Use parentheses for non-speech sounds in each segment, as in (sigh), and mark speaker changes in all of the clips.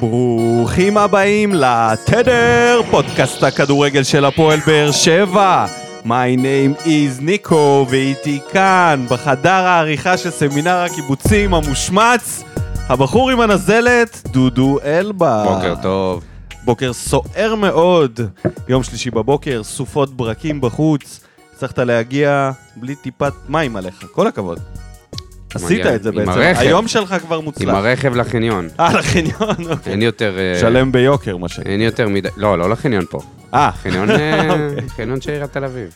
Speaker 1: ברוכים הבאים לתדר, פודקאסט הכדורגל של הפועל באר שבע. My name is ניקו, ואיתי כאן, בחדר העריכה של סמינר הקיבוצים המושמץ, הבחור עם הנזלת, דודו אלבה.
Speaker 2: בוקר טוב.
Speaker 1: בוקר סוער מאוד, יום שלישי בבוקר, סופות ברקים בחוץ, הצלחת להגיע בלי טיפת מים עליך, כל הכבוד. עשית את זה
Speaker 2: עם
Speaker 1: בעצם,
Speaker 2: הרכב.
Speaker 1: היום שלך כבר
Speaker 2: עם
Speaker 1: מוצלח.
Speaker 2: הרכב לחניון.
Speaker 1: אה, לחניון, אוקיי.
Speaker 2: אין יותר... אה,
Speaker 1: שלם ביוקר, מה ש...
Speaker 2: אין יותר מדי... לא, לא לחניון פה.
Speaker 1: אה, (laughs)
Speaker 2: חניון... אה,
Speaker 1: אוקיי.
Speaker 2: חניון של עיריית תל אביב.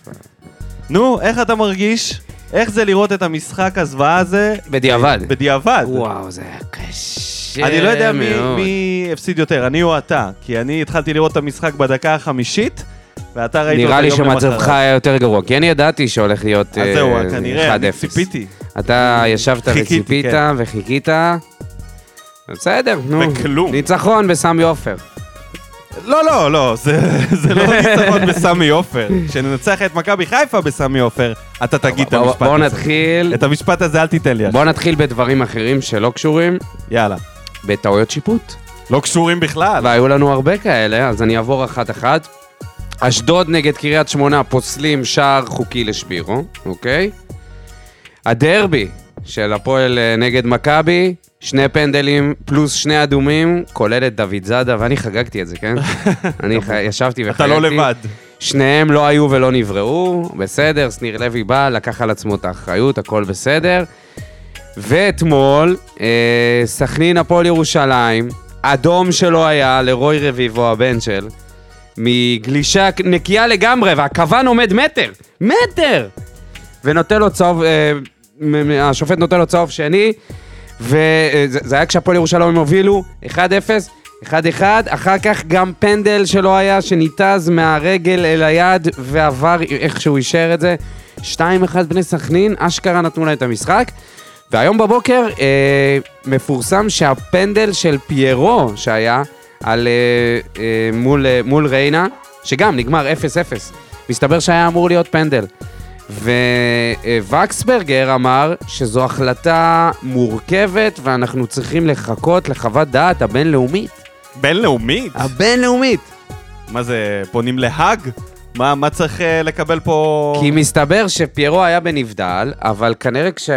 Speaker 1: נו, איך אתה מרגיש? איך זה לראות את המשחק הזוועה הזה?
Speaker 2: בדיעבד.
Speaker 1: בדיעבד.
Speaker 2: וואו, זה היה קשה
Speaker 1: אני לא יודע מי-
Speaker 2: מאוד.
Speaker 1: מי הפסיד יותר, אני או אתה, כי אני התחלתי לראות את המשחק בדקה החמישית, ואתה ראית אותו
Speaker 2: נראה לי
Speaker 1: יום למחרת.
Speaker 2: שמצבך היה יותר גרוע, כי אני ידעתי שהולך להיות אה, 1-0.
Speaker 1: אז זהו, כנראה, אני ציפיתי.
Speaker 2: אתה ישבת
Speaker 1: חיכיתי,
Speaker 2: וציפית
Speaker 1: כן.
Speaker 2: וחיכית. בסדר, נו.
Speaker 1: וכלום.
Speaker 2: ניצחון בסמי עופר.
Speaker 1: לא, לא, לא, זה (laughs) זה
Speaker 2: (laughs)
Speaker 1: לא ניצחון בסמי עופר. כשננצח את מכבי חיפה בסמי עופר, אתה תגיד את
Speaker 2: בוא-
Speaker 1: המשפט
Speaker 2: בואו
Speaker 1: הזה.
Speaker 2: נתחיל...
Speaker 1: את המשפט הזה אל תיתן לי.
Speaker 2: בואו נתחיל בדברים אחרים שלא קשורים,
Speaker 1: יאללה.
Speaker 2: בטעויות שיפוט.
Speaker 1: לא קשורים בכלל.
Speaker 2: אה, והיו לנו הרבה כאלה, אז אני אעבור אחת-אחת. אשדוד נגד קריית שמונה פוסלים שער חוקי לשבירו, אוקיי? הדרבי של הפועל אה, נגד מכבי, שני פנדלים פלוס שני אדומים, כולל את דוד זאדה, ואני חגגתי את זה,
Speaker 1: (laughs)
Speaker 2: כן? אני ח... ישבתי וחגגתי.
Speaker 1: אתה לא לבד.
Speaker 2: שניהם לא היו ולא נבראו, בסדר, שניר לוי בא, לקח על עצמו את האחריות, הכל בסדר. ואתמול, אה, סכנין הפועל ירושלים, אדום שלא היה לרוי רביבו, הבן של, מגלישה נקייה לגמרי, והכוון עומד מטר, מטר! ונותן לו צהוב, אה, מ- מ- השופט נותן לו צהוב שני, וזה זה היה כשהפועל ירושלים הובילו, 1-0, 1-1, אחר כך גם פנדל שלא היה, שניתז מהרגל אל היד, ועבר איכשהו אישר את זה. 2-1 בני סכנין, אשכרה נתנו להם את המשחק. והיום בבוקר אה, מפורסם שהפנדל של פיירו שהיה על, אה, אה, מול, אה, מול ריינה, שגם נגמר 0-0, מסתבר שהיה אמור להיות פנדל. ווקסברגר אמר שזו החלטה מורכבת ואנחנו צריכים לחכות לחוות דעת הבינלאומית.
Speaker 1: בינלאומית?
Speaker 2: הבינלאומית.
Speaker 1: מה זה, פונים להאג? מה מה צריך אה, לקבל פה...
Speaker 2: כי מסתבר שפיירו היה בנבדל, אבל כנראה כש...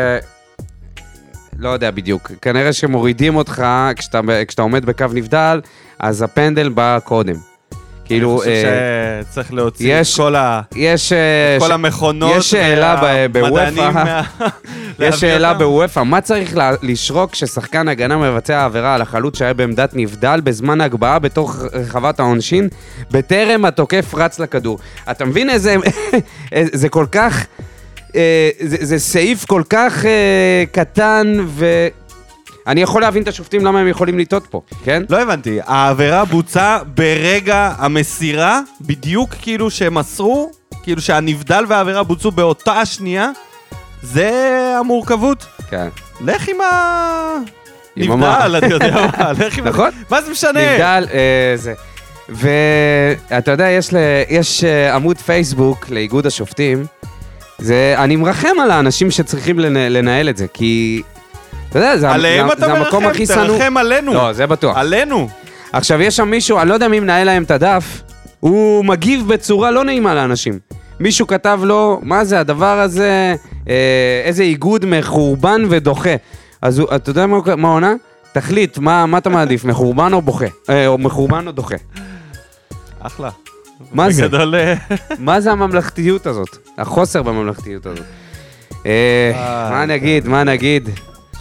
Speaker 2: לא יודע בדיוק, כנראה שמורידים אותך כשאתה, כשאתה עומד בקו נבדל, אז הפנדל בא קודם.
Speaker 1: אני
Speaker 2: כאילו,
Speaker 1: חושב
Speaker 2: אה,
Speaker 1: שצריך להוציא את
Speaker 2: יש-
Speaker 1: כל ה-
Speaker 2: יש... אה,
Speaker 1: כל
Speaker 2: ש-
Speaker 1: המכונות.
Speaker 2: יש שאלה ב-
Speaker 1: והמדענים
Speaker 2: בוופא.
Speaker 1: מה- להביא
Speaker 2: (laughs) יש שאלה
Speaker 1: אותם.
Speaker 2: בוופא, מה צריך לה- לשרוק כששחקן הגנה מבצע עבירה על החלוץ שהיה בעמדת נבדל בזמן הגבהה בתוך רחבת העונשין, בטרם התוקף רץ לכדור? אתה מבין איזה... (laughs) זה כל כך... אה, זה, זה סעיף כל כך אה, קטן, ו... אני יכול להבין את השופטים למה הם יכולים לטעות פה, כן?
Speaker 1: לא הבנתי, העבירה בוצעה ברגע המסירה, בדיוק כאילו שהם מסרו, כאילו שהנבדל והעבירה בוצעו באותה השנייה, זה המורכבות?
Speaker 2: כן.
Speaker 1: לך עם ה...
Speaker 2: עם המה.
Speaker 1: נבדל, אני יודע
Speaker 2: (laughs)
Speaker 1: מה, לך עם...
Speaker 2: נכון.
Speaker 1: מה זה משנה?
Speaker 2: נבדל, אה, זה. ואתה יודע, יש, ל... יש אה, עמוד פייסבוק לאיגוד השופטים. זה, אני מרחם על האנשים שצריכים לנ... לנהל את זה, כי... אתה יודע, זה, המ-
Speaker 1: עליהם
Speaker 2: זה,
Speaker 1: אתה
Speaker 2: זה המקום
Speaker 1: מרחם,
Speaker 2: הכי שנוא.
Speaker 1: תרחם עלינו.
Speaker 2: לא, זה בטוח. על...
Speaker 1: עלינו.
Speaker 2: עכשיו, יש שם מישהו, אני לא יודע מי מנהל להם את הדף, הוא מגיב בצורה לא נעימה לאנשים. מישהו כתב לו, מה זה הדבר הזה, אה, איזה איגוד מחורבן ודוחה. אז הוא, אתה יודע מה, הוא- מה עונה? תחליט, מה, מה אתה מעדיף, מחורבן או בוכה? אה, או מחורבן או דוחה?
Speaker 1: אחלה.
Speaker 2: מה זה?
Speaker 1: בגדול, (laughs) אה,
Speaker 2: מה זה הממלכתיות הזאת? החוסר בממלכתיות הזאת. אה,
Speaker 1: אה,
Speaker 2: מה נגיד, מה נגיד?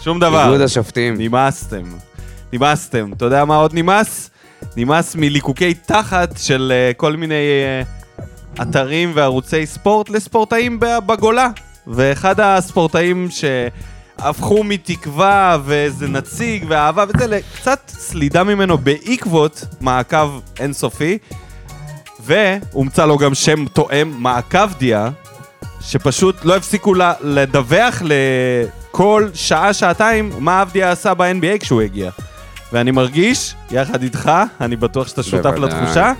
Speaker 1: שום דבר.
Speaker 2: איגוד השופטים.
Speaker 1: נמאסתם. נמאסתם. אתה יודע מה עוד נמאס? נמאס מליקוקי תחת של אה, כל מיני אה, אתרים וערוצי ספורט לספורטאים ב- בגולה. ואחד הספורטאים שהפכו מתקווה ואיזה נציג ואהבה וזה, לקצת סלידה ממנו בעקבות מעקב אינסופי. והומצא לו גם שם תואם, מעקבדיה, שפשוט לא הפסיקו ל- לדווח לכל שעה, שעתיים, מה עבדיה עשה ב-NBA כשהוא הגיע. ואני מרגיש, יחד איתך, אני בטוח שאתה שותף
Speaker 2: בוודאי.
Speaker 1: לתחושה,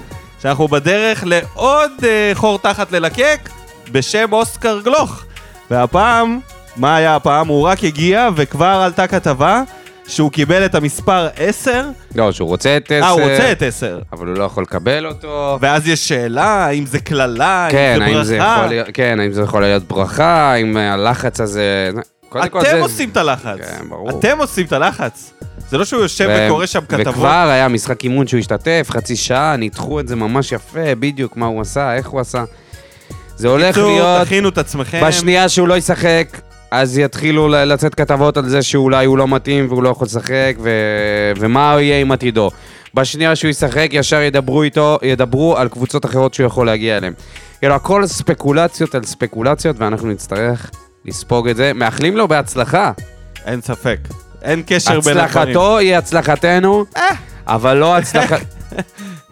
Speaker 1: שאנחנו בדרך לעוד אה, חור תחת ללקק בשם אוסקר גלוך. והפעם, מה היה הפעם? הוא רק הגיע וכבר עלתה כתבה שהוא קיבל את המספר 10,
Speaker 2: לא, שהוא רוצה את 10.
Speaker 1: אה, הוא רוצה את 10.
Speaker 2: אבל הוא לא יכול לקבל אותו.
Speaker 1: ואז יש שאלה, האם זה קללה,
Speaker 2: כן,
Speaker 1: האם זה
Speaker 2: האם זה יכול
Speaker 1: ברכה.
Speaker 2: להיות, כן, האם זה יכול להיות ברכה, האם הלחץ הזה... קודם כל
Speaker 1: אתם
Speaker 2: זה-
Speaker 1: עושים את הלחץ.
Speaker 2: כן, ברור.
Speaker 1: אתם עושים את הלחץ. זה לא שהוא יושב
Speaker 2: ו-
Speaker 1: וקורא שם כתבות.
Speaker 2: וכבר היה משחק אימון שהוא השתתף, חצי שעה, ניתחו את זה ממש יפה, בדיוק מה הוא עשה, איך הוא עשה. זה הולך
Speaker 1: בקיצור,
Speaker 2: להיות,
Speaker 1: תכינו את עצמכם.
Speaker 2: בשנייה שהוא לא ישחק, אז יתחילו ל- לצאת כתבות על זה שאולי הוא לא מתאים והוא לא יכול לשחק, ו... ומה יהיה עם עתידו. בשנייה שהוא ישחק, ישר ידברו איתו, ידברו על קבוצות אחרות שהוא יכול להגיע אליהן. כאילו, הכל ספקולציות על ספקולציות, ואנחנו נצטרך לספוג את זה. מאחלים לו בהצלחה.
Speaker 1: אין ספק. אין קשר בין הדברים.
Speaker 2: הצלחתו היא הצלחתנו,
Speaker 1: אה!
Speaker 2: אבל לא הצלחה...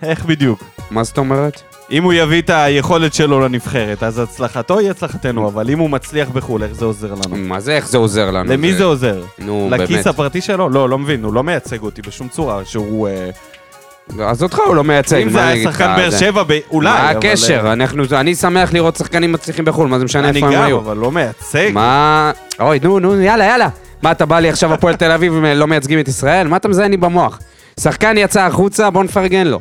Speaker 1: איך בדיוק?
Speaker 2: מה זאת אומרת?
Speaker 1: אם הוא יביא את היכולת שלו לנבחרת, אז הצלחתו היא הצלחתנו, אבל אם הוא מצליח בחו"ל, איך זה עוזר לנו?
Speaker 2: מה זה, איך Mm, לא זה עוזר לנו?
Speaker 1: למי זה עוזר?
Speaker 2: נו,
Speaker 1: לכיס
Speaker 2: באמת.
Speaker 1: הפרטי שלו? לא, לא מבין, הוא לא מייצג אותי בשום צורה, שהוא... אה,
Speaker 2: אז אותך הוא לא מייצג,
Speaker 1: אם זה
Speaker 2: מה אני
Speaker 1: היה
Speaker 2: אגיד לך?
Speaker 1: שחקן באר
Speaker 2: זה-
Speaker 1: שבע, ב- אולי,
Speaker 2: מה
Speaker 1: אבל,
Speaker 2: הקשר?
Speaker 1: אה,
Speaker 2: אנחנו, אני שמח לראות שחקנים מצליחים בחו"ל, מה זה משנה
Speaker 1: אני
Speaker 2: איפה הם
Speaker 1: גם,
Speaker 2: היו?
Speaker 1: אבל לא מייצג.
Speaker 2: מה... אוי, נו, נו, יאללה, יאללה. מה, אתה בא לי עכשיו הפועל תל אביב ולא מייצגים את ישראל? מה אתה מזיין לי במוח? שחקן יצא החוצה, בוא נפרגן לו.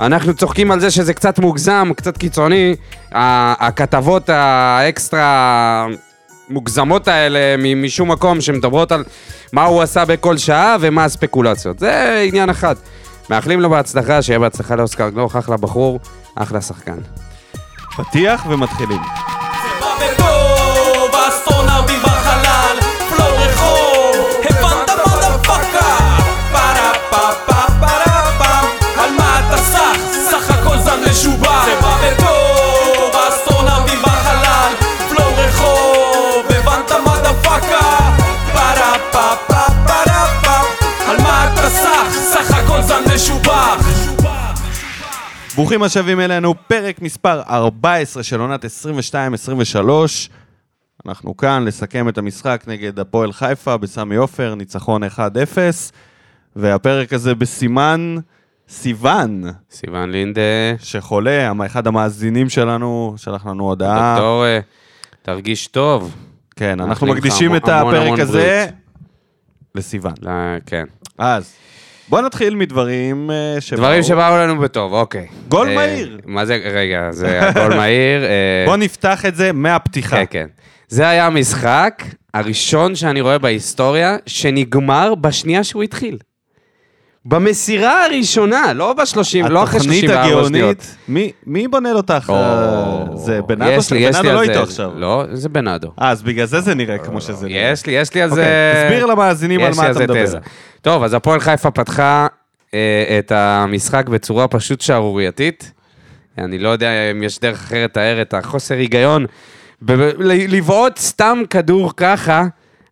Speaker 2: אנחנו צוחקים על זה שזה קצת מוגזם, קצת קיצוני. ה- הכתבות האקסטרה מוגזמות האלה מ- משום מקום שמדברות על מה הוא עשה בכל שעה ומה הספקולציות. זה עניין אחד. מאחלים לו בהצלחה, שיהיה בהצלחה לאוסקר גלוך, אחלה בחור, אחלה שחקן.
Speaker 1: פתיח ומתחילים.
Speaker 3: בא בטוב, אסטרונאוטים בחלל, פלואו רחוב, הבנת מה דפקה? פרה פה פה פרה פם, על מה אתה סח? סך הכל זן משובח. זה בא בטוב, אסטרונאוטים בחלל, פלואו רחוב, הבנת מה דפקה? פרה פה פה פרה פם, על מה אתה סח? סך הכל זן משובח.
Speaker 1: ברוכים השבים אלינו, פרק מספר 14 של עונת 22-23. אנחנו כאן לסכם את המשחק נגד הפועל חיפה בסמי עופר, ניצחון 1-0, והפרק הזה בסימן סיוון,
Speaker 2: סיון לינדה.
Speaker 1: אה. שחולה, המ- אחד המאזינים שלנו שלח לנו הודעה.
Speaker 2: דוקטור, אה, תרגיש טוב.
Speaker 1: כן, אנחנו
Speaker 2: מאחלים לך
Speaker 1: מקדישים
Speaker 2: המון-
Speaker 1: את
Speaker 2: המון
Speaker 1: הפרק
Speaker 2: המון
Speaker 1: הזה לסיוון.
Speaker 2: לא, כן.
Speaker 1: אז, בוא נתחיל מדברים אה, שבאו...
Speaker 2: דברים שבאו לנו בטוב, אוקיי.
Speaker 1: גול
Speaker 2: אה,
Speaker 1: מהיר.
Speaker 2: מה זה, רגע, זה גול מהיר. אה,
Speaker 1: (laughs) בוא נפתח את זה מהפתיחה.
Speaker 2: כן, כן. זה היה המשחק הראשון שאני רואה בהיסטוריה שנגמר בשנייה שהוא התחיל. במסירה הראשונה, לא בשלושים, לא אחרי
Speaker 1: התוכנית
Speaker 2: 34 שניות.
Speaker 1: הגאונית, מי- מי בונה לו את ההכ-
Speaker 2: או.
Speaker 1: זה בנאדו?
Speaker 2: יש לי, יש לי
Speaker 1: בנאדו
Speaker 2: על
Speaker 1: לא
Speaker 2: זה.
Speaker 1: איתו עכשיו.
Speaker 2: לא, זה בנאדו.
Speaker 1: אה, אז בגלל זה זה נראה כמו שזה נראה.
Speaker 2: יש לי, יש לי על זה...
Speaker 1: אוקיי, תסביר למאזינים על
Speaker 2: יש
Speaker 1: מה
Speaker 2: לי
Speaker 1: אתה
Speaker 2: זה
Speaker 1: מדבר.
Speaker 2: תזה. טוב, אז הפועל חיפה פתחה אה, את המשחק בצורה פשוט שערורייתית. אני לא יודע אם יש דרך אחרת לתאר את החוסר היגיון. ב- ב- ל- לבעוט סתם כדור ככה,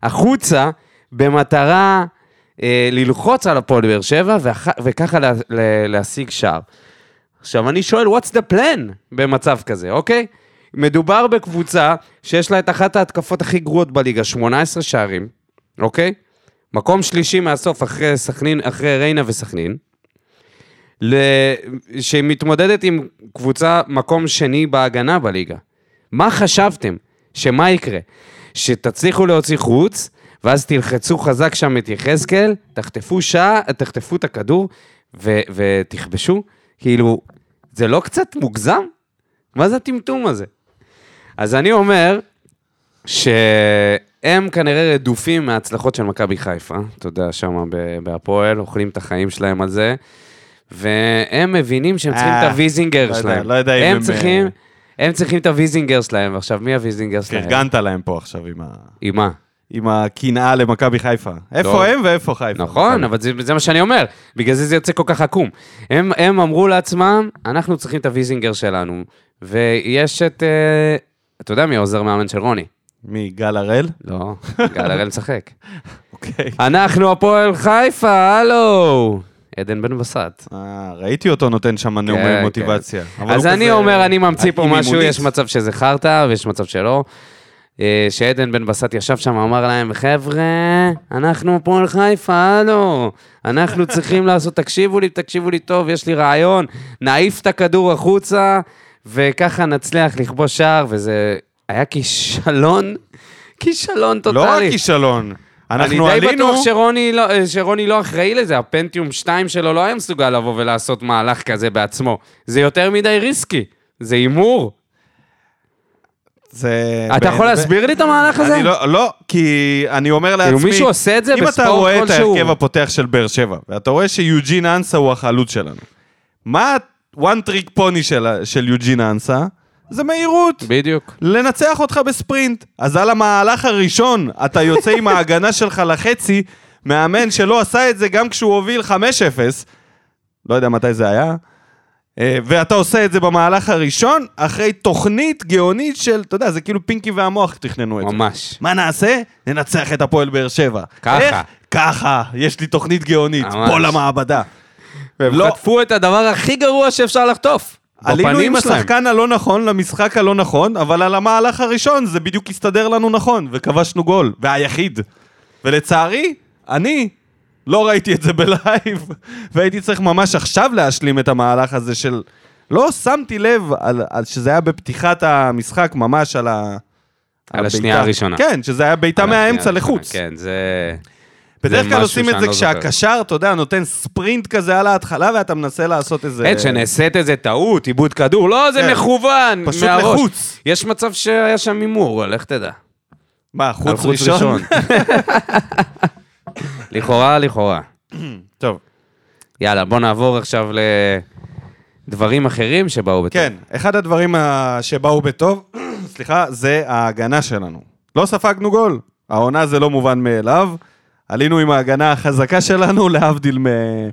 Speaker 2: החוצה, במטרה אה, ללחוץ על הפועל באר שבע, ואח- וככה לה- ל- להשיג שער. עכשיו, אני שואל, what's the plan במצב כזה, אוקיי? מדובר בקבוצה שיש לה את אחת ההתקפות הכי גרועות בליגה, 18 שערים, אוקיי? מקום שלישי מהסוף אחרי סכנין, אחרי ריינה וסכנין. ל... שמתמודדת עם קבוצה מקום שני בהגנה בליגה. מה חשבתם? שמה יקרה? שתצליחו להוציא חוץ, ואז תלחצו חזק שם את יחזקאל, תחטפו שעה, תחטפו את הכדור ו... ותכבשו? כאילו, זה לא קצת מוגזם? מה זה הטמטום הזה? אז אני אומר שהם כנראה רדופים מההצלחות של מכבי חיפה, אתה יודע, שם ב- בהפועל, אוכלים את החיים שלהם על זה, והם מבינים שהם צריכים
Speaker 1: אה,
Speaker 2: את הוויזינגר
Speaker 1: לא יודע,
Speaker 2: שלהם.
Speaker 1: לא יודע אם
Speaker 2: הם
Speaker 1: הם,
Speaker 2: צריכים... הם צריכים את הוויזינגר שלהם, ועכשיו מי הוויזינגר שלהם?
Speaker 1: ארגנת כן, להם פה עכשיו עם ה-
Speaker 2: עם מה?
Speaker 1: עם הקנאה למכבי חיפה.
Speaker 2: לא.
Speaker 1: איפה הם ואיפה חיפה.
Speaker 2: נכון, אבל זה, זה מה שאני אומר, בגלל זה זה יוצא כל כך עקום. הם, הם אמרו לעצמם, אנחנו צריכים את הוויזינגר שלנו, ויש את, אה, אתה יודע מי העוזר מאמן של רוני?
Speaker 1: מי, גל הראל?
Speaker 2: לא, גל הראל משחק.
Speaker 1: אוקיי.
Speaker 2: אנחנו הפועל חיפה, הלו! עדן בן בסט.
Speaker 1: אה, ראיתי אותו נותן שם
Speaker 2: כן,
Speaker 1: נאומי מוטיבציה.
Speaker 2: כן.
Speaker 1: אבל
Speaker 2: אז
Speaker 1: הוא
Speaker 2: אני
Speaker 1: כזה-
Speaker 2: אומר, אני ממציא פה
Speaker 1: עם
Speaker 2: משהו,
Speaker 1: אימונית.
Speaker 2: יש מצב שזה חרטא ויש מצב שלא. אה, שעדן בן בסט ישב שם, אמר להם, חבר'ה, אנחנו הפועל חיפה, הלו, אנחנו צריכים לעשות, תקשיבו לי, תקשיבו לי טוב, יש לי רעיון, נעיף את הכדור החוצה, וככה נצליח לכבוש שער, וזה היה כישלון, כישלון
Speaker 1: לא רק
Speaker 2: טוטאלי.
Speaker 1: כישלון.
Speaker 2: אני
Speaker 1: אנחנו
Speaker 2: די
Speaker 1: עלינו...
Speaker 2: בטוח שרוני לא, אה, שרוני לא אחראי לזה, הפנטיום 2 שלו לא היה מסוגל לבוא ולעשות מהלך כזה בעצמו. זה יותר מדי ריסקי, זה הימור.
Speaker 1: זה...
Speaker 2: אתה
Speaker 1: אה, ב-
Speaker 2: יכול
Speaker 1: ב-
Speaker 2: להסביר לי את המהלך הזה?
Speaker 1: אני לא, לא, כי אני אומר לעצמי...
Speaker 2: כאילו, מישהו עושה את זה
Speaker 1: אם אתה
Speaker 2: בספורט
Speaker 1: רואה את
Speaker 2: כלשהו.
Speaker 1: ההרכב הפותח של באר שבע, ואתה רואה שיוג'ין אנסה הוא החלוץ שלנו, מה הוואן טריק פוני של, של יוג'ין אנסה? זה מהירות.
Speaker 2: בדיוק.
Speaker 1: לנצח אותך בספרינט. אז על המהלך הראשון, אתה יוצא עם ההגנה שלך לחצי, מאמן שלא עשה את זה גם כשהוא הוביל 5-0, לא יודע מתי זה היה, אה, ואתה עושה את זה במהלך הראשון, אחרי תוכנית גאונית של, אתה יודע, זה כאילו פינקי והמוח תכננו את זה.
Speaker 2: ממש.
Speaker 1: מה נעשה? ננצח את הפועל באר שבע.
Speaker 2: ככה.
Speaker 1: איך? ככה, יש לי תוכנית גאונית,
Speaker 2: ממש.
Speaker 1: בוא למעבדה.
Speaker 2: והם
Speaker 1: לא-
Speaker 2: חטפו את הדבר הכי גרוע שאפשר לחטוף.
Speaker 1: עלינו עם
Speaker 2: בפנים שלהם.
Speaker 1: השחקן הלא נכון למשחק הלא נכון, אבל על המהלך הראשון זה בדיוק הסתדר לנו נכון, וכבשנו גול, והיחיד. ולצערי, אני לא ראיתי את זה בלייב, (laughs) והייתי צריך ממש עכשיו להשלים את המהלך הזה של... לא שמתי לב על, על שזה היה בפתיחת המשחק, ממש על ה...
Speaker 2: על
Speaker 1: הבעיטה.
Speaker 2: השנייה הראשונה.
Speaker 1: כן, שזה היה בעיטה
Speaker 2: על השנייה
Speaker 1: מהאמצע
Speaker 2: הראשונה,
Speaker 1: לחוץ.
Speaker 2: כן, זה...
Speaker 1: בדרך
Speaker 2: זה
Speaker 1: כלל
Speaker 2: משהו
Speaker 1: עושים את
Speaker 2: שאני
Speaker 1: זה
Speaker 2: לא
Speaker 1: כשהקשר, אתה יודע, נותן ספרינט כזה על ההתחלה, ואתה מנסה לעשות איזה...
Speaker 2: אין, שנעשית איזה טעות, עיבוד כדור, לא, זה
Speaker 1: כן.
Speaker 2: מכוון,
Speaker 1: פשוט
Speaker 2: מהראש.
Speaker 1: לחוץ.
Speaker 2: יש מצב שהיה שם הימור, לך תדע.
Speaker 1: מה,
Speaker 2: על
Speaker 1: חוץ ראשון?
Speaker 2: לכאורה, לכאורה.
Speaker 1: (laughs) טוב.
Speaker 2: יאללה, בוא נעבור עכשיו לדברים אחרים שבאו בטוב.
Speaker 1: כן, אחד הדברים ה- שבאו בטוב, (clears throat) סליחה, זה ההגנה שלנו. לא ספגנו גול. העונה זה לא מובן מאליו. עלינו עם ההגנה החזקה שלנו, להבדיל מ-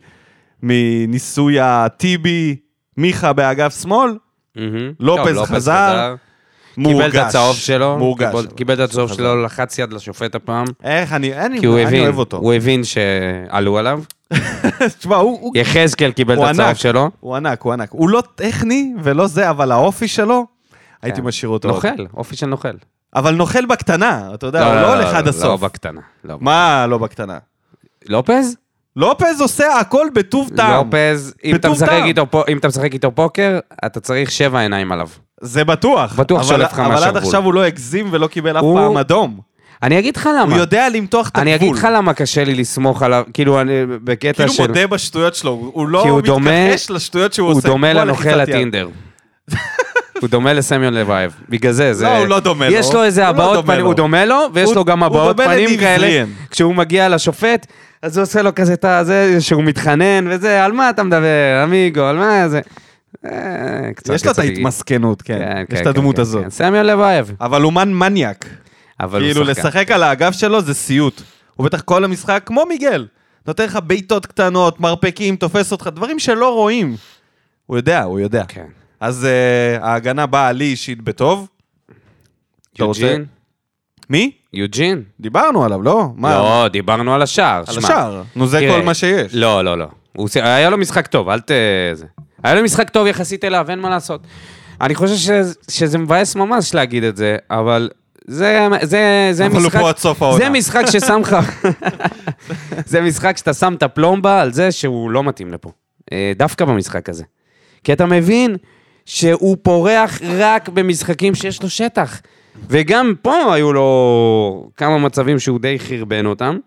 Speaker 1: מניסוי הטיבי, מיכה באגף שמאל,
Speaker 2: מהמם.
Speaker 1: לופז
Speaker 2: טוב,
Speaker 1: חזר, מורגש.
Speaker 2: קיבל את הצהוב שלו,
Speaker 1: מורגש.
Speaker 2: קיבל- קיבל את הצהוב
Speaker 1: חזר.
Speaker 2: שלו, לחץ יד לשופט הפעם,
Speaker 1: איך, אני, אני,
Speaker 2: כי הוא
Speaker 1: אני
Speaker 2: הבין,
Speaker 1: אוהב אותו.
Speaker 2: הוא הבין שעלו עליו.
Speaker 1: (laughs) תשמע, הוא, הוא,
Speaker 2: יחזקאל קיבל
Speaker 1: הוא
Speaker 2: את הצהוב
Speaker 1: ענק.
Speaker 2: שלו.
Speaker 1: הוא ענק, הוא ענק. הוא לא טכני ולא זה, אבל האופי שלו, הייתי
Speaker 2: כן.
Speaker 1: משאיר אותו.
Speaker 2: נוכל, אופי של נוכל.
Speaker 1: אבל נוכל בקטנה, אתה יודע, הוא לא הולך עד הסוף.
Speaker 2: לא בקטנה. לא.
Speaker 1: מה לא בקטנה?
Speaker 2: לופז?
Speaker 1: לופז עושה הכל בטוב
Speaker 2: לא
Speaker 1: טעם.
Speaker 2: לופז, אם אתה
Speaker 1: בטוב
Speaker 2: משחק
Speaker 1: טעם.
Speaker 2: איתו פה- אם אתה משחק איתו פוקר, אתה צריך שבע עיניים עליו.
Speaker 1: זה בטוח.
Speaker 2: בטוח
Speaker 1: אבל-
Speaker 2: שולף לך
Speaker 1: אבל עד
Speaker 2: מהשרוול.
Speaker 1: עכשיו הוא לא הגזים ולא קיבל אף
Speaker 2: הוא-
Speaker 1: פעם אדום.
Speaker 2: אני אגיד לך
Speaker 1: הוא
Speaker 2: למה.
Speaker 1: יודע למתוח את הגבול.
Speaker 2: אני אגיד לך למה קשה לי לסמוך עליו, כאילו, אני בקטע
Speaker 1: כאילו
Speaker 2: של...
Speaker 1: מודה בשטויות שלו, הוא- הוא לא
Speaker 2: כי הוא דומה-
Speaker 1: מתכחש לשטויות שהוא
Speaker 2: הוא
Speaker 1: עושה.
Speaker 2: דומה
Speaker 1: כמו
Speaker 2: לנוכל
Speaker 1: הלחיצת יד.
Speaker 2: הטינדר. (laughs) הוא דומה לסמיון לבייב, בגלל זה, זה...
Speaker 1: הוא לא דומה לו.
Speaker 2: יש לו איזה
Speaker 1: הוא לא
Speaker 2: הבעות
Speaker 1: דומה
Speaker 2: פנים,
Speaker 1: לו.
Speaker 2: הוא דומה לו, ויש
Speaker 1: הוא-
Speaker 2: לו גם
Speaker 1: הוא
Speaker 2: הבעות
Speaker 1: דומה
Speaker 2: פנים
Speaker 1: לניב
Speaker 2: כאלה,
Speaker 1: זריאן.
Speaker 2: כשהוא מגיע לשופט, אז הוא עושה לו כזה את הזה, שהוא מתחנן וזה, על מה אתה מדבר, עמיגו, על מה זה... אה, קצת
Speaker 1: יש לו את
Speaker 2: יצאתי-
Speaker 1: ההתמסכנות,
Speaker 2: כן,
Speaker 1: כן. יש
Speaker 2: כן,
Speaker 1: את הדמות
Speaker 2: כן,
Speaker 1: הזאת.
Speaker 2: כן. סמיון לבייב,
Speaker 1: אבל הוא מן מניאק.
Speaker 2: אבל הוא שחקן.
Speaker 1: כאילו, לשחק על האגף שלו זה סיוט. הוא בטח כל המשחק, כמו מיגל, נותן לך בעיטות קטנות, מרפקים, תופס אותך, דברים שלא רואים. הוא יודע, הוא יודע.
Speaker 2: כן.
Speaker 1: אז אה, ההגנה באה לי אישית בטוב. אתה רוצה-
Speaker 2: יוג'ין?
Speaker 1: מי?
Speaker 2: יוג'ין?
Speaker 1: דיברנו עליו, לא? מה?
Speaker 2: לא, דיברנו על השער.
Speaker 1: על
Speaker 2: שמע,
Speaker 1: השער. נו, זה
Speaker 2: תראה,
Speaker 1: כל מה שיש.
Speaker 2: לא, לא, לא. הוא... עושה- היה לו משחק טוב, אל ת... זה. היה לו משחק טוב יחסית אליו, אין מה לעשות. אני חושב שזה, שזה מבאס ממש להגיד את זה, אבל זה, זה, זה
Speaker 1: אבל הוא
Speaker 2: משחק...
Speaker 1: פה עד סוף העונה.
Speaker 2: זה משחק ששם לך...
Speaker 1: (laughs)
Speaker 2: זה משחק שאתה שם את הפלומבה על זה שהוא לא מתאים לפה. אה, דווקא במשחק הזה. כי אתה מבין שהוא פורח רק במשחקים שיש לו שטח. וגם פה היו לו כמה מצבים שהוא די חרבן אותם.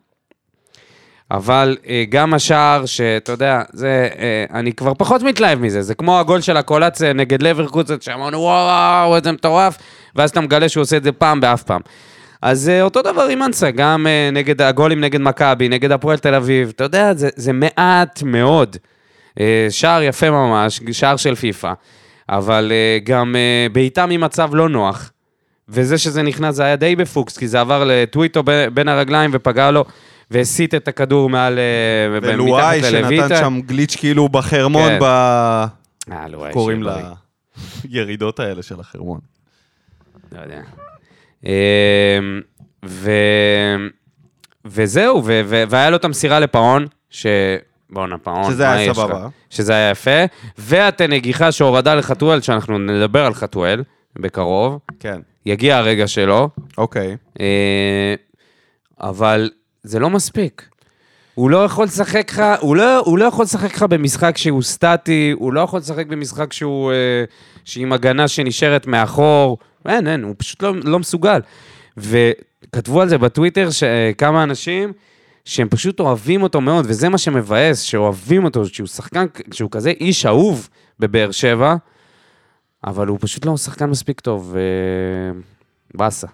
Speaker 2: אבל אה, גם השער, שאתה יודע, זה, אה, אני כבר פחות מתלהב מזה, זה כמו הגול של הקולץ אה, נגד לברקוזן, שאמרנו וואו, וואו, איזה מטורף, ואז אתה מגלה שהוא עושה את זה פעם באף פעם. אז אה, אותו דבר עם אנסה, גם אה, נגד הגולים נגד מכבי, נגד הפועל תל אביב, אתה יודע, זה, זה מעט מאוד. אה, שער יפה ממש, שער של פיפא, אבל אה, גם אה, בעיטה ממצב לא נוח. וזה שזה נכנס, זה היה די בפוקס, כי זה עבר לטוויטו ב- בין הרגליים ופגע לו, והסיט את הכדור מעל... אה, ב-
Speaker 1: ולואי
Speaker 2: מתחת
Speaker 1: שנתן
Speaker 2: ללויטה.
Speaker 1: שם גליץ' כאילו בחרמון,
Speaker 2: כן.
Speaker 1: ב...
Speaker 2: אה, לואי,
Speaker 1: קוראים
Speaker 2: שיהיה בריא.
Speaker 1: (laughs) לירידות האלה של החרמון.
Speaker 2: לא יודע. אמ, ו... וזהו, ו... ו... והיה לו את המסירה לפאון, ש... בואנה, פאון,
Speaker 1: שזה
Speaker 2: מה
Speaker 1: היה
Speaker 2: יש לך?
Speaker 1: סבבה.
Speaker 2: שזה היה יפה. ואת הנגיחה שהורדה לחתואל, שאנחנו נדבר על חתואל בקרוב.
Speaker 1: כן,
Speaker 2: יגיע הרגע שלו.
Speaker 1: אוקיי.
Speaker 2: אה, אבל זה לא מספיק. הוא לא יכול לשחק לך, הוא לא, הוא לא יכול לשחק לך במשחק שהוא סטטי, הוא לא יכול לשחק במשחק שהוא, אה, שעם הגנה שנשארת מאחור, אין, אין, הוא פשוט לא, לא מסוגל. וכתבו על זה בטוויטר ש- אה, כמה אנשים שהם פשוט אוהבים אותו מאוד, וזה מה שמבאס, שאוהבים אותו, שהוא שחקן, שהוא כזה איש אהוב בבאר שבע, אבל הוא פשוט לא שחקן מספיק טוב, אה, באסה.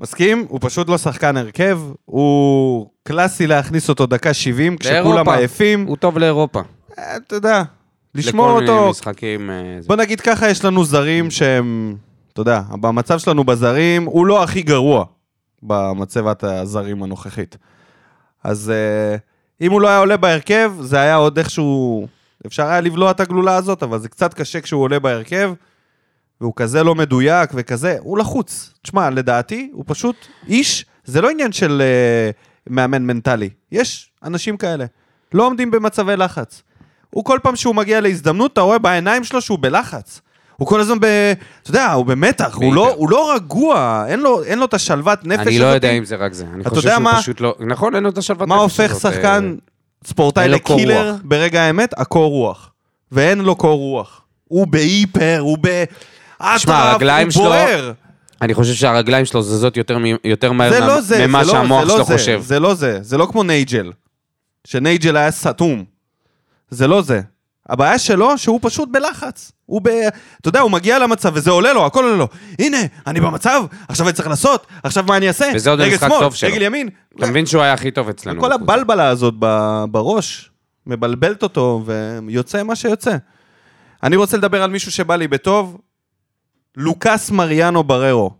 Speaker 1: מסכים, הוא פשוט לא שחקן הרכב, הוא קלאסי להכניס אותו דקה 70 כשכולם
Speaker 2: לאירופה.
Speaker 1: עייפים,
Speaker 2: הוא טוב לאירופה.
Speaker 1: אה, אתה יודע, לשמור
Speaker 2: לכל מיני
Speaker 1: אותו.
Speaker 2: משחקים... אה, זה.
Speaker 1: בוא נגיד ככה, יש לנו זרים שהם, אתה יודע, במצב שלנו בזרים, הוא לא הכי גרוע במצבת הזרים הנוכחית. אז אה, אם הוא לא היה עולה בהרכב, זה היה עוד איכשהו... אפשר היה לבלוע את הגלולה הזאת, אבל זה קצת קשה כשהוא עולה בהרכב, והוא כזה לא מדויק וכזה, הוא לחוץ. תשמע, לדעתי, הוא פשוט איש, זה לא עניין של אה, מאמן מנטלי. יש אנשים כאלה, לא עומדים במצבי לחץ. הוא כל פעם שהוא מגיע להזדמנות, אתה רואה בעיניים שלו שהוא בלחץ. הוא כל הזמן ב... אתה יודע, הוא במתח, הוא לא,
Speaker 2: בעיקר.
Speaker 1: הוא לא רגוע, אין לו, אין לו את השלוות נפש
Speaker 2: אני לא
Speaker 1: הזאת.
Speaker 2: יודע אם זה רק זה. אני
Speaker 1: אתה
Speaker 2: חושב
Speaker 1: יודע
Speaker 2: שהוא
Speaker 1: מה-
Speaker 2: פשוט לא... נכון, אין לו את השלוות
Speaker 1: מה
Speaker 2: נפש
Speaker 1: הופך
Speaker 2: הזאת,
Speaker 1: שחקן ספורטאי
Speaker 2: אין לו קור
Speaker 1: לקילר
Speaker 2: רוח.
Speaker 1: ברגע האמת? הקור רוח. ואין לו קור רוח. הוא בהיפר, הוא ב...
Speaker 2: שמע,
Speaker 1: אטרף,
Speaker 2: הרגליים שלו-
Speaker 1: הוא בוער.
Speaker 2: אני חושב שהרגליים שלו זזות יותר, מ- יותר מהר
Speaker 1: זה
Speaker 2: מה-
Speaker 1: לא זה,
Speaker 2: ממה
Speaker 1: זה לא-
Speaker 2: שהמוח
Speaker 1: זה לא
Speaker 2: שלו
Speaker 1: זה,
Speaker 2: חושב.
Speaker 1: זה לא זה, זה לא כמו נייג'ל. שנייג'ל היה סתום. זה לא זה. הבעיה שלו, שהוא פשוט בלחץ. הוא ב... אתה יודע, הוא מגיע למצב וזה עולה לו, הכל עולה לו. הנה, אני במצב, עכשיו אני צריך לעשות, עכשיו מה אני אעשה?
Speaker 2: וזה עוד
Speaker 1: רגל
Speaker 2: המשחק
Speaker 1: שמאל,
Speaker 2: טוב שלו.
Speaker 1: רגל ימין.
Speaker 2: אתה מבין שהוא היה הכי טוב אצלנו.
Speaker 1: כל
Speaker 2: בקבוצה.
Speaker 1: הבלבלה הזאת ב- בראש מבלבלת אותו, ויוצא מה שיוצא. אני רוצה לדבר על מישהו שבא לי בטוב, לוקאס מריאנו בררו.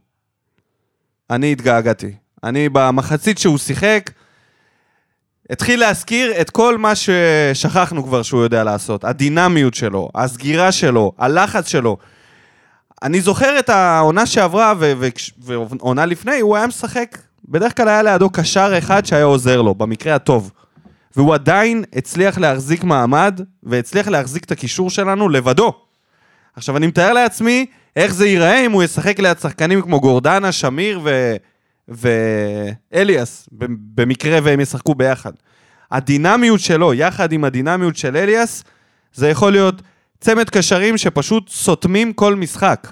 Speaker 1: אני התגעגעתי. אני במחצית שהוא שיחק, התחיל להזכיר את כל מה ששכחנו כבר שהוא יודע לעשות. הדינמיות שלו, הסגירה שלו, הלחץ שלו. אני זוכר את העונה שעברה ו- ו- ועונה לפני, הוא היה משחק, בדרך כלל היה לידו קשר אחד שהיה עוזר לו, במקרה הטוב. והוא עדיין הצליח להחזיק מעמד, והצליח להחזיק את הקישור שלנו לבדו. עכשיו, אני מתאר לעצמי איך זה ייראה אם הוא ישחק ליד שחקנים כמו גורדנה, שמיר ו... ואליאס, ב- במקרה והם ישחקו ביחד. הדינמיות שלו, יחד עם הדינמיות של אליאס, זה יכול להיות צמד קשרים שפשוט סותמים כל משחק.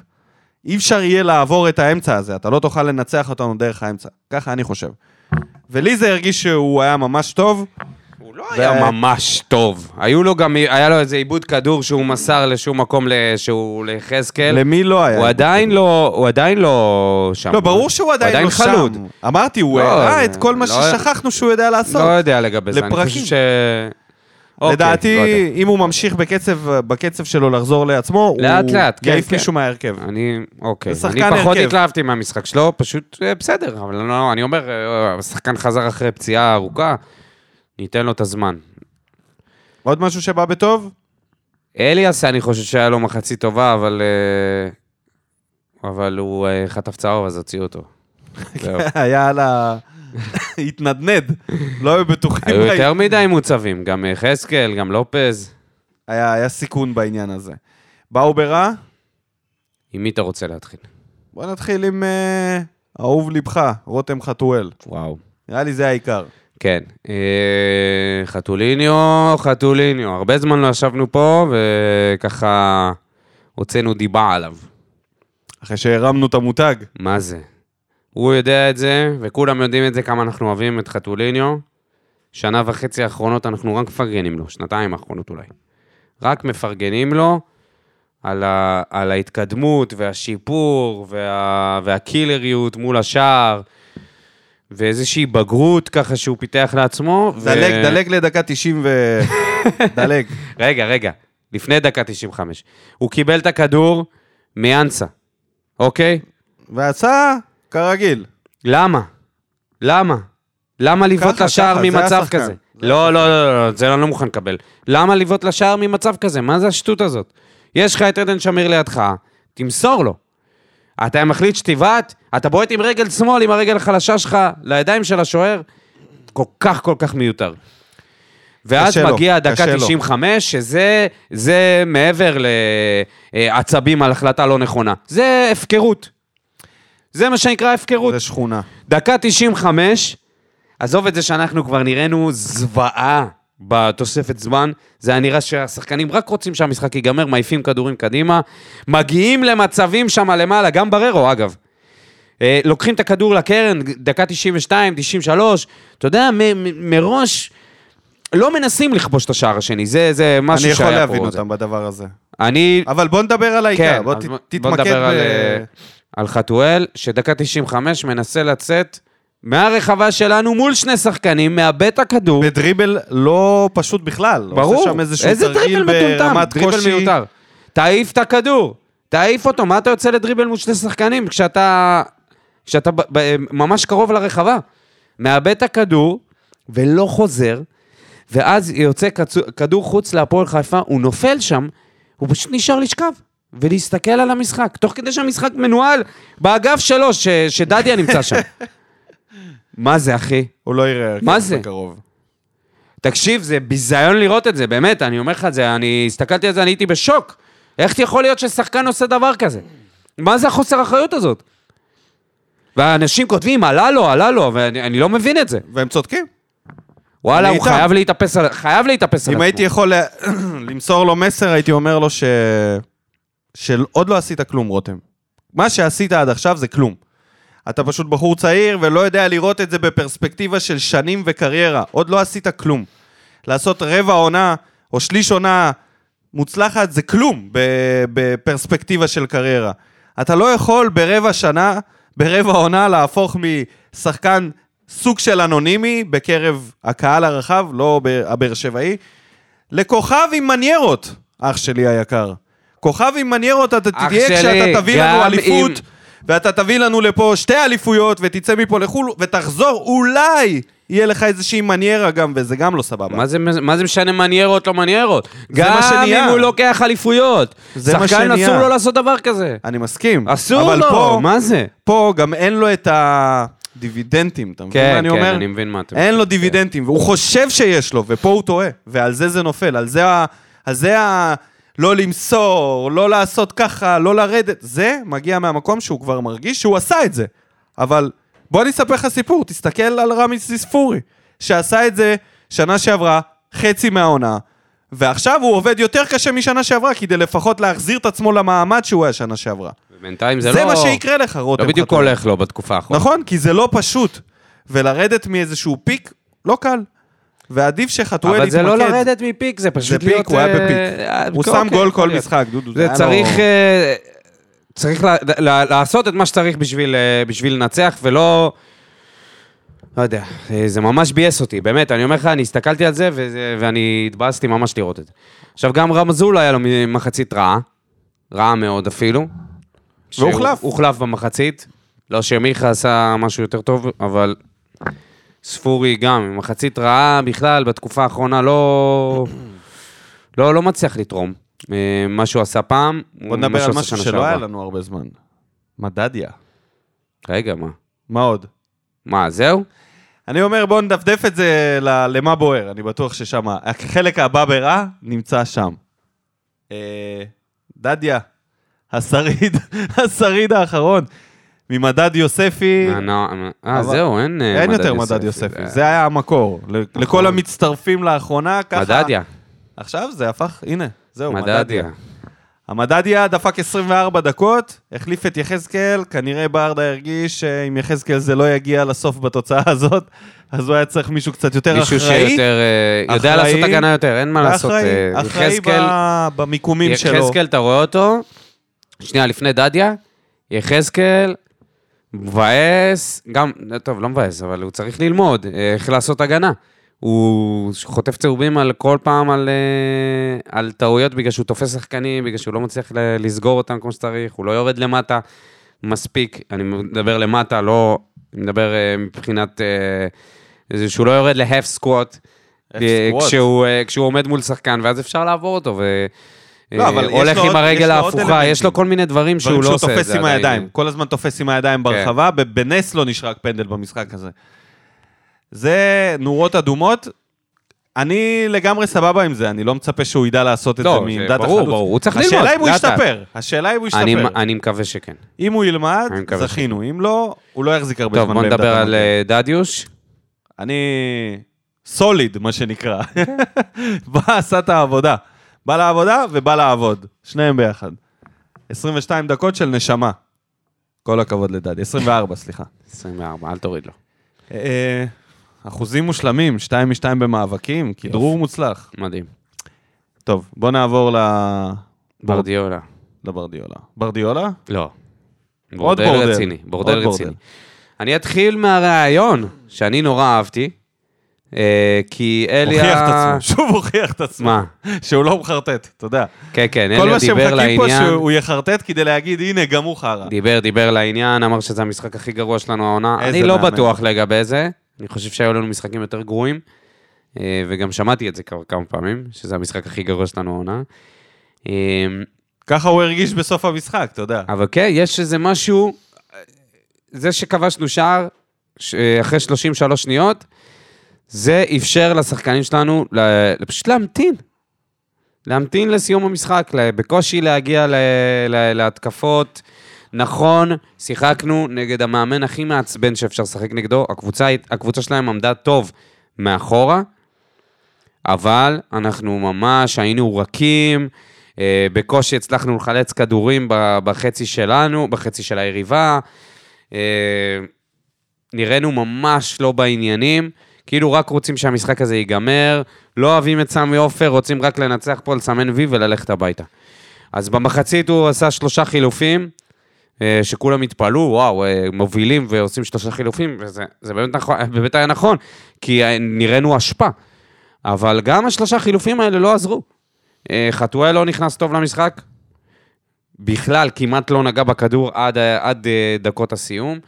Speaker 1: אי אפשר יהיה לעבור את האמצע הזה, אתה לא תוכל לנצח אותנו דרך האמצע. ככה אני חושב. ולי זה הרגיש שהוא היה ממש טוב.
Speaker 2: הוא לא היה ממש טוב. היו לו גם, היה לו איזה עיבוד כדור שהוא מסר לשום מקום, ל- שהוא ליחזקאל.
Speaker 1: למי לא היה?
Speaker 2: הוא עדיין לא, הוא עדיין לא שם.
Speaker 1: לא, ברור שהוא עדיין,
Speaker 2: עדיין
Speaker 1: לא
Speaker 2: חלוד.
Speaker 1: שם. אמרתי, הוא
Speaker 2: לא,
Speaker 1: הראה
Speaker 2: זה-
Speaker 1: את כל מה
Speaker 2: לא-
Speaker 1: ששכחנו שהוא יודע לעשות.
Speaker 2: לא יודע לגבי זה, אני
Speaker 1: לפרקים.
Speaker 2: חושב ש... אוקיי,
Speaker 1: לדעתי,
Speaker 2: לא יודע.
Speaker 1: אם הוא ממשיך בקצב, בקצב שלו לחזור לעצמו,
Speaker 2: לאט,
Speaker 1: הוא
Speaker 2: לאט, כן,
Speaker 1: יעיף
Speaker 2: כן.
Speaker 1: מישהו מההרכב.
Speaker 2: אני, אוקיי.
Speaker 1: זה
Speaker 2: אני
Speaker 1: שחקן
Speaker 2: פחות
Speaker 1: הרכב.
Speaker 2: התלהבתי מהמשחק שלו, פשוט אה, בסדר, אבל לא, אני אומר, אה, השחקן חזר אחרי פציעה ארוכה, ניתן לו את הזמן.
Speaker 1: עוד משהו שבא בטוב? (laughs)
Speaker 2: אליאס, אני חושב שהיה לו מחצית טובה, אבל... אה, אבל הוא אה, חטף צהוב, אז הוציאו
Speaker 1: (laughs)
Speaker 2: אותו. זהו.
Speaker 1: היה על ה... התנדנד, לא היו בטוחים.
Speaker 2: היו
Speaker 1: לה-
Speaker 2: יותר מדי מוצבים, גם אה, חזקאל, גם לופז.
Speaker 1: היה, היה סיכון בעניין הזה. באו ברע?
Speaker 2: עם מי אתה רוצה להתחיל?
Speaker 1: בוא נתחיל עם אה, אהוב ליבך, רותם חתואל.
Speaker 2: וואו.
Speaker 1: נראה לי זה העיקר.
Speaker 2: כן. אה, חתוליניו, חתוליניו. הרבה זמן לא ישבנו פה, וככה הוצאנו דיבה עליו.
Speaker 1: אחרי שהרמנו את המותג.
Speaker 2: מה זה? הוא יודע את זה, וכולם יודעים את זה, כמה אנחנו אוהבים את חתוליניו. שנה וחצי האחרונות אנחנו רק מפרגנים לו, שנתיים האחרונות אולי. רק מפרגנים לו על, ה, על ההתקדמות והשיפור וה, והקילריות מול השער, ואיזושהי בגרות ככה שהוא פיתח לעצמו.
Speaker 1: דלג, דלג לדקה 90
Speaker 2: (laughs)
Speaker 1: ו... דלג.
Speaker 2: רגע, רגע, לפני דקה 95. הוא קיבל את הכדור מאנסה, אוקיי?
Speaker 1: ועשה, כרגיל.
Speaker 2: למה? למה? למה לבעוט
Speaker 1: ככה,
Speaker 2: לשער
Speaker 1: ככה, זה
Speaker 2: ממצב
Speaker 1: השחקן.
Speaker 2: כזה? לא, לא, לא, לא, זה אני לא מוכן לקבל. למה לבעוט לשער ממצב כזה? מה זה השטות הזאת? יש לך את עדן שמיר לידך, תמסור לו. אתה מחליט שתבעט, אתה בועט עם רגל שמאל, עם הרגל החלשה שלך, לידיים של השוער, כל כך כל כך מיותר. ואז
Speaker 1: קשה לו,
Speaker 2: מגיע
Speaker 1: קשה
Speaker 2: דקה
Speaker 1: לו.
Speaker 2: 95, שזה זה מעבר לעצבים על החלטה לא נכונה. זה הפקרות. זה מה שנקרא הפקרות.
Speaker 1: זה שכונה.
Speaker 2: דקה 95, עזוב את זה שאנחנו כבר נראינו זוועה בתוספת זמן, זה היה נראה שהשחקנים רק רוצים שהמשחק ייגמר, מעיפים כדורים קדימה, מגיעים למצבים שם למעלה, גם בררו אגב. אה, לוקחים את הכדור לקרן, דקה 92, 93, אתה יודע, מ- מ- מראש לא מנסים לכבוש את השער השני, זה, זה משהו
Speaker 1: אני
Speaker 2: שהיה פה.
Speaker 1: יכול להבין
Speaker 2: זה.
Speaker 1: אותם בדבר הזה.
Speaker 2: אני,
Speaker 1: אבל בוא נדבר על
Speaker 2: כן,
Speaker 1: העיקר, בוא
Speaker 2: אז
Speaker 1: ת-
Speaker 2: בוא
Speaker 1: תתמקד
Speaker 2: נדבר על, אה,
Speaker 1: ב...
Speaker 2: על חתואל, שדקה 95 מנסה לצאת מהרחבה שלנו מול שני שחקנים, מאבד את הכדור.
Speaker 1: בדריבל לא פשוט בכלל.
Speaker 2: ברור.
Speaker 1: עושה שם איזשהו
Speaker 2: איזה
Speaker 1: תרגיל
Speaker 2: דריבל מטומטם,
Speaker 1: ברמת
Speaker 2: דריבל
Speaker 1: קושי.
Speaker 2: מיותר. תעיף את הכדור, תעיף אותו, מה אתה יוצא לדריבל מול שני שחקנים כשאתה, כשאתה ב, ב, ממש קרוב לרחבה? מאבד את הכדור ולא חוזר, ואז יוצא כצו- כדור חוץ להפועל חיפה, הוא נופל שם, הוא פשוט נשאר לשכב. ולהסתכל על המשחק, תוך כדי שהמשחק מנוהל באגף שלו, ש, שדדיה
Speaker 1: (laughs)
Speaker 2: נמצא שם. מה זה, אחי?
Speaker 1: הוא לא יראה הרכב
Speaker 2: מה זה?
Speaker 1: בקרוב.
Speaker 2: תקשיב, זה ביזיון לראות את זה, באמת, אני אומר לך את זה, אני הסתכלתי על זה, אני הייתי בשוק. איך יכול להיות ששחקן עושה דבר כזה? מה זה החוסר אחריות הזאת? והאנשים כותבים, עלה לו, עלה לו, ואני אני לא מבין את זה.
Speaker 1: והם צודקים.
Speaker 2: וואלה,
Speaker 1: אני
Speaker 2: הוא
Speaker 1: איתם.
Speaker 2: חייב להתאפס על חייב להתאפס על
Speaker 1: אם
Speaker 2: עצמו.
Speaker 1: הייתי יכול לה- (clears throat) למסור לו מסר, הייתי אומר לו ש... שעוד לא עשית כלום, רותם. מה שעשית עד עכשיו זה כלום. אתה פשוט בחור צעיר ולא יודע לראות את זה בפרספקטיבה של שנים וקריירה. עוד לא עשית כלום. לעשות רבע עונה או שליש עונה מוצלחת זה כלום ב- בפרספקטיבה של קריירה. אתה לא יכול ברבע שנה, ברבע עונה, להפוך משחקן סוג של אנונימי בקרב הקהל הרחב, לא ב- הבאר שבעי, לכוכב עם מניירות, אח שלי היקר. כוכב עם מניירות אתה
Speaker 2: אח
Speaker 1: תהיה
Speaker 2: שלי,
Speaker 1: כשאתה תביא
Speaker 2: גם
Speaker 1: לנו אליפות,
Speaker 2: אם-
Speaker 1: ואתה תביא לנו לפה שתי אליפויות, ותצא מפה לחו"ל, ותחזור, אולי יהיה לך איזושהי מניירה גם, וזה גם לא סבבה.
Speaker 2: מה זה, מה זה משנה מניירות, לא מניירות?
Speaker 1: זה מה
Speaker 2: גם
Speaker 1: שנהיה.
Speaker 2: אם הוא לוקח אליפויות.
Speaker 1: זה מה
Speaker 2: שחקן
Speaker 1: שנהיה.
Speaker 2: אסור לו לעשות דבר כזה.
Speaker 1: אני מסכים.
Speaker 2: אסור
Speaker 1: אבל
Speaker 2: לו,
Speaker 1: פה,
Speaker 2: מה זה?
Speaker 1: פה גם אין לו את הדיבידנדים, אתה מבין מה
Speaker 2: כן,
Speaker 1: אני אומר?
Speaker 2: כן, אני מבין מה אתם...
Speaker 1: אין לו דיבידנדים, והוא חושב שיש לו, ופה הוא טועה, ועל זה זה נופל, על זה ה... על זה ה... לא למסור, לא לעשות ככה, לא לרדת, זה מגיע מהמקום שהוא כבר מרגיש שהוא עשה את זה. אבל בוא אני אספר לך סיפור, תסתכל על רמי סיספורי, שעשה את זה שנה שעברה, חצי מהעונה, ועכשיו הוא עובד יותר קשה משנה שעברה, כדי לפחות להחזיר את עצמו למעמד שהוא היה שנה שעברה.
Speaker 2: בינתיים זה
Speaker 1: זה,
Speaker 2: לא...
Speaker 1: מה שיקרה לך, רותם
Speaker 2: לא בדיוק
Speaker 1: חתואל.
Speaker 2: הולך לו בתקופה האחרונה.
Speaker 1: נכון, כי זה לא פשוט. ולרדת מאיזשהו פיק, לא קל. ועדיף שחתואל יתמקד.
Speaker 2: אבל זה לא לרדת מפיק, זה
Speaker 1: זה
Speaker 2: פשוט להיות...
Speaker 1: פיק, הוא היה
Speaker 2: אה,
Speaker 1: בפיק.
Speaker 2: אה,
Speaker 1: הוא
Speaker 2: אוקיי,
Speaker 1: שם גול
Speaker 2: יכול
Speaker 1: כל
Speaker 2: להיות.
Speaker 1: משחק, דודו.
Speaker 2: זה
Speaker 1: היה
Speaker 2: צריך...
Speaker 1: לו-
Speaker 2: אה, צריך ל- ל- לעשות את מה שצריך בשביל אה, בשביל לנצח, ולא... לא יודע, אה, זה ממש ביאס אותי, באמת, אני אומר לך, אני הסתכלתי על זה, וזה- ואני התבאסתי ממש לראות את זה. עכשיו, גם רמזול היה לו מחצית רעה, רעה מאוד אפילו.
Speaker 1: והוחלף.
Speaker 2: שהוא- הוחלף במחצית. לא שמיכה עשה משהו יותר טוב, אבל ספורי גם, מחצית רעה בכלל, בתקופה האחרונה לא... (clears throat) לא, לא מצליח לתרום. אה, מה שהוא עשה פעם,
Speaker 1: בוא
Speaker 2: הוא-
Speaker 1: נדבר
Speaker 2: שהוא
Speaker 1: על
Speaker 2: עשה
Speaker 1: משהו
Speaker 2: שנה
Speaker 1: שלא
Speaker 2: שעברה.
Speaker 1: היה לנו הרבה זמן. מדדיה.
Speaker 2: רגע, מה?
Speaker 1: מה עוד?
Speaker 2: מה, זהו?
Speaker 1: אני אומר, בואו נדפדף את זה ל- למה בוער, אני בטוח ששם... החלק הבא ברע נמצא שם. אה, דדיה, השריד, (laughs) השריד האחרון, ממדד יוספי.
Speaker 2: מה, נו, אה,
Speaker 1: אבל-
Speaker 2: זהו, אין אה,
Speaker 1: אין יותר מדד יוספי, זה היה המקור. ל- לכל המצטרפים לאחרונה, ככה...
Speaker 2: נכון. מדדיה,
Speaker 1: עכשיו זה הפך, הנה, זהו,
Speaker 2: מדדיה.
Speaker 1: מדדיה. המדדיה דפק 24 דקות, החליף את יחזקאל, כנראה ברדה הרגיש שאם יחזקאל זה לא יגיע לסוף בתוצאה הזאת, אז הוא היה צריך מישהו קצת יותר אחראי.
Speaker 2: מישהו שיותר... אה, יודע לעשות
Speaker 1: אחראי.
Speaker 2: הגנה יותר, אין מה לעשות.
Speaker 1: אחראי,
Speaker 2: אה,
Speaker 1: אחראי
Speaker 2: יחזקאל-
Speaker 1: ב- במיקומים שלו.
Speaker 2: יחזקאל, אתה רואה אותו? שנייה, לפני דדיה, יחזקאל, מבאס, גם, טוב, לא מבאס, אבל הוא צריך ללמוד אה, איך לעשות הגנה. הוא חוטף צהובים על כל פעם על, אה, על טעויות בגלל שהוא תופס שחקנים, בגלל שהוא לא מצליח ל- לסגור אותם כמו שצריך, הוא לא יורד למטה מספיק. אני מדבר למטה, לא... אני מדבר אה, מבחינת... אה, זה שהוא לא יורד להף סקווט.
Speaker 1: Half
Speaker 2: אה,
Speaker 1: squat.
Speaker 2: כשהוא, אה, כשהוא עומד מול שחקן, ואז אפשר לעבור אותו, ו...
Speaker 1: לא, אבל
Speaker 2: אה,
Speaker 1: יש
Speaker 2: הולך
Speaker 1: לו
Speaker 2: עם
Speaker 1: עוד- יש
Speaker 2: הרגל
Speaker 1: לו עוד
Speaker 2: ההפוכה,
Speaker 1: אלמנטים.
Speaker 2: יש לו כל מיני דברים שהוא
Speaker 1: דברים
Speaker 2: לא
Speaker 1: שהוא
Speaker 2: עושה.
Speaker 1: תופס
Speaker 2: זה כן.
Speaker 1: עם
Speaker 2: עדיין.
Speaker 1: הידיים, כל הזמן תופס עם הידיים ברחבה, ובנס לא נשרק פנדל במשחק הזה. זה נורות אדומות. אני לגמרי סבבה עם זה, אני לא מצפה שהוא ידע לעשות את
Speaker 2: לא,
Speaker 1: זה
Speaker 2: זה
Speaker 1: מעמדת החלוץ.
Speaker 2: ברור, ברור, הוא צריך ללמוד,
Speaker 1: השאלה אם הוא
Speaker 2: לאט-לאט.
Speaker 1: ישתפר, השאלה אם הוא
Speaker 2: אני-
Speaker 1: ישתפר.
Speaker 2: אני מקווה שכן.
Speaker 1: אם הוא ילמד,
Speaker 2: אני מקווה
Speaker 1: זכינו, אם לא, הוא לא כן. יחזיק הרבה זמן
Speaker 2: טוב, בוא
Speaker 1: בעמדת
Speaker 2: נדבר על
Speaker 1: המגן.
Speaker 2: אה, דדיוש.
Speaker 1: אני סוליד, מה שנקרא. בא, עשה את העבודה. בא לעבודה ובא לעבוד, שניהם ביחד. 22 דקות של נשמה. כל הכבוד לדדי. 24, סליחה.
Speaker 2: 24, אל תוריד לו.
Speaker 1: אה, אחוזים מושלמים, 2 מ-2 במאבקים, כדרור מוצלח.
Speaker 2: מדהים.
Speaker 1: טוב, בוא נעבור ל-
Speaker 2: ברדיולה.
Speaker 1: לברדיולה. ברדיולה?
Speaker 2: לא.
Speaker 1: עוד
Speaker 2: בורדל
Speaker 1: בורדל.
Speaker 2: רציני, בורדל
Speaker 1: עוד
Speaker 2: רציני.
Speaker 1: בורדל.
Speaker 2: אני אתחיל מהראיון, שאני נורא אהבתי, אה, כי אליה...
Speaker 1: הוכיח את עצמו, שוב הוכיח את עצמו.
Speaker 2: מה?
Speaker 1: שהוא לא מחרטט, אתה יודע.
Speaker 2: כן, כן,
Speaker 1: כל
Speaker 2: אליה
Speaker 1: מה
Speaker 2: דיבר
Speaker 1: שמחכים פה
Speaker 2: לעניין.
Speaker 1: שהוא יחרטט כדי להגיד, הנה, גם הוא חרא.
Speaker 2: דיבר, דיבר לעניין, אמר שזה המשחק הכי גרוע שלנו העונה.
Speaker 1: איזה
Speaker 2: אני לא
Speaker 1: מאמן.
Speaker 2: בטוח לגבי זה, אני חושב שהיו לנו משחקים יותר גרועים, אה, וגם שמעתי את זה כבר כמה פעמים, שזה המשחק הכי גרוע שלנו העונה. אה,
Speaker 1: ככה הוא הרגיש בסוף המשחק, אתה יודע.
Speaker 2: אבל כן, יש איזה משהו, זה שכבשנו שער ש- אחרי 33 שניות, זה אפשר לשחקנים שלנו ל- פשוט להמתין. להמתין לסיום המשחק, ל- בקושי להגיע ל- ל- להתקפות. נכון, שיחקנו נגד המאמן הכי מעצבן שאפשר לשחק נגדו. הקבוצה, הי- הקבוצה שלהם עמדה טוב מאחורה, אבל אנחנו ממש היינו רכים, אה, בקושי הצלחנו לחלץ כדורים ב- בחצי שלנו, בחצי של היריבה. אה, נראינו ממש לא בעניינים, כאילו רק רוצים שהמשחק הזה ייגמר, לא אוהבים את סמי עופר, רוצים רק לנצח פה, לסמן וי וללכת הביתה. אז במחצית הוא עשה שלושה חילופים, אה, שכולם התפלאו, וואו, אה, מובילים ועושים שלושה חילופים, וזה זה באמת, נכון, באמת היה נכון, כי אה, נראינו אשפה. אבל גם השלושה חילופים האלה לא עזרו. אה, חתואל לא נכנס טוב למשחק, בכלל כמעט לא נגע בכדור עד, ה- עד אה, דקות הסיום.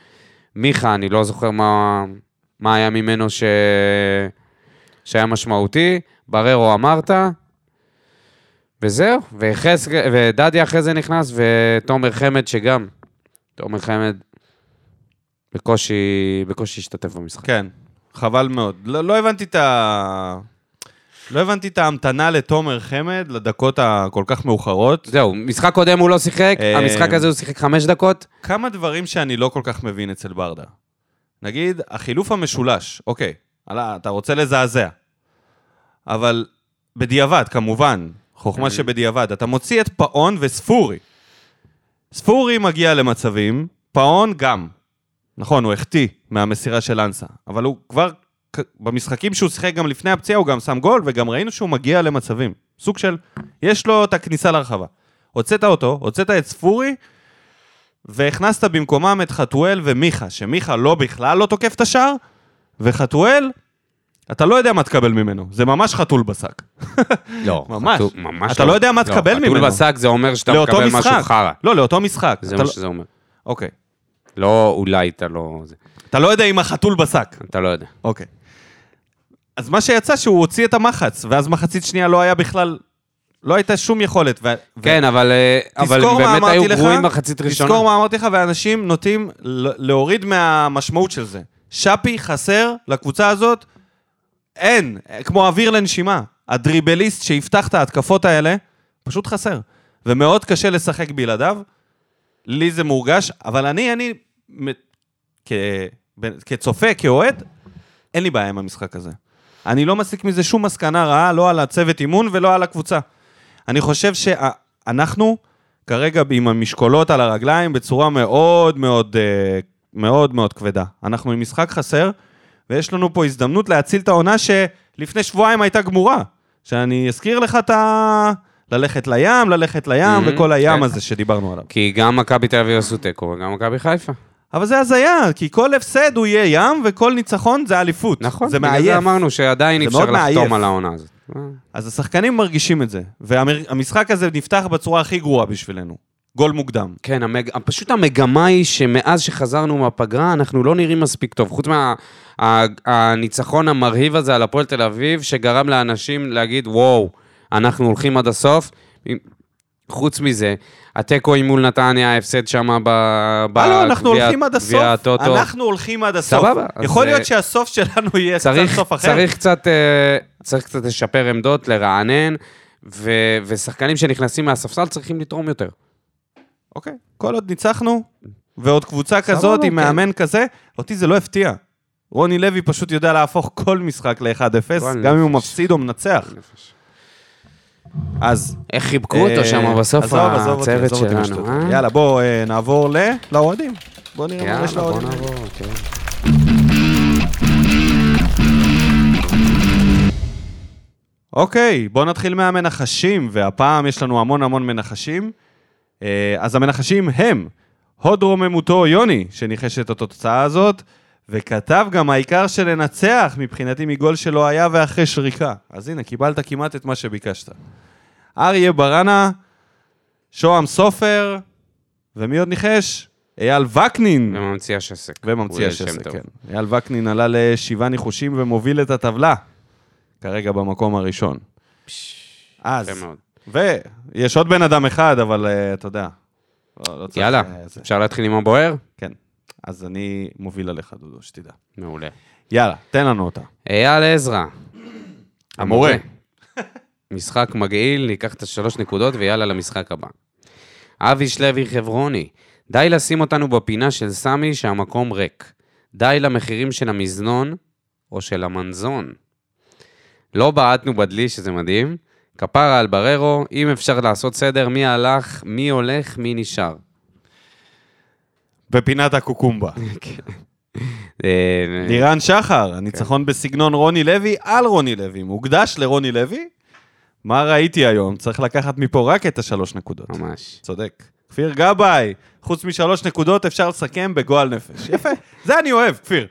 Speaker 2: מיכה, אני לא זוכר מה, מה היה ממנו ש... שהיה משמעותי. בררו אמרת, וזהו. וחס... ודדיה אחרי זה נכנס, ותומר חמד שגם. תומר חמד בקושי, בקושי השתתף במשחק.
Speaker 1: כן, חבל מאוד. לא, לא הבנתי את ה... לא הבנתי את ההמתנה לתומר חמד לדקות הכל כך מאוחרות.
Speaker 2: זהו, משחק קודם הוא לא שיחק,
Speaker 1: אה,
Speaker 2: המשחק הזה הוא שיחק חמש דקות.
Speaker 1: כמה דברים שאני לא כל כך מבין אצל ברדה. נגיד, החילוף המשולש, אוקיי, עלה, אתה רוצה לזעזע, אבל בדיעבד, כמובן, חוכמה שבדיעבד, אתה מוציא את פאון וספורי. ספורי מגיע למצבים, פאון גם. נכון, הוא החטיא מהמסירה של אנסה, אבל הוא כבר, כ- במשחקים שהוא שיחק גם לפני הפציעה, הוא גם שם גול, וגם ראינו שהוא מגיע למצבים. סוג של, יש לו את הכניסה לרחבה. הוצאת אותו, הוצאת את ספורי, והכנסת במקומם את חתואל ומיכה, שמיכה לא בכלל לא תוקף את השער, וחתואל, אתה לא יודע מה תקבל ממנו, זה ממש חתול בשק.
Speaker 2: לא,
Speaker 1: ממש.
Speaker 2: חתול- ממש
Speaker 1: אתה לא יודע מה תקבל ממנו.
Speaker 2: חתול בשק זה אומר שאתה
Speaker 1: לאותו
Speaker 2: מקבל משהו
Speaker 1: משחק.
Speaker 2: חרא.
Speaker 1: לא, לאותו משחק.
Speaker 2: זה
Speaker 1: אתה
Speaker 2: מה
Speaker 1: לא-
Speaker 2: שזה אומר.
Speaker 1: אוקיי.
Speaker 2: לא, אולי אתה לא... זה.
Speaker 1: אתה לא יודע אם החתול בשק.
Speaker 2: אתה לא יודע.
Speaker 1: אוקיי. אז מה שיצא שהוא הוציא את המחץ, ואז מחצית שנייה לא היה בכלל, לא הייתה שום יכולת. ו...
Speaker 2: כן, אבל אה, אבל
Speaker 1: תזכור מה
Speaker 2: באמת
Speaker 1: אמרתי
Speaker 2: היו
Speaker 1: לך,
Speaker 2: גרועים מחצית ראשונה.
Speaker 1: תזכור מה אמרתי לך, ואנשים נוטים ל- להוריד מהמשמעות של זה. שפי חסר לקבוצה הזאת, אין, כמו אוויר לנשימה. הדריבליסט שיפתח את ההתקפות האלה, פשוט חסר. ומאוד קשה לשחק בלעדיו. לי זה מורגש, אבל אני, אני, מ- כ- בן- כצופה, כאוהד, אין לי בעיה עם המשחק הזה. אני לא מסיק מזה שום מסקנה רעה, לא על הצוות אימון ולא על הקבוצה. אני חושב שאנחנו כרגע עם המשקולות על הרגליים בצורה מאוד מאוד אה, מאוד מאוד כבדה. אנחנו עם משחק חסר, ויש לנו פה הזדמנות להציל את העונה שלפני שבועיים הייתה גמורה. שאני אזכיר לך את ה... ללכת לים, ללכת לים,
Speaker 2: Mhm,
Speaker 1: וכל
Speaker 2: כן.
Speaker 1: הים הזה שדיברנו עליו.
Speaker 2: כי גם מכבי תל אביב עשו תיקו, וגם מכבי חיפה.
Speaker 1: אבל זה הזיה, כי כל הפסד הוא יהיה ים, וכל ניצחון זה אליפות.
Speaker 2: נכון,
Speaker 1: זה
Speaker 2: בגלל זה
Speaker 1: מעייף.
Speaker 2: אמרנו שעדיין
Speaker 1: זה
Speaker 2: אפשר
Speaker 1: מאוד מעייף.
Speaker 2: לחתום על העונה הזאת. אה,
Speaker 1: אז השחקנים מרגישים את זה, והמשחק הזה נפתח בצורה הכי גרועה בשבילנו. גול מוקדם.
Speaker 2: כן, המג... פשוט המגמה היא שמאז שחזרנו מהפגרה, אנחנו לא נראים מספיק טוב. חוץ מהניצחון מה... ה- המרהיב הזה על הפועל תל אביב, שגרם לאנשים להגיד, וואו, אנחנו הולכים עד הסוף. אם- חוץ מזה, התיקו עם מול נתניה, ההפסד שם ב...
Speaker 1: הלו,
Speaker 2: בגביע-
Speaker 1: אנחנו הולכים עד הסוף.
Speaker 2: גביע הטוטו.
Speaker 1: אנחנו הולכים עד הסוף.
Speaker 2: סבבה, אז
Speaker 1: יכול
Speaker 2: זה-
Speaker 1: להיות שהסוף שלנו יהיה קצת
Speaker 2: צריך,
Speaker 1: סוף אחר.
Speaker 2: צריך קצת, אה, צריך קצת לשפר עמדות, לרענן, ו... ושחקנים שנכנסים מהספסל צריכים לתרום יותר.
Speaker 1: אוקיי. כל עוד ניצחנו, ועוד קבוצה כזאת עם
Speaker 2: כן.
Speaker 1: מאמן כזה, אותי זה לא הפתיע. רוני לוי פשוט יודע להפוך כל משחק ל-1-0,
Speaker 2: גועל
Speaker 1: גם אם הוא
Speaker 2: נפש.
Speaker 1: מפסיד או מנצח. אז...
Speaker 2: איך חיבקו אותו
Speaker 1: אה,
Speaker 2: שם בסוף,
Speaker 1: עזוב, עזוב אותי,
Speaker 2: הצוות
Speaker 1: עזוב אותי בשטות.
Speaker 2: שלנו, אה?
Speaker 1: יאללה, בואו אה, נעבור ל... לאוהדים. בואו נראה מה
Speaker 2: יאללה,
Speaker 1: יש
Speaker 2: בוא
Speaker 1: לאוהדים.
Speaker 2: נעבור, כן.
Speaker 1: אוקיי, בואו נתחיל מהמנחשים, והפעם יש לנו המון המון מנחשים. אה, אז המנחשים הם הוד רוממותו יוני, שניחש את התוצאה הזאת, וכתב גם העיקר של לנצח, מבחינתי מגול שלא היה ואחרי שריקה. אז הנה, קיבלת כמעט את מה שביקשת. אריה ברנה, שוהם סופר, ומי עוד ניחש? אייל וקנין.
Speaker 2: וממציא השסק.
Speaker 1: וממציא
Speaker 2: הוא אוקיי, שם
Speaker 1: השסק,
Speaker 2: טוב.
Speaker 1: כן. אייל וקנין עלה לשבעה ניחושים ומוביל את הטבלה, כרגע במקום הראשון. אז,
Speaker 2: יפה מאוד.
Speaker 1: ויש עוד בן אדם אחד, אבל אה, אתה יודע. לא- לא צריך,
Speaker 2: יאללה,
Speaker 1: אה, זה.
Speaker 2: אפשר להתחיל עם הבוער?
Speaker 1: כן. אז אני מוביל עליך, דודו, שתדע.
Speaker 2: מעולה.
Speaker 1: יאללה, תן לנו אותה.
Speaker 2: אייל עזרא.
Speaker 1: המורה.
Speaker 2: משחק מגעיל, ניקח את השלוש נקודות ויאללה למשחק הבא. אבי שלוי חברוני, די לשים אותנו בפינה של סמי שהמקום ריק. די למחירים של המזנון או של המנזון. לא בעטנו בדלי, שזה מדהים. כפרה על בררו, אם אפשר לעשות סדר, מי הלך, מי הולך, מי נשאר.
Speaker 1: בפינת
Speaker 2: (laughs)
Speaker 1: הקוקומבה.
Speaker 2: כן. אה,
Speaker 1: לירן שחר,
Speaker 2: כן.
Speaker 1: הניצחון בסגנון רוני לוי על רוני לוי. מוקדש לרוני לוי? מה ראיתי היום? צריך לקחת מפה רק את השלוש נקודות.
Speaker 2: ממש.
Speaker 1: צודק. כפיר גבאי, חוץ משלוש נקודות אפשר לסכם בגועל נפש. יפה, זה אני אוהב, כפיר.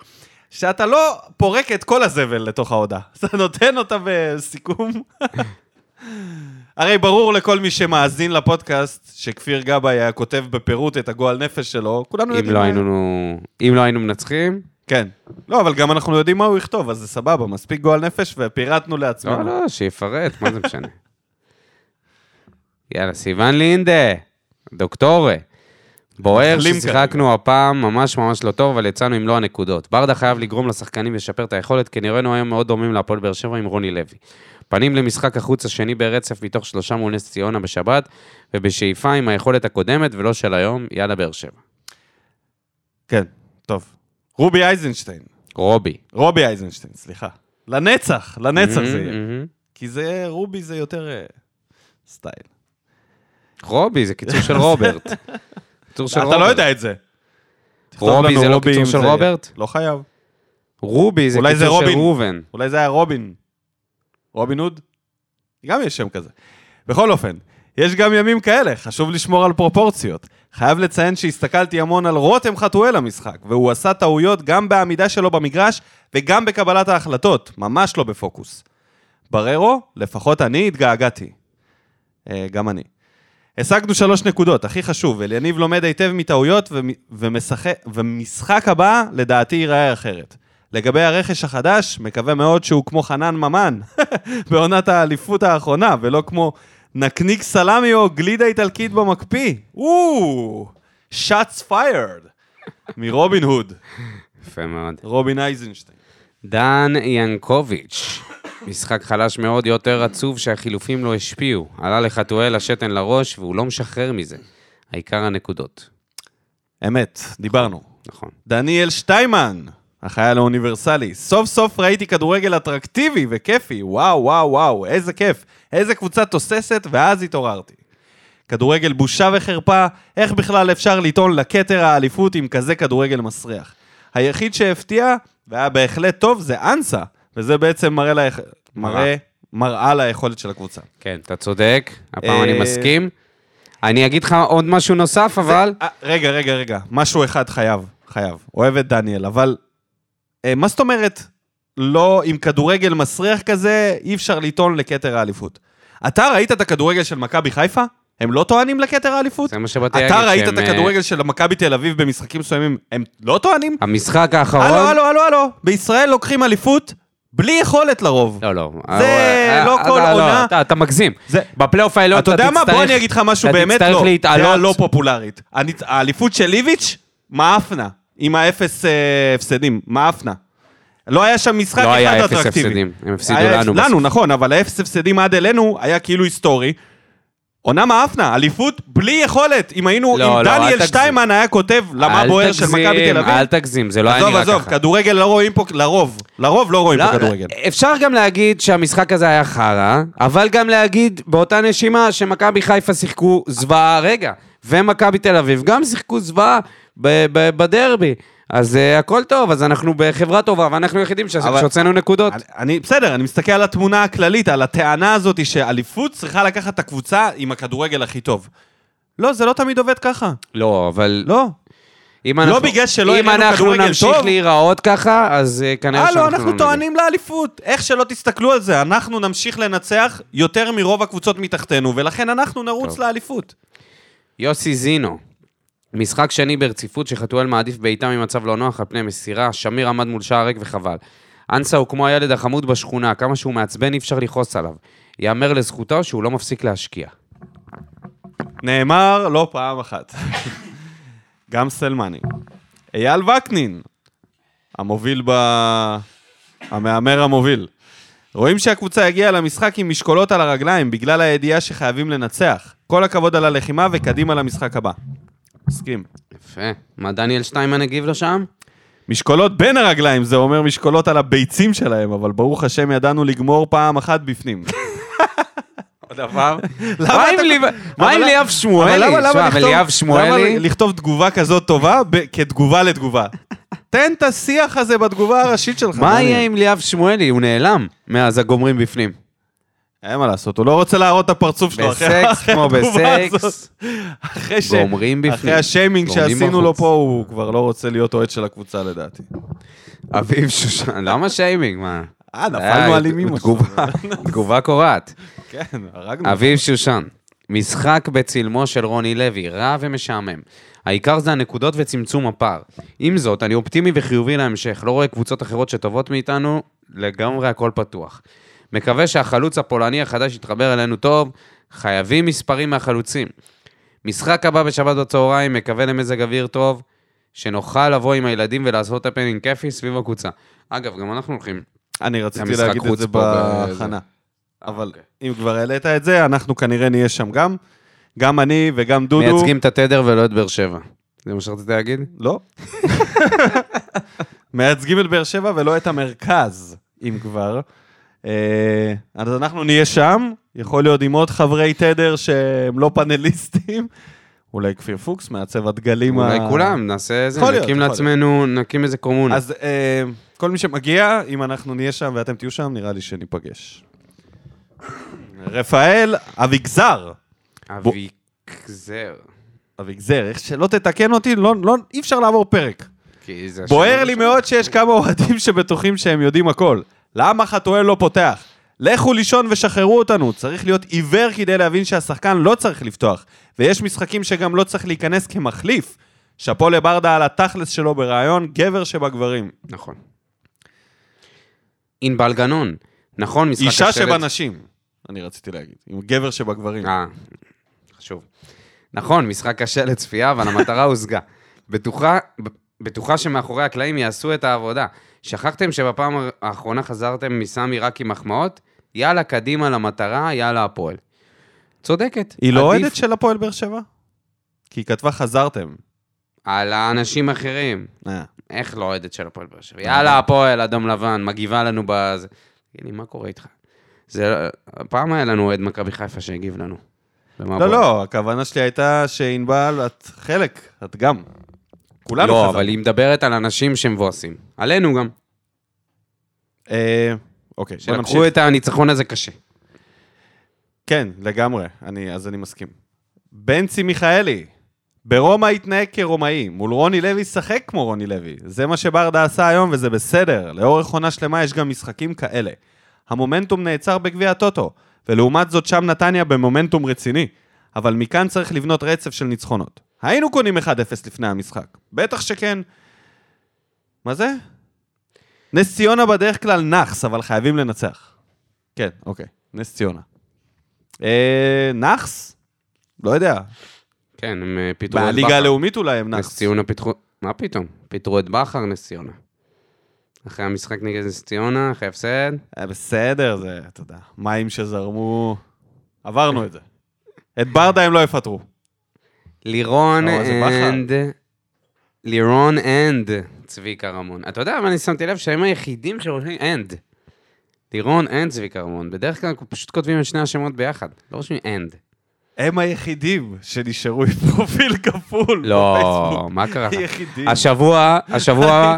Speaker 1: שאתה לא פורק את כל הזבל לתוך ההודעה, (laughs) אתה נותן אותה בסיכום. (laughs) הרי ברור לכל מי שמאזין לפודקאסט שכפיר גבאי היה כותב בפירוט את הגועל נפש שלו, כולנו
Speaker 2: אם
Speaker 1: יודעים...
Speaker 2: לא
Speaker 1: מה-
Speaker 2: היינו, אם לא היינו מנצחים,
Speaker 1: כן. לא, אבל גם אנחנו יודעים מה הוא יכתוב, אז זה סבבה, מספיק גועל נפש ופירטנו
Speaker 2: לא,
Speaker 1: לעצמנו.
Speaker 2: לא, שיפרט, מה זה משנה. (laughs) יאללה, סיוון לינדה, דוקטורה. בוער
Speaker 1: מתנחלים
Speaker 2: ששיחקנו הפעם ממש ממש לא טוב, אבל יצאנו עם לא הנקודות. ברדה חייב לגרום לשחקנים לשפר את היכולת, כי נראינו היום מאוד דומים להפועל באר שבע עם רוני לוי. פנים למשחק החוץ השני ברצף מתוך שלושה מול נס ציונה בשבת, ובשאיפה עם היכולת הקודמת ולא של היום, יאללה באר שבע.
Speaker 1: כן, טוב. רובי אייזנשטיין,
Speaker 2: רובי.
Speaker 1: רובי אייזנשטיין, סליחה. לנצח, לנצח
Speaker 2: Mm-hmm.
Speaker 1: זה יהיה.
Speaker 2: מהמם.
Speaker 1: כי זה, רובי זה יותר אה, סטייל.
Speaker 2: רובי, זה קיצור של
Speaker 1: (laughs)
Speaker 2: רוברט. קיצור של
Speaker 1: אתה לא יודע את זה. תכתוב
Speaker 2: רובי
Speaker 1: לנו
Speaker 2: זה לא
Speaker 1: רובי
Speaker 2: קיצור
Speaker 1: אם
Speaker 2: של
Speaker 1: זה-
Speaker 2: רוברט?
Speaker 1: לא חייב.
Speaker 2: רובי זה
Speaker 1: אולי זה
Speaker 2: קיצור של
Speaker 1: רובין.
Speaker 2: ראובן.
Speaker 1: אולי זה היה רובין. רובין הוד? גם יש שם כזה. בכל אופן, יש גם ימים כאלה, חשוב לשמור על פרופורציות. חייב לציין שהסתכלתי המון על רותם חתואל המשחק, והוא עשה טעויות גם בעמידה שלו במגרש וגם בקבלת ההחלטות, ממש לא בפוקוס. בררו, לפחות אני התגעגעתי. אה, גם אני. השגנו שלוש נקודות, הכי חשוב, אליניב לומד היטב מטעויות ומ- ומשחק, ומשחק הבא לדעתי ייראה אחרת. לגבי הרכש החדש, מקווה מאוד שהוא כמו חנן ממן (laughs) בעונת האליפות האחרונה, ולא כמו נקניק סלמי או גלידה איטלקית במקפיא. או, shots fired מרובין הוד,
Speaker 2: יפה מאוד.
Speaker 1: רובין אייזנשטיין.
Speaker 2: דן ינקוביץ', משחק חלש מאוד, יותר עצוב שהחילופים לא השפיעו. עלה לחתואל השתן לראש, והוא לא משחרר מזה. העיקר הנקודות.
Speaker 1: אמת, דיברנו.
Speaker 2: נכון.
Speaker 1: דניאל שטיימן, החייל האוניברסלי. סוף סוף ראיתי כדורגל אטרקטיבי וכיפי. וואו, וואו, וואו, איזה כיף. איזה קבוצה תוססת, ואז התעוררתי. כדורגל בושה וחרפה, איך בכלל אפשר לטעון לכתר האליפות עם כזה כדורגל מסריח? היחיד שהפתיע, והיה בהחלט טוב, זה אנסה, וזה בעצם מראה, לה... מראה, מראה ליכולת של הקבוצה.
Speaker 2: כן, אתה צודק, הפעם
Speaker 1: אה,
Speaker 2: אני מסכים. אני אגיד לך עוד משהו נוסף, אבל...
Speaker 1: אה, רגע, רגע, רגע. משהו אחד חייב, חייב. אוהב את דניאל, אבל... אה, מה זאת אומרת? לא, עם כדורגל מסריח כזה, אי אפשר לטעון לכתר האליפות. אתה ראית את הכדורגל של מכבי חיפה? הם לא טוענים לכתר האליפות?
Speaker 2: זה מה שבאתי להגיד.
Speaker 1: אתה ראית
Speaker 2: שהם,
Speaker 1: את
Speaker 2: אה,
Speaker 1: הכדורגל של מכבי תל אביב במשחקים מסוימים? הם לא טוענים?
Speaker 2: המשחק האחרון...
Speaker 1: הלו, הלו, הלו, הלו. בישראל לוקחים אליפות בלי יכולת לרוב.
Speaker 2: לא, לא.
Speaker 1: זה
Speaker 2: אה,
Speaker 1: לא
Speaker 2: אה,
Speaker 1: כל
Speaker 2: אה, לא,
Speaker 1: עונה.
Speaker 2: אתה- אתה מגזים.
Speaker 1: זה-
Speaker 2: בפלייאוף העליון
Speaker 1: אתה
Speaker 2: אתה
Speaker 1: יודע
Speaker 2: תצטרך...
Speaker 1: מה? בוא אני אגיד לך משהו
Speaker 2: אתה
Speaker 1: באמת לא.
Speaker 2: תצטרך
Speaker 1: דעה
Speaker 2: להתעלות.
Speaker 1: לא פופולרית. אני- האליפות של איביץ', מעפנה. עם האפס אה, הפסדים, מעפנה. לא היה שם משחק
Speaker 2: לא
Speaker 1: אחד
Speaker 2: היה אפס
Speaker 1: אטרקטיבי.
Speaker 2: הפסדים, הם הפסידו
Speaker 1: היה-
Speaker 2: לנו
Speaker 1: לנו,
Speaker 2: בסוף.
Speaker 1: נכון, אבל האפס הפסדים עד אלינו היה כאילו היסטורי. עונה מאפנה, אליפות בלי יכולת. אם היינו,
Speaker 2: לא,
Speaker 1: אם
Speaker 2: לא, אל
Speaker 1: דניאל
Speaker 2: תגזים.
Speaker 1: שטיימן היה כותב למה
Speaker 2: אל
Speaker 1: בוער של מכבי
Speaker 2: תגזים,
Speaker 1: תל אביב,
Speaker 2: אל תגזים, זה לא היה
Speaker 1: עזוב,
Speaker 2: נראה ככה.
Speaker 1: עזוב, כדורגל לא רואים פה, לרוב, לרוב לא רואים פה
Speaker 2: לא,
Speaker 1: כדורגל.
Speaker 2: אפשר גם להגיד שהמשחק הזה היה חרא, אבל גם להגיד באותה נשימה שמכבי חיפה שיחקו זוועה, רגע, ומכבי תל אביב גם שיחקו זוועה ב- ב- בדרבי. אז uh, הכל טוב, אז אנחנו בחברה טובה, ואנחנו היחידים ש-
Speaker 1: אבל-
Speaker 2: שהוצאנו נקודות.
Speaker 1: אני- אני, בסדר, אני מסתכל על התמונה הכללית, על הטענה הזאת שאליפות צריכה לקחת את הקבוצה עם הכדורגל הכי טוב. לא, זה לא תמיד עובד ככה.
Speaker 2: לא, אבל...
Speaker 1: לא.
Speaker 2: אם
Speaker 1: לא בגלל שלא
Speaker 2: אם
Speaker 1: הראינו
Speaker 2: אנחנו
Speaker 1: כדורגל
Speaker 2: נמשיך
Speaker 1: טוב.
Speaker 2: להיראות ככה, אז uh, כנראה שאנחנו
Speaker 1: הלו,
Speaker 2: לא
Speaker 1: אנחנו
Speaker 2: נגיע.
Speaker 1: טוענים לאליפות. איך שלא תסתכלו על זה, אנחנו נמשיך לנצח יותר מרוב הקבוצות מתחתנו, ולכן אנחנו נרוץ
Speaker 2: טוב.
Speaker 1: לאליפות.
Speaker 2: יוסי זינו, משחק שני ברציפות שחתואל מעדיף בעיטה ממצב לא נוח על פני מסירה, שמיר עמד מול שער ריק וחבל. אנסה הוא כמו הילד החמוד בשכונה, כמה שהוא מעצבן אי אפשר לכעוס עליו. יאמר לזכותו שהוא לא מפסיק להשקיע.
Speaker 1: נאמר לא פעם אחת. גם סלמני. אייל וקנין, המוביל ב... המהמר המוביל. רואים שהקבוצה הגיעה למשחק עם משקולות על הרגליים בגלל הידיעה שחייבים לנצח. כל הכבוד על הלחימה וקדימה למשחק הבא. מסכים.
Speaker 2: יפה. מה, דניאל שטיימן הגיב לו שם?
Speaker 1: משקולות בין הרגליים, זה אומר משקולות על הביצים שלהם, אבל ברוך השם ידענו לגמור פעם אחת בפנים. עוד
Speaker 2: (laughs)
Speaker 1: הפעם? למה
Speaker 2: מה עם
Speaker 1: אתה-
Speaker 2: ליב- מה
Speaker 1: אבל
Speaker 2: עם
Speaker 1: למה-
Speaker 2: ליאב שמואלי?
Speaker 1: אבל למה- למה
Speaker 2: שמע,
Speaker 1: לכתוב-
Speaker 2: אבל ליאב שמואלי...
Speaker 1: למה לכתוב תגובה כזאת טובה ב- כתגובה
Speaker 2: (laughs)
Speaker 1: לתגובה? תן את השיח הזה בתגובה הראשית שלך.
Speaker 2: מה
Speaker 1: דניאל.
Speaker 2: יהיה עם ליאב שמואלי? הוא נעלם מאז הגומרים בפנים.
Speaker 1: אין מה לעשות, הוא לא רוצה להראות את הפרצוף שלו. אחרי-
Speaker 2: בסקס
Speaker 1: אחרי
Speaker 2: כמו
Speaker 1: התגובה הזאת.
Speaker 2: בסקס.
Speaker 1: אחרי ש-
Speaker 2: גומרים בפנים.
Speaker 1: אחרי השיימינג
Speaker 2: גומרים
Speaker 1: שעשינו לו
Speaker 2: בחוץ.
Speaker 1: פה, הוא כבר לא רוצה להיות אוהד של הקבוצה לדעתי.
Speaker 2: אביב שושן, למה שיימינג? מה?
Speaker 1: אה, נפלנו
Speaker 2: היה
Speaker 1: על אימים. עכשיו.
Speaker 2: תגובה- תגובה
Speaker 1: (laughs)
Speaker 2: קורעת.
Speaker 1: כן, הרגנו.
Speaker 2: אביב שושן, משחק בצילמו של רוני לוי, רע ומשעמם. העיקר זה הנקודות וצמצום הפער. עם זאת, אני אופטימי וחיובי להמשך, לא רואה קבוצות אחרות שטובות מאיתנו, לגמרי הכל פתוח. מקווה שהחלוץ הפולני החדש יתחבר אלינו טוב, חייבים מספרים מהחלוצים. משחק הבא בשבת בצהריים, מקווה למזג אוויר טוב, שנוכל לבוא עם הילדים ולעשות הפנינג כיפי סביב הקבוצה. אגב, גם אנחנו הולכים.
Speaker 1: אני רציתי
Speaker 2: המשחק
Speaker 1: להגיד את
Speaker 2: חוץ
Speaker 1: זה
Speaker 2: פה ב-
Speaker 1: בהכנה. אבל
Speaker 2: אוקיי.
Speaker 1: אם כבר העלית את זה, אנחנו כנראה נהיה שם גם. גם אני וגם דודו.
Speaker 2: מייצגים את התדר ולא את באר שבע. זה מה שרצית להגיד?
Speaker 1: (laughs) לא. מייצגים את באר שבע ולא את המרכז, אם כבר. אה, אז אנחנו נהיה שם, יכול להיות עם עוד חברי תדר שהם לא פאנליסטים. אולי כפיר פוקס, מעצב הדגלים
Speaker 2: אולי כולם, נעשה איזה,
Speaker 1: יכול להיות,
Speaker 2: נקים
Speaker 1: יכול
Speaker 2: לעצמנו, נקים איזה קומונה.
Speaker 1: אז אה, כל מי שמגיע, אם אנחנו נהיה שם ואתם תהיו שם, נראה לי שניפגש. רפאל אביגזר,
Speaker 2: אביקזר.
Speaker 1: אביגזר, איך שלא תתקן אותי, לא, לא, אי אפשר לעבור פרק.
Speaker 2: כי זה השם
Speaker 1: בוער
Speaker 2: הראשון.
Speaker 1: לי מאוד שיש כמה אוהדים שבטוחים שהם יודעים הכל. למה חתואל לא פותח? לכו לישון ושחררו אותנו. צריך להיות עיוור כדי להבין שהשחקן לא צריך לפתוח. ויש משחקים שגם לא צריך להיכנס כמחליף. שאפו לברדה על התכלס שלו בריאיון, גבר שבגברים.
Speaker 2: נכון. ענבל גנון. נכון, משחק
Speaker 1: אישה
Speaker 2: השלט.
Speaker 1: שבנשים, אני רציתי להגיד. עם גבר שבגברים.
Speaker 2: אה, חשוב. נכון, משחק קשה לצפייה, אבל המטרה (laughs) הושגה. בטוחה, ב- בטוחה שמאחורי הקלעים יעשו את העבודה. שכחתם שבפעם האחרונה חזרתם מסמי רק עם מחמאות? יאללה, קדימה למטרה, יאללה, הפועל. צודקת.
Speaker 1: היא לא
Speaker 2: עדיף-
Speaker 1: אוהדת של הפועל באר שבע? כי היא כתבה חזרתם.
Speaker 2: על האנשים האחרים.
Speaker 1: אה.
Speaker 2: איך לא אוהדת של הפועל באר שבע? יאללה, הפועל, אדום לבן, מגיבה לנו בזה. תגיד לי, מה קורה איתך? זה... פעם היה לנו אוהד מכבי חיפה שהגיב לנו.
Speaker 1: לא,
Speaker 2: ומה בוא?
Speaker 1: לא, הכוונה שלי הייתה שענבל, את חלק, את גם. כולנו
Speaker 2: לא,
Speaker 1: חזרנו.
Speaker 2: אבל היא מדברת על אנשים שמבואסים. עלינו גם.
Speaker 1: אה, אוקיי, בוא נמשיך.
Speaker 2: שלקחו את הניצחון הזה קשה.
Speaker 1: כן, לגמרי, אני, אז אני מסכים. בנצי מיכאלי, ברומא התנהג כרומאי, מול רוני לוי שחק כמו רוני לוי. זה מה שברדה עשה היום וזה בסדר, לאורך עונה שלמה יש גם משחקים כאלה. המומנטום נעצר בגביע הטוטו, ולעומת זאת שם נתניה במומנטום רציני. אבל מכאן צריך לבנות רצף של ניצחונות. היינו קונים 1-0 לפני המשחק, בטח שכן. מה זה? נס ציונה בדרך כלל נאחס, אבל חייבים לנצח. כן, אוקיי, נס ציונה. אה, נאחס? לא יודע.
Speaker 2: כן, הם אה, פיטרו את בכר.
Speaker 1: בליגה הלאומית אולי הם
Speaker 2: נס
Speaker 1: נאחס.
Speaker 2: ציונה פיטרו... מה פתאום? פיטרו את בכר, נס ציונה. אחרי המשחק נגד נס ציונה, אחרי הפסד.
Speaker 1: אה, בסדר, זה, אתה יודע, מים שזרמו, עברנו את זה. את ברדה הם לא יפטרו.
Speaker 2: לירון
Speaker 1: לא, זה בכר.
Speaker 2: אנד... לירון אנד צביקה רמון. אתה יודע, אבל אני שמתי לב שהם היחידים שרושמים אנד. לירון אנד צביקה רמון. בדרך כלל פשוט כותבים את שני השמות ביחד. לא רושמים אנד.
Speaker 1: הם היחידים שנשארו עם פרופיל כפול
Speaker 2: לא,
Speaker 1: בפייסבוק.
Speaker 2: מה קרה? לך?
Speaker 1: היחידים.
Speaker 2: השבוע, השבוע,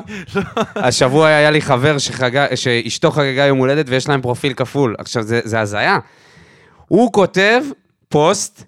Speaker 2: השבוע היה לי חבר שחגג, שאשתו חגגה יום הולדת ויש להם פרופיל כפול. עכשיו, זה, זה הזיה. הוא כותב פוסט,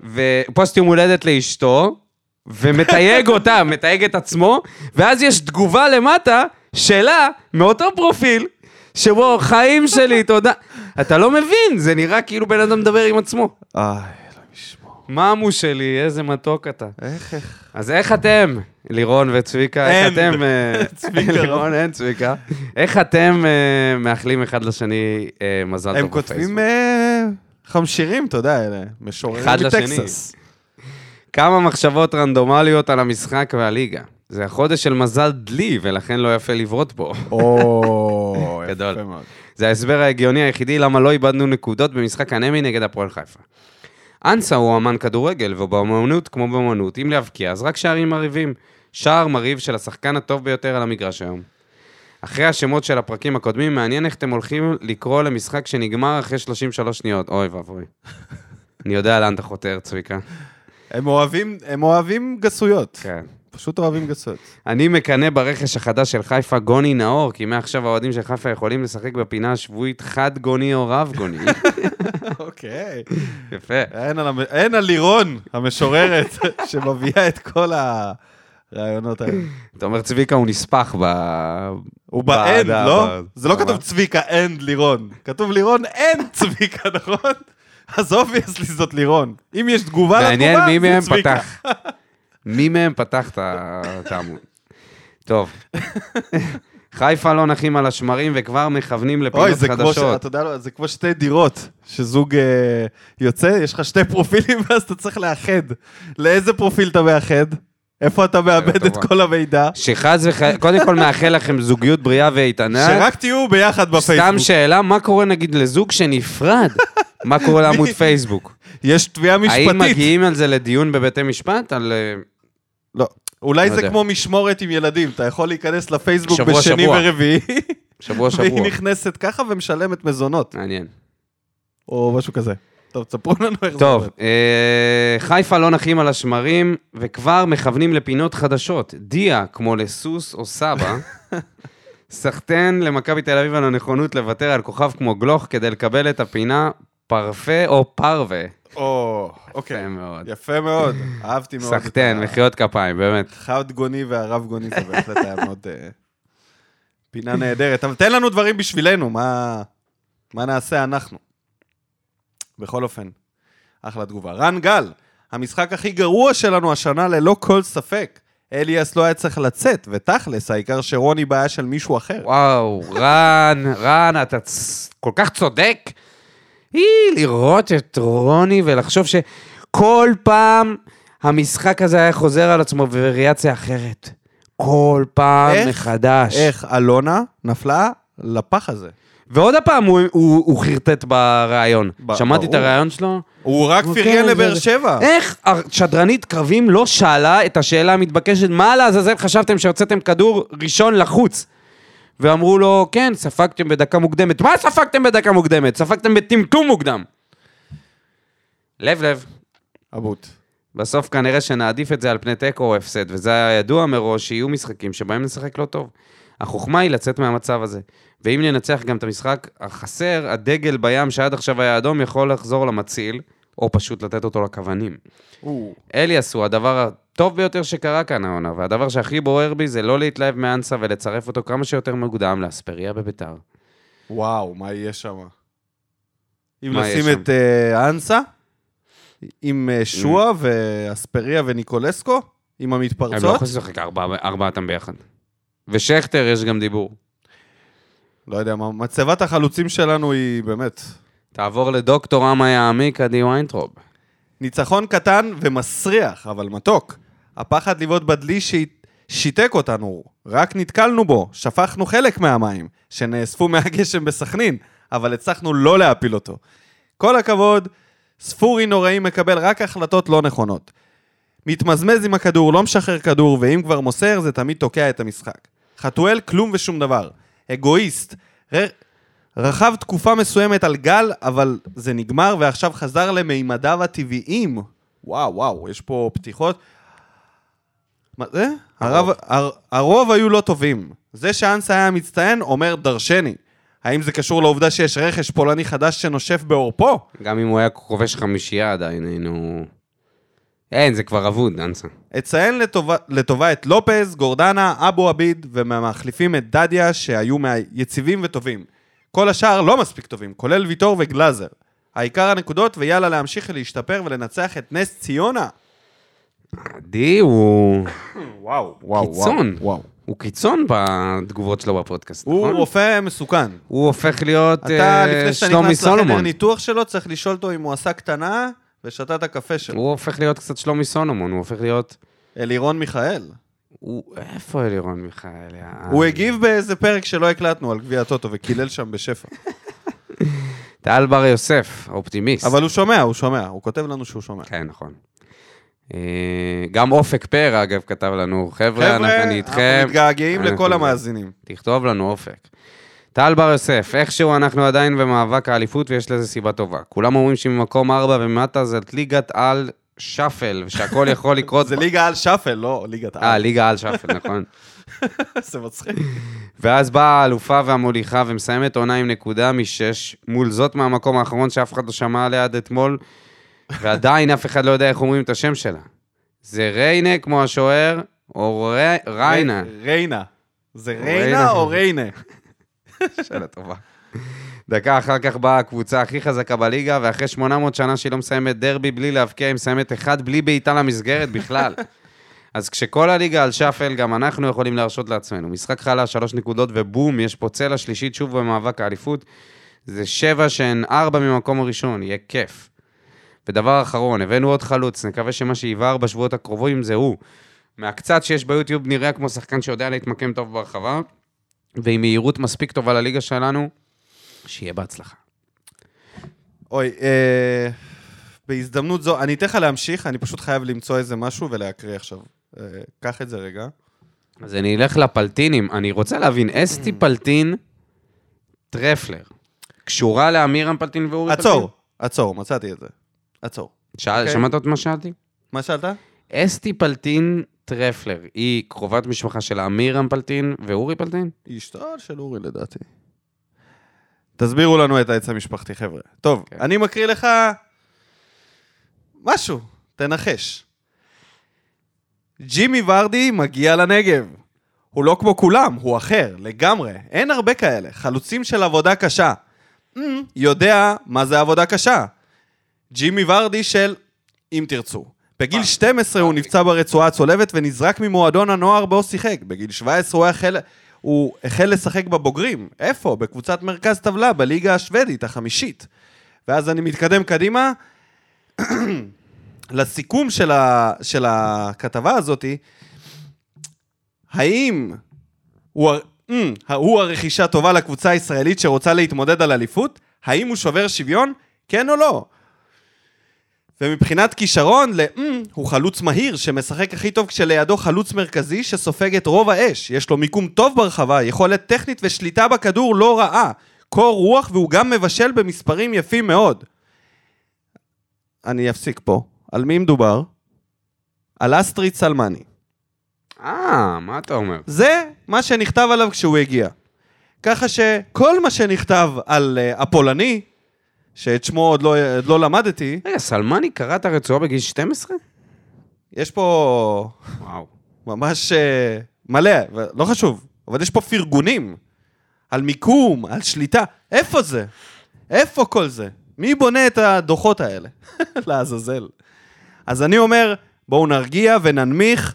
Speaker 2: ו- פוסט יום הולדת לאשתו, ומתייג אותה, מתייג את עצמו, ואז יש תגובה למטה, שלה, מאותו פרופיל, שבו חיים שלי, תודה. אתה לא מבין, זה נראה כאילו בן אדם מדבר עם עצמו.
Speaker 1: איי, אה, אלוהים ישמור.
Speaker 2: ממו שלי, איזה מתוק אתה.
Speaker 1: איך, איך.
Speaker 2: אז איך אתם, לירון וצביקה,
Speaker 1: אין.
Speaker 2: איך אתם... אה,
Speaker 1: (laughs) צביקה. לא.
Speaker 2: לירון, אין צביקה. איך אתם אה, מאחלים אחד לשני אה, מזל טוב
Speaker 1: הם
Speaker 2: בפייסבוק?
Speaker 1: כותבים אה, חמשירים, אתה יודע, אלה משוררים
Speaker 2: אחד לשני.
Speaker 1: מטקסס. אה,
Speaker 2: כמה מחשבות רנדומליות על המשחק והליגה. זה החודש של מזל דלי, ולכן לא יפה לבעוט בו.
Speaker 1: או,
Speaker 2: גדול.
Speaker 1: יפה מאוד.
Speaker 2: זה ההסבר ההגיוני היחידי למה לא איבדנו נקודות במשחק הנמי נגד הפועל חיפה. אנסה הוא אמן כדורגל, ובאמנות כמו באמנות, אם להבקיע, אז רק שערים מרהיבים. שער מרהיב של השחקן הטוב ביותר על המגרש היום. אחרי השמות של הפרקים הקודמים, מעניין איך אתם הולכים לקרוא למשחק שנגמר אחרי 33 שניות. אוי ואבוי. אני יודע לאן אתה חותר, צביקה.
Speaker 1: הם אוהבים, הם אוהבים גסויות.
Speaker 2: כן.
Speaker 1: פשוט אוהבים גסויות.
Speaker 2: (laughs) אני מקנא ברכש החדש של חיפה גוני נאור, כי מעכשיו האוהדים של חיפה יכולים לשחק בפינה השבועית חד גוני או רב גוני.
Speaker 1: אוקיי.
Speaker 2: (laughs) יפה.
Speaker 1: אין על, המ- אין על לירון המשוררת (laughs) שמביאה את כל הרעיונות האלה.
Speaker 2: אתה אומר צביקה הוא נספח ב-
Speaker 1: הוא באנד,
Speaker 2: בעדה,
Speaker 1: לא?
Speaker 2: בעד.
Speaker 1: זה לא
Speaker 2: ממש.
Speaker 1: כתוב צביקה אנד לירון. כתוב לירון אנד (laughs) צביקה, נכון? אז אובייסלי זאת לירון. אם יש תגובה לתגובה, זה צביקה.
Speaker 2: מעניין מי מהם פתח. מי מהם פתח את ה- את העמוד. טוב. חיפה לא נחים על השמרים וכבר מכוונים
Speaker 1: אוי,
Speaker 2: לפינות
Speaker 1: זה כמו, ש...
Speaker 2: חדשות.
Speaker 1: אתה יודע, לא, זה כמו שתי דירות, שזוג אה, יוצא, יש לך שתי פרופילים (laughs) ואז אתה צריך לאחד. לאיזה פרופיל אתה מאחד? איפה
Speaker 2: אה,
Speaker 1: אתה מאבד את
Speaker 2: טובה.
Speaker 1: כל המידע?
Speaker 2: שחס וחלילה, קודם כל מאחל לכם זוגיות בריאה ואיתנה.
Speaker 1: שרק תהיו ביחד
Speaker 2: סתם
Speaker 1: בפייסבוק.
Speaker 2: שאלה, מה קורה נגיד לזוג שנפרד? מה קורה
Speaker 1: (laughs)
Speaker 2: לעמוד פייסבוק?
Speaker 1: יש תביעה
Speaker 2: האם
Speaker 1: משפטית.
Speaker 2: מגיעים על זה לדיון בבתי משפט? על אה,
Speaker 1: לא. אולי
Speaker 2: לא
Speaker 1: זה
Speaker 2: יודע.
Speaker 1: כמו משמורת עם ילדים, אתה יכול להיכנס לפייסבוק
Speaker 2: שבוע,
Speaker 1: בשני
Speaker 2: שבוע. (laughs)
Speaker 1: ורביעי,
Speaker 2: שבוע
Speaker 1: והיא
Speaker 2: שבוע?
Speaker 1: נכנסת ככה ומשלמת מזונות,
Speaker 2: מעניין.
Speaker 1: או משהו כזה. טוב, תספרו לנו איך זה
Speaker 2: טוב,
Speaker 1: עובד.
Speaker 2: אה, חיפה לא נחים על השמרים, וכבר מכוונים לפינות חדשות. דיה, כמו לסוס או סבא, סחטיין למכבי תל אביב על הנכונות לוותר על כוכב כמו גלוך כדי לקבל את הפינה פרפה או פרווה.
Speaker 1: או, אוקיי.
Speaker 2: יפה מאוד.
Speaker 1: יפה מאוד, אהבתי מאוד. את
Speaker 2: סחטיין,
Speaker 1: ה-
Speaker 2: מחיאות כפיים, באמת.
Speaker 1: חד גוני והרב גוני זה בהחלט היה מאוד אה, פינה נהדרת. אבל תן לנו דברים בשבילנו, מה, מה נעשה אנחנו? בכל אופן, אחלה תגובה. רן גל, המשחק הכי גרוע שלנו השנה ללא כל ספק. אליאס לא היה צריך לצאת, ותכלס, העיקר שרוני בעיה של מישהו אחר.
Speaker 2: וואו, רן, רן, אתה צ- כל כך צודק. היא לראות את רוני ולחשוב שכל פעם המשחק הזה היה חוזר על עצמו בווריאציה אחרת. כל פעם
Speaker 1: איך?
Speaker 2: מחדש.
Speaker 1: איך אלונה נפלה לפח הזה.
Speaker 2: ועוד הפעם הוא, הוא, הוא חרטט בריאיון.
Speaker 1: ב-
Speaker 2: שמעתי את
Speaker 1: ברור.
Speaker 2: הריאיון שלו?
Speaker 1: הוא רק
Speaker 2: אוקיי,
Speaker 1: פרגן
Speaker 2: זה-
Speaker 1: לבאר שבע.
Speaker 2: איך השדרנית קרבים לא שאלה את השאלה המתבקשת, מה לעזאזל חשבתם שהוצאתם כדור ראשון לחוץ? ואמרו לו, כן, ספגתם בדקה מוקדמת. מה ספגתם בדקה מוקדמת? ספגתם בטמטום מוקדם. לב לב.
Speaker 1: אבוט.
Speaker 2: בסוף כנראה שנעדיף את זה על פני תיקו או הפסד, וזה היה ידוע מראש שיהיו משחקים שבהם נשחק לא טוב. החוכמה היא לצאת מהמצב הזה. ואם ננצח גם את המשחק החסר, הדגל בים שעד עכשיו היה אדום יכול לחזור למציל, או פשוט לתת אותו לכוונים. אליאס הוא הדבר הטוב ביותר שקרה כאן העונה, והדבר שהכי בוער בי זה לא להתלהב מאנסה ולצרף אותו כמה שיותר מוקדם לאספריה בביתר.
Speaker 1: וואו, מה יהיה שם? אם
Speaker 2: מה יהיה
Speaker 1: נשים
Speaker 2: שם?
Speaker 1: את אה, אנסה, עם אה, שואה ואספריה וניקולסקו, עם
Speaker 2: הם Mm. לא
Speaker 1: המתפרצות,
Speaker 2: יכולים לשחק ארבע- ארבעתם ביחד. ושכטר יש גם דיבור.
Speaker 1: לא יודע, מה- מצבת החלוצים שלנו היא באמת...
Speaker 2: תעבור לדוקטור עמה יעמיק, עדי ויינטרוב.
Speaker 1: ניצחון קטן ומסריח, אבל מתוק. הפחד לבעוט בדלי ששיתק אותנו, רק נתקלנו בו, שפכנו חלק מהמים, שנאספו מהגשם בסכנין, אבל הצלחנו לא להפיל אותו. כל הכבוד ספורי נוראי מקבל רק החלטות לא נכונות. מתמזמז עם הכדור, לא משחרר כדור, ואם כבר מוסר, זה תמיד תוקע את המשחק. חתואל, כלום ושום דבר. אגואיסט. ר... רכב תקופה מסוימת על גל, אבל זה נגמר, ועכשיו חזר למימדיו הטבעיים. וואו, וואו, יש פה פתיחות. מה זה? הרב, הר, הרוב היו לא טובים. זה שאנס היה מצטיין אומר דרשני. האם זה קשור לעובדה שיש רכש פולני חדש שנושף בעורפו?
Speaker 2: גם אם הוא היה כובש חמישייה עדיין, היינו... אין, זה כבר אבוד, אנסה.
Speaker 1: אציין לטובה, לטובה את לופז, גורדנה, אבו עביד, ומהמחליפים את דדיה, שהיו מהיציבים וטובים. כל השאר לא מספיק טובים, כולל ויטור וגלאזר. העיקר הנקודות, ויאללה להמשיך להשתפר ולנצח את נס ציונה.
Speaker 2: עדי הוא...
Speaker 1: וואו.
Speaker 2: וואו, קיצון.
Speaker 1: וואו.
Speaker 2: הוא קיצון בתגובות שלו בפודקאסט,
Speaker 1: הוא
Speaker 2: נכון?
Speaker 1: רופא מסוכן.
Speaker 2: הוא הופך להיות
Speaker 1: אתה,
Speaker 2: אה,
Speaker 1: לפני שאתה
Speaker 2: שלומי
Speaker 1: נכנס לחדר
Speaker 2: סולומון.
Speaker 1: ניתוח שלו, צריך לשאול אותו אם הוא עשה קטנה ושתה את הקפה שלו.
Speaker 2: הוא הופך להיות קצת שלומי סולומון, הוא הופך להיות...
Speaker 1: אלירון מיכאל.
Speaker 2: הוא... איפה אלירון מיכאלי? אה,
Speaker 1: הוא הגיב באיזה פרק שלא הקלטנו על גביע הטוטו וקילל שם
Speaker 2: (laughs)
Speaker 1: בשפע.
Speaker 2: טל בר יוסף, האופטימיסט.
Speaker 1: אבל הוא שומע, הוא שומע, הוא כותב לנו שהוא שומע.
Speaker 2: כן, נכון. אה, גם אופק פר, אגב, כתב לנו, חבר'ה, אנחנו-
Speaker 1: חבר'ה,
Speaker 2: אני איתכם.
Speaker 1: אנחנו מתגעגעים
Speaker 2: אנחנו-
Speaker 1: לכל המאזינים.
Speaker 2: תכתוב לנו אופק. טל בר יוסף, איכשהו אנחנו עדיין במאבק האליפות ויש לזה סיבה טובה. כולם אומרים שממקום ארבע ומטה זאת ליגת על שפל, שהכל יכול לקרות.
Speaker 1: (laughs) זה
Speaker 2: בה.
Speaker 1: ליגה על שפל, לא ליגת
Speaker 2: אה,
Speaker 1: על. (laughs)
Speaker 2: ליגה על שפל, נכון.
Speaker 1: זה מצחיק.
Speaker 2: ואז באה האלופה והמוליכה ומסיימת עונה עם נקודה משש, מול זאת מהמקום האחרון שאף אחד לא שמע עליה עד אתמול, ועדיין אף אחד לא יודע איך אומרים את השם שלה. זה ריינה כמו השוער, או רי- ריינה.
Speaker 1: ריינה. זה
Speaker 2: ריינה.
Speaker 1: ריינה או ריינה?
Speaker 2: שאלה טובה. דקה אחר כך באה הקבוצה הכי חזקה בליגה, ואחרי 800 שנה שהיא לא מסיימת דרבי בלי להבקיע, היא מסיימת אחד בלי בעיטה למסגרת בכלל. (laughs) אז כשכל הליגה על שפל, גם אנחנו יכולים להרשות לעצמנו. משחק חלש, שלוש נקודות, ובום, יש פה צלע שלישית שוב במאבק האליפות. זה שבע שהן ארבע ממקום הראשון, יהיה כיף. ודבר אחרון, הבאנו עוד חלוץ, נקווה שמה שיבער בשבועות הקרובים זה הוא. מהקצת שיש ביוטיוב נראה כמו שחקן שיודע להתמקם טוב ברחבה, ועם מהירות מספיק טובה לליגה שלנו, שיהיה בהצלחה.
Speaker 1: אוי, אה, בהזדמנות זו, אני אתן לך להמשיך, אני פשוט חייב למצוא איזה משהו ולהקריא עכשיו. אה, קח את זה רגע.
Speaker 2: אז אני אלך לפלטינים. אני רוצה להבין, אסתי
Speaker 1: Mm.
Speaker 2: פלטין טרפלר, קשורה לאמירם פלטין ואורי פלטין?
Speaker 1: עצור, עצור, מצאתי את זה. עצור.
Speaker 2: שאל,
Speaker 1: אוקיי.
Speaker 2: שמעת את מה שאלתי?
Speaker 1: מה שאלת?
Speaker 2: אסתי פלטין טרפלר, היא קרובת משפחה של אמירם פלטין ואורי פלטין?
Speaker 1: היא אשתו של אורי לדעתי. תסבירו לנו את העץ המשפחתי, חבר'ה. טוב,
Speaker 2: כן.
Speaker 1: אני מקריא לך משהו, תנחש. ג'ימי ורדי מגיע לנגב. הוא לא כמו כולם, הוא אחר, לגמרי. אין הרבה כאלה. חלוצים של עבודה קשה. Mm, יודע מה זה עבודה קשה. ג'ימי ורדי של אם תרצו. בגיל 12 הוא נפצע ברצועה הצולבת ונזרק ממועדון הנוער בו שיחק. בגיל 17 הוא החל, הוא החל לשחק בבוגרים. איפה? בקבוצת מרכז טבלה בליגה השוודית, החמישית. ואז אני מתקדם קדימה. (clears throat) לסיכום של, ה, של הכתבה הזאתי, האם הוא, הר- אמ, הוא הרכישה טובה לקבוצה הישראלית שרוצה להתמודד על אליפות? האם הוא שובר שוויון? כן או לא? ומבחינת כישרון, ל... אמ, הוא חלוץ מהיר שמשחק הכי טוב כשלידו חלוץ מרכזי שסופג את רוב האש. יש לו מיקום טוב ברחבה, יכולת טכנית ושליטה בכדור לא רעה. קור רוח והוא גם מבשל במספרים יפים מאוד. אני אפסיק פה. על מי מדובר? על אסטריד סלמני.
Speaker 2: אה, מה אתה אומר?
Speaker 1: זה מה שנכתב עליו כשהוא הגיע. ככה שכל מה שנכתב על אה, הפולני, שאת שמו עוד לא, עוד לא למדתי,
Speaker 2: רגע, סלמני קרע את הרצועה בגיל 12?
Speaker 1: יש פה
Speaker 2: וואו.
Speaker 1: ממש אה, מלא, ו- לא חשוב, אבל יש פה פרגונים על מיקום, על שליטה. איפה זה? איפה כל זה? מי בונה את הדוחות האלה? (laughs) לעזאזל. אז אני אומר, בואו נרגיע וננמיך.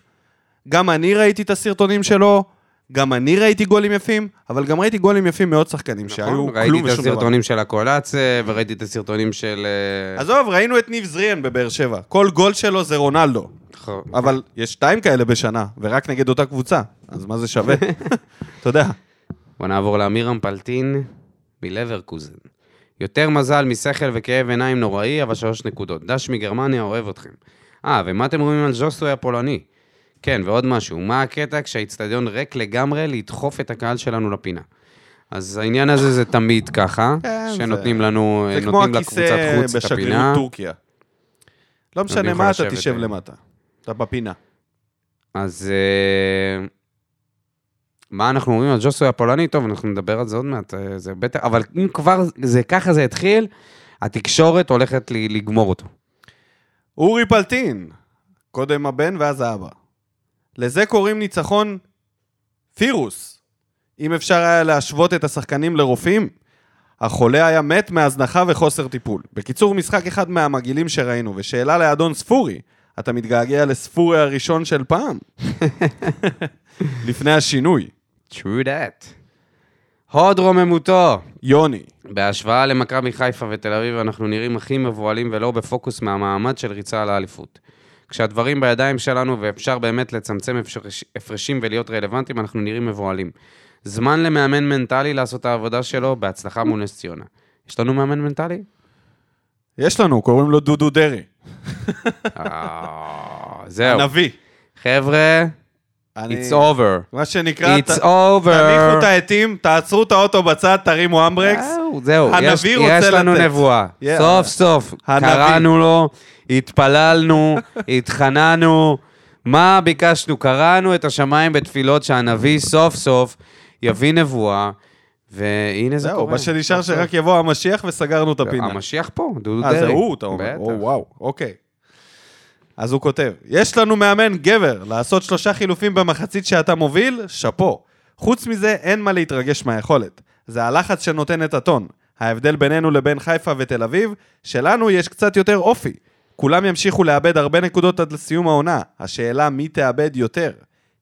Speaker 1: גם אני ראיתי את הסרטונים שלו, גם אני ראיתי גולים יפים, אבל גם ראיתי גולים יפים מאוד שחקנים, שהיו
Speaker 2: נכון, ראיתי
Speaker 1: כלום
Speaker 2: את
Speaker 1: ושום דבר.
Speaker 2: הסרטונים של הקולאצה, וראיתי את הסרטונים של... אה,
Speaker 1: עזוב, ראינו את ניב זריאן בבאר שבע. כל גול שלו זה רונלדו.
Speaker 2: נכון.
Speaker 1: אבל יש שתיים כאלה בשנה, ורק נגד אותה קבוצה, אז מה זה
Speaker 2: (laughs)
Speaker 1: שווה? אתה יודע.
Speaker 2: בוא נעבור לאמירם פלטין מלברקוזן. יותר מזל משכל וכאב עיניים נוראי, אבל שלוש נקודות. דש מגרמניה, אוהב אתכם. אה, ומה אתם אומרים על ז'וסוי הפולני? כן, ועוד משהו. מה הקטע כשהאיצטדיון ריק לגמרי לדחוף את הקהל שלנו לפינה? אז העניין הזה זה תמיד ככה,
Speaker 1: כן, זה-
Speaker 2: שנותנים לנו,
Speaker 1: זה כמו
Speaker 2: נותנים לקבוצת
Speaker 1: הכיסא
Speaker 2: חוץ את
Speaker 1: בשגרירות
Speaker 2: הפינה.
Speaker 1: טורקיה. לא משנה
Speaker 2: יכול
Speaker 1: מה, אתה
Speaker 2: לשבת,
Speaker 1: תשב
Speaker 2: אה.
Speaker 1: למטה. אתה בפינה.
Speaker 2: אז אה, מה אנחנו אומרים על ג'וסוי הפולני? טוב, אנחנו נדבר על זה עוד מעט, אה, זה בטח, אבל אם כבר זה ככה זה התחיל, התקשורת הולכת ל- לגמור אותו.
Speaker 1: אורי פלטין, קודם הבן ואז האבא. לזה קוראים ניצחון פירוס. אם אפשר היה להשוות את השחקנים לרופאים, החולה היה מת מהזנחה וחוסר טיפול. בקיצור, משחק אחד מהמגעילים שראינו, ושאלה לאדון ספורי, אתה מתגעגע לספורי הראשון של פעם?
Speaker 2: (laughs)
Speaker 1: לפני השינוי,
Speaker 2: true that. הוד רוממותו.
Speaker 1: יוני.
Speaker 2: בהשוואה למכבי חיפה ותל אביב, אנחנו נראים הכי מבוהלים ולא בפוקוס מהמעמד של ריצה על האליפות. כשהדברים בידיים שלנו ואפשר באמת לצמצם הפרש, הפרשים ולהיות רלוונטיים, אנחנו נראים מבוהלים. זמן למאמן מנטלי לעשות את העבודה שלו בהצלחה מול נס ציונה. יש לנו מאמן מנטלי?
Speaker 1: יש לנו, קוראים לו דודו דרעי.
Speaker 2: אה, זהו.
Speaker 1: הנביא.
Speaker 2: חבר'ה,
Speaker 1: אני-
Speaker 2: it's over.
Speaker 1: מה שנקרא, ת-
Speaker 2: It's over.
Speaker 1: תניחו את העטים, תעצרו את האוטו בצד, תרימו אמברקס.
Speaker 2: זהו, זהו,
Speaker 1: הנביא
Speaker 2: יש,
Speaker 1: רוצה
Speaker 2: יש לנו
Speaker 1: לתת.
Speaker 2: נבואה.
Speaker 1: Yeah.
Speaker 2: סוף סוף,
Speaker 1: הנביא.
Speaker 2: קראנו לו, התפללנו, (laughs) התחננו. מה ביקשנו? קראנו את השמיים בתפילות שהנביא סוף סוף יביא נבואה, והנה זה
Speaker 1: זהו,
Speaker 2: קורה.
Speaker 1: מה שנשאר
Speaker 2: סוף סוף.
Speaker 1: שרק יבוא המשיח וסגרנו את הפינה.
Speaker 2: המשיח פה, דודו דרעי.
Speaker 1: אה, זה הוא, אתה אומר.
Speaker 2: בטח.
Speaker 1: או, וואו, אוקיי. אז הוא כותב, יש לנו מאמן גבר, לעשות שלושה חילופים במחצית שאתה מוביל, שאפו. חוץ מזה, אין מה להתרגש מהיכולת. זה הלחץ שנותן את הטון. ההבדל בינינו לבין חיפה ותל אביב, שלנו יש קצת יותר אופי. כולם ימשיכו לאבד הרבה נקודות עד לסיום העונה. השאלה מי תאבד יותר.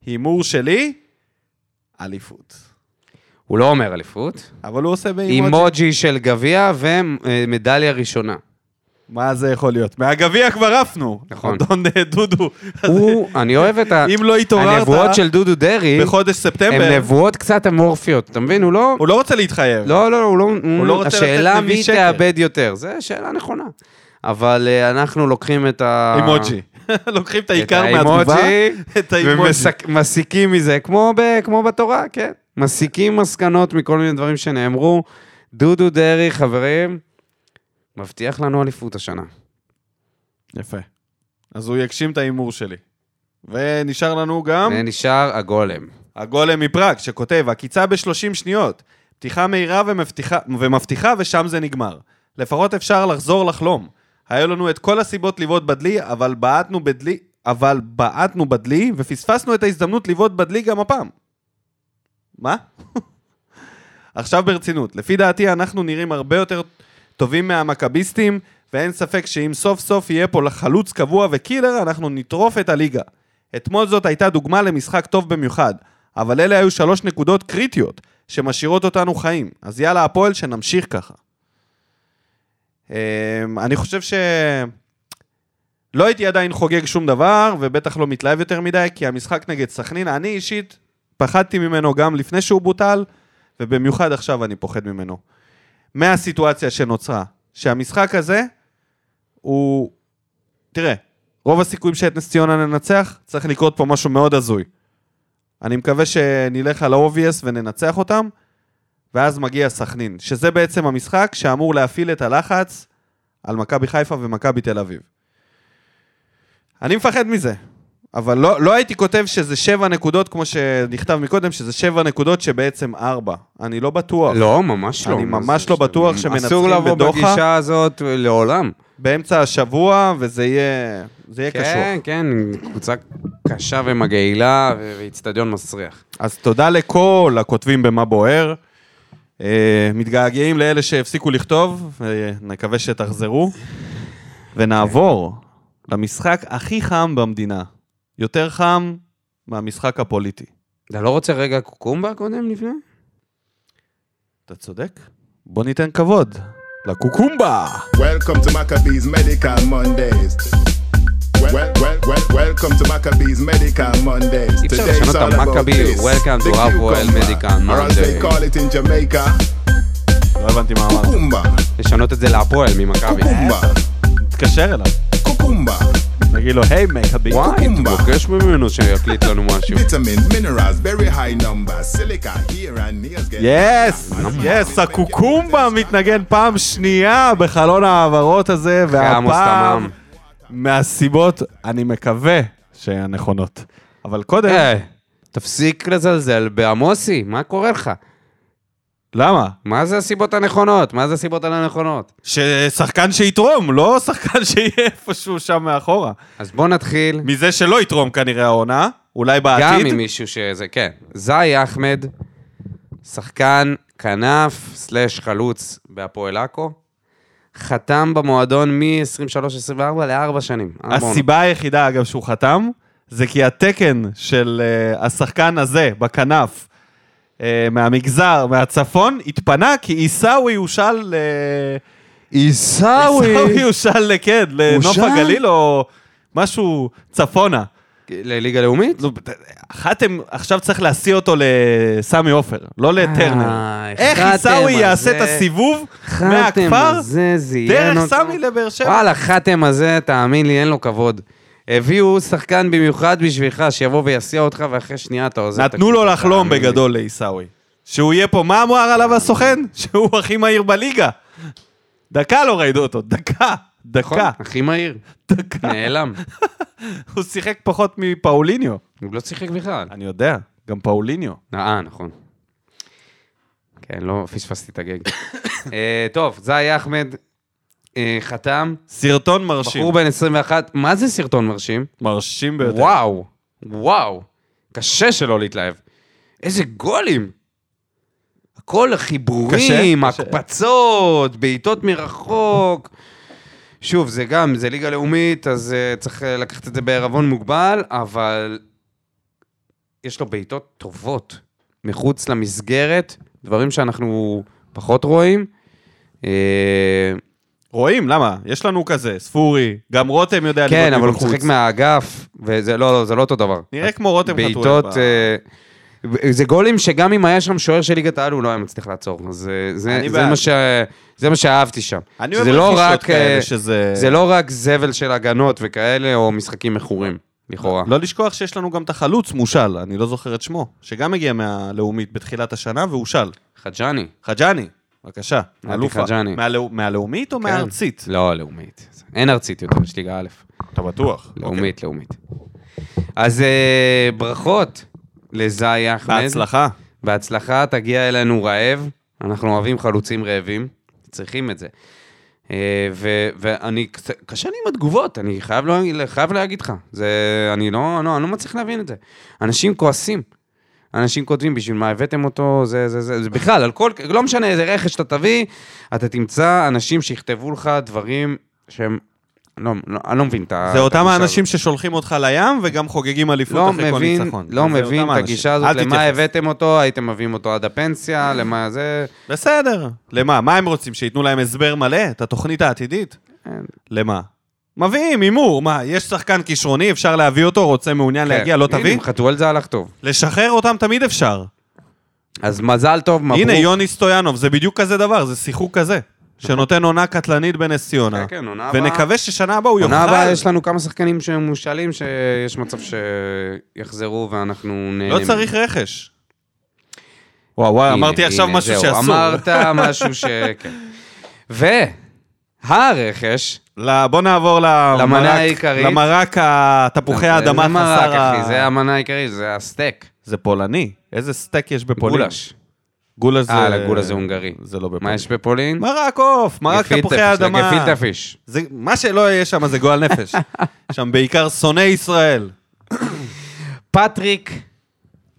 Speaker 1: הימור שלי? אליפות.
Speaker 2: הוא לא אומר אליפות.
Speaker 1: אבל הוא עושה באימוג'י.
Speaker 2: אימוג'י של גביע ומדליה
Speaker 1: (laughs)
Speaker 2: ראשונה.
Speaker 1: מה זה יכול להיות? מהגביע כבר עפנו.
Speaker 2: נכון.
Speaker 1: אדון אה,
Speaker 2: (laughs)
Speaker 1: דודו.
Speaker 2: הוא, אני אוהב את ה...
Speaker 1: אם לא התעוררת-
Speaker 2: הנבואות של דודו דרעי,
Speaker 1: בחודש
Speaker 2: הן
Speaker 1: ספטמבר,
Speaker 2: נבואות קצת אמורפיות, אתה מבין? הוא לא...
Speaker 1: הוא לא רוצה להתחייב.
Speaker 2: לא, לא, הוא לא...
Speaker 1: לא רוצה
Speaker 2: השאלה
Speaker 1: לתת נביא
Speaker 2: מי
Speaker 1: שקל.
Speaker 2: תאבד יותר, זו שאלה נכונה. אבל אה, אנחנו לוקחים את ה...
Speaker 1: אימוג'י. (laughs) לוקחים את
Speaker 2: את
Speaker 1: העיקר מהתגובה,
Speaker 2: האימוג'י,
Speaker 1: (laughs) את האימוג'י.
Speaker 2: ומסיקים מזה, כמו, ב, כמו בתורה, כן. מסיקים מסקנות מכל מיני דברים שנאמרו. דודו דרעי, חברים, מבטיח לנו אליפות השנה.
Speaker 1: יפה. אז הוא יגשים את ההימור שלי. ונשאר לנו גם
Speaker 2: ונשאר אה, הגולם.
Speaker 1: הגולם מפראג, שכותב, עקיצה ב-30 שניות, פתיחה מהירה ומבטיחה, ומבטיחה ושם זה נגמר. לפחות אפשר לחזור לחלום. היו לנו את כל הסיבות לבעוט בדלי, אבל בעטנו בדלי, אבל בעטנו בדלי, ופספסנו את ההזדמנות לבעוט בדלי גם הפעם. מה? (laughs) עכשיו ברצינות, לפי דעתי אנחנו נראים הרבה יותר טובים מהמכביסטים, ואין ספק שאם סוף סוף יהיה פה חלוץ קבוע וקילר, אנחנו נטרוף את הליגה. אתמול זאת הייתה דוגמה למשחק טוב במיוחד, אבל אלה היו שלוש נקודות קריטיות שמשאירות אותנו חיים. אז יאללה, הפועל, שנמשיך ככה. אמ, אני חושב ש... לא הייתי עדיין חוגג שום דבר, ובטח לא מתלהב יותר מדי, כי המשחק נגד סכנין, אני אישית פחדתי ממנו גם לפני שהוא בוטל, ובמיוחד עכשיו אני פוחד ממנו. מהסיטואציה שנוצרה, שהמשחק הזה הוא... תראה, רוב הסיכויים שאת נס ציונה ננצח, צריך לקרות פה משהו מאוד הזוי. אני מקווה שנלך על ה-obvious וננצח אותם, ואז מגיע סכנין, שזה בעצם המשחק שאמור להפעיל את הלחץ על מכבי חיפה ומכבי תל אביב. אני מפחד מזה, אבל לא, לא הייתי כותב שזה שבע נקודות, כמו שנכתב מקודם, שזה שבע נקודות שבעצם ארבע. אני לא בטוח.
Speaker 2: לא, ממש לא.
Speaker 1: אני
Speaker 2: מה זה
Speaker 1: ממש לא
Speaker 2: שאתה-
Speaker 1: בטוח שמנצחים
Speaker 2: אסור לבוא
Speaker 1: בדוחה.
Speaker 2: בגישה הזאת לעולם.
Speaker 1: באמצע השבוע, וזה יהיה, זה יהיה
Speaker 2: כן,
Speaker 1: קשור.
Speaker 2: כן, קבוצה קשה ומגעילה ו- ואיצטדיון מסריח.
Speaker 1: אז תודה לכל הכותבים במה בוער. אה, מתגעגעים לאלה שהפסיקו לכתוב, אה, נקווה שתחזרו. ונעבור למשחק הכי חם במדינה. יותר חם מהמשחק הפוליטי.
Speaker 2: אתה לא רוצה רגע קוקומבה קודם לפני?
Speaker 1: אתה צודק? בוא ניתן כבוד לקוקומבה!
Speaker 4: Welcome to Maccabees Medical Mondays. Well, well, well, welcome to Maccabees Medical Mondays.
Speaker 2: אפשר
Speaker 4: Today it's
Speaker 2: לשנות
Speaker 4: all
Speaker 2: את
Speaker 4: about
Speaker 2: המכבי,
Speaker 4: this.
Speaker 2: welcome to
Speaker 4: The
Speaker 2: Rafael
Speaker 4: cucumber,
Speaker 2: Medical
Speaker 4: Or as
Speaker 2: Mondays.
Speaker 4: they call it in Jamaica,
Speaker 1: לא הבנתי מה אמרת.
Speaker 4: cucumba.
Speaker 2: לשנות את זה להפועל ממכבי.
Speaker 4: קוקומבה,
Speaker 1: תתקשר אליו.
Speaker 4: קוקומבה,
Speaker 1: נגיד לו, היי מקאבי.
Speaker 2: וואי, תבקש ממנו שיקליט לנו
Speaker 1: (laughs)
Speaker 2: משהו.
Speaker 4: vitamins, minerals, very high number, silica here and nails get...
Speaker 1: יס, יס, הקוקומבה מתנגן פעם שנייה בחלון ההעברות הזה,
Speaker 2: עמוס
Speaker 1: והפעם
Speaker 2: תמם.
Speaker 1: מהסיבות, אני מקווה שהנכונות. אבל קודם,
Speaker 2: היי, אה, תפסיק לזלזל בעמוסי, מה קורה לך?
Speaker 1: למה?
Speaker 2: מה זה הסיבות הנכונות? מה זה הסיבות הלא נכונות?
Speaker 1: ששחקן שיתרום, לא שחקן שיהיה איפשהו שם מאחורה.
Speaker 2: אז בוא נתחיל
Speaker 1: מזה שלא יתרום כנראה העונה, אולי
Speaker 2: גם עם
Speaker 1: בעתיד.
Speaker 2: מישהו שזה, כן. זאי אחמד, שחקן כנף סלאש חלוץ בהפועל עכו, חתם במועדון מ-23-24 לארבע שנים. ארבע עונות.
Speaker 1: הסיבה היחידה, אגב, שהוא חתם, זה כי התקן של אה, השחקן הזה בכנף, אה, מהמגזר, מהצפון, התפנה כי עיסאווי הושל... אה, עיסאווי הושל לכן, לנוף
Speaker 2: הושל?
Speaker 1: הגליל או משהו צפונה.
Speaker 2: לליגה לאומית?
Speaker 1: נו, ת- חתם עכשיו צריך להסיע אותו לסמי עופר, לא לטרנר.
Speaker 2: אה,
Speaker 1: איך
Speaker 2: חתם
Speaker 1: עיסאווי
Speaker 2: הזה.
Speaker 1: יעשה את הסיבוב מהכפר
Speaker 2: הזה זיין
Speaker 1: דרך
Speaker 2: אותו.
Speaker 1: סמי לבאר שבע?
Speaker 2: וואלה, חתם הזה, תאמין לי, אין לו כבוד. הביאו שחקן במיוחד בשבילך, שיבוא ויסיע אותך, ואחרי שנייה אתה עוזב. את
Speaker 1: נתנו לו
Speaker 2: הקבוצה,
Speaker 1: לחלום
Speaker 2: תאמין לי.
Speaker 1: בגדול לעיסאווי. שהוא יהיה פה, מה אמר עליו הסוכן? (laughs) שהוא הכי מהיר בליגה. דקה לא ראינו אותו, דקה,
Speaker 2: נכון,
Speaker 1: דקה,
Speaker 2: הכי מהיר.
Speaker 1: דקה.
Speaker 2: נעלם.
Speaker 1: הוא שיחק פחות מפאוליניו.
Speaker 2: הוא לא שיחק בכלל.
Speaker 1: אני יודע, גם פאוליניו.
Speaker 2: אה, נכון. כן, לא פספסתי את הגג. אה, טוב, זאי אחמד אה, חתם,
Speaker 1: סרטון מרשים.
Speaker 2: בחור בן 21, מה זה סרטון מרשים?
Speaker 1: מרשים ביותר.
Speaker 2: וואו, וואו, קשה שלא להתלהב. איזה גולים. כל החיבורים,
Speaker 1: קשה, קשה.
Speaker 2: הקפצות, בעיטות מרחוק. שוב, זה גם, זה ליגה לאומית, אז uh, צריך אה, לקחת את זה בערבון מוגבל, אבל יש לו בעיטות טובות מחוץ למסגרת, דברים שאנחנו פחות רואים. אה,
Speaker 1: רואים, למה? יש לנו כזה, ספורי, גם רותם יודע לבעוט
Speaker 2: כן, אבל הוא
Speaker 1: מבחוץ.
Speaker 2: משחק מהאגף, וזה לא, לא, זה לא אותו דבר.
Speaker 1: נראה כמו רותם חתואל.
Speaker 2: בעיטות...
Speaker 1: ב-
Speaker 2: אה, זה גולים שגם אם היה שם שוער של ליגת העל, הוא לא היה מצליח לעצור. אז אה, זה,
Speaker 1: אני
Speaker 2: זה,
Speaker 1: בעד.
Speaker 2: מה ש... זה מה שאהבתי שם.
Speaker 1: אני
Speaker 2: שזה
Speaker 1: אוהב
Speaker 2: לא
Speaker 1: רכישות
Speaker 2: רק,
Speaker 1: כאלה
Speaker 2: אה,
Speaker 1: שזה-
Speaker 2: זה לא רק זבל של הגנות וכאלה, או משחקים מכורים, לכאורה.
Speaker 1: לא לשכוח שיש לנו גם את החלוץ מושל, אני לא זוכר את שמו, שגם הגיע מהלאומית בתחילת השנה והושל.
Speaker 2: חג'אני.
Speaker 1: חג'ני, בבקשה,
Speaker 2: נתי
Speaker 1: אלופה.
Speaker 2: חג'ני.
Speaker 1: מהלא- מהלאומית או מהארצית?
Speaker 2: לא, לאומית. אין ארצית יותר, יש ליגה
Speaker 1: אוקיי.
Speaker 2: א'.
Speaker 1: אתה בטוח.
Speaker 2: אוקיי. לאומית, לאומית. אז אה, ברכות לזאי אחמד.
Speaker 1: בהצלחה.
Speaker 2: אה, בהצלחה, תגיע אלינו רעב. אנחנו אוהבים חלוצים רעבים, צריכים את זה. אה, ו- ואני, קצת- קשה לי עם התגובות, אני חייב, לא, חייב להגיד לך. זה, אני לא, לא, אני לא מצליח להבין את זה. אנשים כועסים. אנשים כותבים בשביל מה הבאתם אותו, זה, זה, זה, זה בכלל, על כל, לא משנה איזה רכש שאתה תביא, אתה תמצא אנשים שיכתבו לך דברים שהם, לא, לא, אני לא מבין את ה...
Speaker 1: זה
Speaker 2: את
Speaker 1: אותם
Speaker 2: הגישה הזאת.
Speaker 1: האנשים ששולחים אותך לים וגם חוגגים אליפות
Speaker 2: לא
Speaker 1: אחרי כל
Speaker 2: מבין,
Speaker 1: ניצחון.
Speaker 2: לא
Speaker 1: זה
Speaker 2: מבין
Speaker 1: אותם
Speaker 2: את
Speaker 1: האנשים.
Speaker 2: הגישה
Speaker 1: אל
Speaker 2: הזאת, למה
Speaker 1: תתייחס.
Speaker 2: הבאתם אותו, הייתם מביאים אותו עד הפנסיה, למה זה...
Speaker 1: בסדר. למה? מה הם רוצים? שייתנו להם הסבר מלא? את התוכנית העתידית?
Speaker 2: אין.
Speaker 1: למה? מביאים, הימור. מה, יש שחקן כישרוני, אפשר להביא אותו, רוצה, מעוניין
Speaker 2: כן.
Speaker 1: להגיע, לא
Speaker 2: הנה,
Speaker 1: תביא?
Speaker 2: עם חתואל זה הלך טוב.
Speaker 1: לשחרר אותם תמיד אפשר.
Speaker 2: אז מזל טוב, מברוק. נכון.
Speaker 1: הנה, יוני סטויאנוב, זה בדיוק כזה דבר, זה שיחוק כזה. שנותן עונה קטלנית בנס ציונה.
Speaker 2: כן, כן, עונה הבאה.
Speaker 1: ונקווה ששנה הבאה הוא יוכל...
Speaker 2: עונה הבאה יש לנו כמה שחקנים שהם מושאלים, שיש מצב שיחזרו ואנחנו נהנה.
Speaker 1: לא
Speaker 2: מהם.
Speaker 1: צריך רכש. וואו, וואי,
Speaker 2: הנה,
Speaker 1: אמרתי
Speaker 2: הנה,
Speaker 1: עכשיו משהו
Speaker 2: זהו,
Speaker 1: שאסור.
Speaker 2: אמרת משהו ש...
Speaker 1: (laughs)
Speaker 2: כן. והרכש,
Speaker 1: ל- בוא נעבור למרק-
Speaker 2: למנה העיקרית.
Speaker 1: למרק התפוחי האדמה
Speaker 2: זה מרק,
Speaker 1: חסר ה...
Speaker 2: אחי, זה המנה העיקרית, זה הסטייק.
Speaker 1: זה פולני. איזה סטייק יש בפולין?
Speaker 2: גולש.
Speaker 1: גולש זה...
Speaker 2: אה, לגולש זה הונגרי.
Speaker 1: זה לא בפולין.
Speaker 2: מה יש בפולין?
Speaker 1: מרק עוף, מרק תפוחי האדמה.
Speaker 2: גפילטה פיש.
Speaker 1: זה- מה שלא יהיה שם זה גועל
Speaker 2: (laughs)
Speaker 1: נפש. שם בעיקר שונאי ישראל.
Speaker 2: פטריק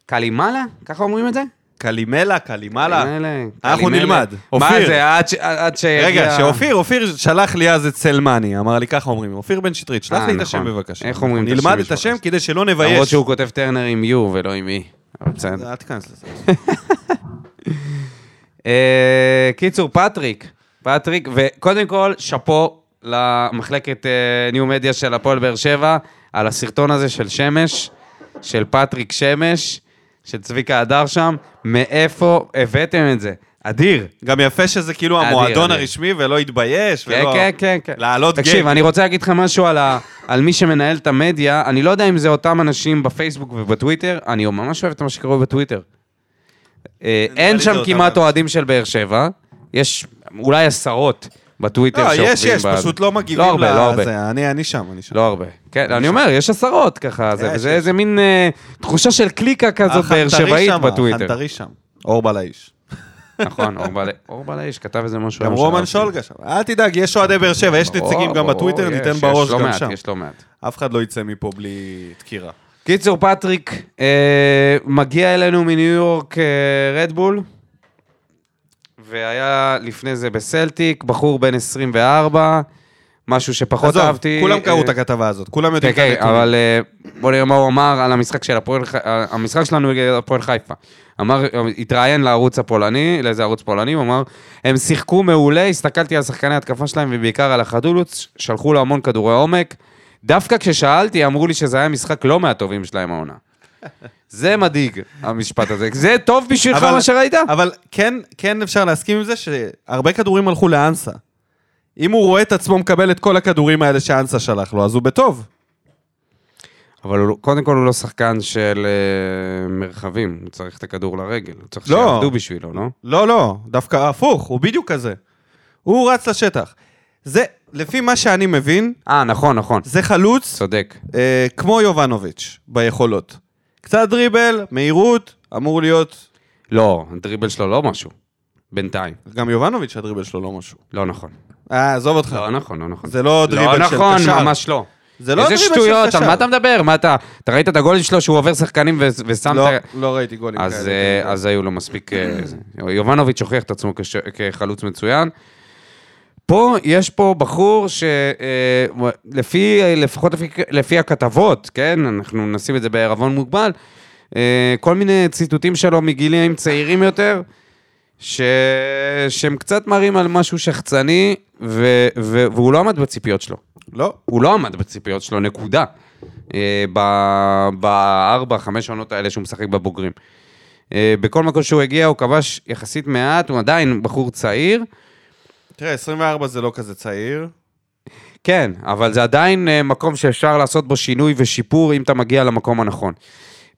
Speaker 2: קלימלה? ככה אומרים את זה?
Speaker 1: קלימלה, קלימלה.
Speaker 2: קלימלה,
Speaker 1: אנחנו
Speaker 2: קלימלה.
Speaker 1: נלמד.
Speaker 2: מה
Speaker 1: אופיר.
Speaker 2: זה, עד ש- עד שיגיע...
Speaker 1: רגע, שאופיר, אופיר שלח לי אז את סלמני, אמר לי ככה אומרים, אופיר בן שטרית, שלח
Speaker 2: אה,
Speaker 1: לי את
Speaker 2: נכון.
Speaker 1: השם בבקשה.
Speaker 2: איך אומרים את השם
Speaker 1: נלמד את
Speaker 2: משפחה?
Speaker 1: השם כדי שלא
Speaker 2: למרות
Speaker 1: נבייש.
Speaker 2: שהוא כותב טרנר עם יו ולא עם אי. אבל בסדר.
Speaker 1: אל תיכנס לזה.
Speaker 2: אה, קיצור, פטריק. פטריק, וקודם כל, שאפו למחלקת אה, ניו מדיה של הפועל באר שבע, על הסרטון הזה של שמש, של פטריק שמש, של צביקה הדר שם. מאיפה הבאתם את זה? אדיר.
Speaker 1: גם יפה שזה כאילו
Speaker 2: אדיר,
Speaker 1: המועדון
Speaker 2: אדיר.
Speaker 1: הרשמי ולא התבייש,
Speaker 2: כן,
Speaker 1: ולא...
Speaker 2: כן, כן, כן.
Speaker 1: לעלות גיי.
Speaker 2: תקשיב, אני רוצה להגיד לך משהו על, ה, על מי שמנהל את המדיה. אני לא יודע אם זה אותם אנשים בפייסבוק ובטוויטר, אני ממש אוהב את מה שקורה בטוויטר. אה,
Speaker 1: נראה
Speaker 2: אין
Speaker 1: לי
Speaker 2: שם
Speaker 1: זה אותם
Speaker 2: כמעט
Speaker 1: אנשים.
Speaker 2: אוהדים של באר שבע, יש אולי עשרות בטוויטר
Speaker 1: לא,
Speaker 2: שעוקבים.
Speaker 1: יש, יש,
Speaker 2: בעד.
Speaker 1: פשוט לא מגיבים
Speaker 2: לא הרבה, לא הרבה.
Speaker 1: לזה. אני- אני שם, אני שם.
Speaker 2: לא הרבה. כן, אני אומר, יש עשרות ככה, זה-
Speaker 1: יש,
Speaker 2: וזה
Speaker 1: יש.
Speaker 2: איזה מין אה, תחושה של קליקה כזאת באר
Speaker 1: החנטרי
Speaker 2: שבעית
Speaker 1: שם,
Speaker 2: בטוויטר.
Speaker 1: החנטרי שם. אור בא לאיש.
Speaker 2: נכון, אור בעלי- אור בלעיש כתב איזה משהו.
Speaker 1: גם
Speaker 2: היום
Speaker 1: רומן
Speaker 2: שאהבתי.
Speaker 1: שולגה שם. אל תדאג, יש אוהדי באר שבע, יש
Speaker 2: לא ברור,
Speaker 1: נציגים גם
Speaker 2: ברור,
Speaker 1: בטוויטר,
Speaker 2: יש,
Speaker 1: ניתן
Speaker 2: יש
Speaker 1: בראש
Speaker 2: לא
Speaker 1: גם
Speaker 2: מעט,
Speaker 1: שם.
Speaker 2: יש לא מעט.
Speaker 1: אף אחד לא יצא מפה בלי דקירה.
Speaker 2: קיצור, פטריק אה, מגיע אלינו מניו יורק אה, רדבול, והיה לפני זה בסלטיק, בחור בן 24, משהו שפחות
Speaker 1: עזוב,
Speaker 2: אהבתי.
Speaker 1: כולם קראו
Speaker 2: אה,
Speaker 1: את הכתבה הזאת, כולם
Speaker 2: כן,
Speaker 1: יודעים את
Speaker 2: כן,
Speaker 1: הנתונים.
Speaker 2: אבל אה, בוא נראה מה הוא אמר על המשחק של הפועל, ח- אה, המשחק שלנו נגד הפועל חיפה. אמר, אה, התראיין לערוץ הפולני, לאיזה ערוץ פולני, הוא אמר, הם שיחקו מעולה, הסתכלתי על שחקני ההתקפה שלהם ובעיקר על החדולות, ש- שלחו לו המון כדורי עומק. דווקא כששאלתי, אמרו לי שזה היה משחק לא מהטובים
Speaker 1: (laughs)
Speaker 2: שלהם העונה. זה מדאיג, המשפט הזה. זה טוב בשבילך
Speaker 1: אבל-
Speaker 2: מה שראית?
Speaker 1: אבל כן, כן אפשר להסכים עם זה שהרבה כדורים הלכו לאנסה. אם הוא רואה את עצמו מקבל את כל הכדורים האלה שאנסה שלח לו, אז הוא בטוב.
Speaker 2: אבל הוא- קודם כל הוא לא שחקן של אה, מרחבים, הוא צריך את הכדור לרגל, הוא צריך
Speaker 1: לא.
Speaker 2: שיעבדו בשבילו, לא?
Speaker 1: לא, לא, דווקא הפוך, הוא בדיוק כזה. הוא רץ לשטח. זה, לפי מה שאני מבין,
Speaker 2: אה, נכון, נכון,
Speaker 1: זה חלוץ
Speaker 2: צודק.
Speaker 1: אה, כמו יובנוביץ' ביכולות. קצת דריבל, מהירות, אמור להיות...
Speaker 2: לא, הדריבל שלו לא משהו. בינתיים.
Speaker 1: גם יובנוביץ' הדריבל שלו לא משהו.
Speaker 2: לא נכון.
Speaker 1: אה, עזוב אותך.
Speaker 2: לא נכון, לא נכון.
Speaker 1: זה לא דריבל של
Speaker 2: לא
Speaker 1: קשר.
Speaker 2: נכון, ממש לא.
Speaker 1: זה לא
Speaker 2: איזה
Speaker 1: דריבל של
Speaker 2: שטויות, על
Speaker 1: קשר.
Speaker 2: מה אתה מדבר? מה אתה... אתה ראית את הגולים שלו שהוא עובר שחקנים ו- ושם
Speaker 1: לא,
Speaker 2: את ה...
Speaker 1: לא ראיתי גולים
Speaker 2: אז,
Speaker 1: כאלה.
Speaker 2: אה, אז היו לו מספיק... אה, זה. יובנוביץ' הוכיח את עצמו כש- כחלוץ מצוין. פה, יש פה בחור שלפי, לפחות לפי, לפי הכתבות, כן? אנחנו נשים את זה בערבון מוגבל. אה, כל מיני ציטוטים שלו מגילים צעירים יותר, ש... שהם קצת מראים על משהו שחצני, ו... ו... והוא לא עמד בציפיות שלו.
Speaker 1: לא.
Speaker 2: הוא לא עמד בציפיות שלו, נקודה. אה, ב- בארבע, חמש עונות האלה שהוא משחק בבוגרים. אה, בכל מקום שהוא הגיע, הוא כבש יחסית מעט, הוא עדיין בחור צעיר.
Speaker 1: תראה, 24 זה לא כזה צעיר.
Speaker 2: כן, אבל זה עדיין אה, מקום שאפשר לעשות בו שינוי ושיפור אם אתה מגיע למקום הנכון.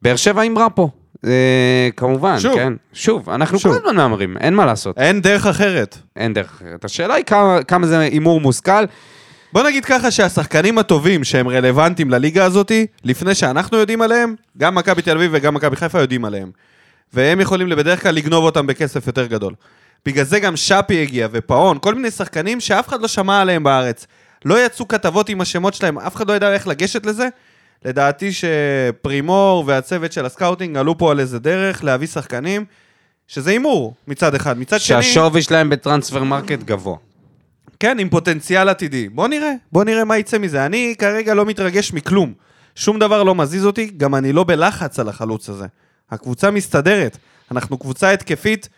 Speaker 2: באר שבע אימרה פה, אה, כמובן,
Speaker 1: שוב.
Speaker 2: כן. שוב, אנחנו
Speaker 1: שוב.
Speaker 2: כל הזמן מהמרים, אין מה לעשות,
Speaker 1: אין דרך אחרת.
Speaker 2: אין דרך אחרת. השאלה היא כמה, כמה זה הימור מושכל.
Speaker 1: בוא נגיד ככה שהשחקנים הטובים שהם רלוונטיים לליגה הזאתי, לפני שאנחנו יודעים עליהם, גם מכבי תל אביב וגם מכבי חיפה יודעים עליהם. והם יכולים בדרך כלל לגנוב אותם בכסף יותר גדול. בגלל זה גם שפי הגיע ופאון, כל מיני שחקנים שאף אחד לא שמע עליהם בארץ. לא יצאו כתבות עם השמות שלהם, אף אחד לא ידע איך לגשת לזה. לדעתי שפרימור והצוות של הסקאוטינג עלו פה על איזה דרך להביא שחקנים, שזה הימור מצד אחד. מצד שני...
Speaker 2: שהשווי שלהם בטרנספר מרקט גבוה.
Speaker 1: כן, עם פוטנציאל עתידי. בוא נראה, בוא נראה מה יצא מזה. אני כרגע לא מתרגש מכלום. שום דבר לא מזיז אותי, גם אני לא בלחץ על החלוץ הזה. הקבוצה מסתדרת. אנחנו קבוצה התקפית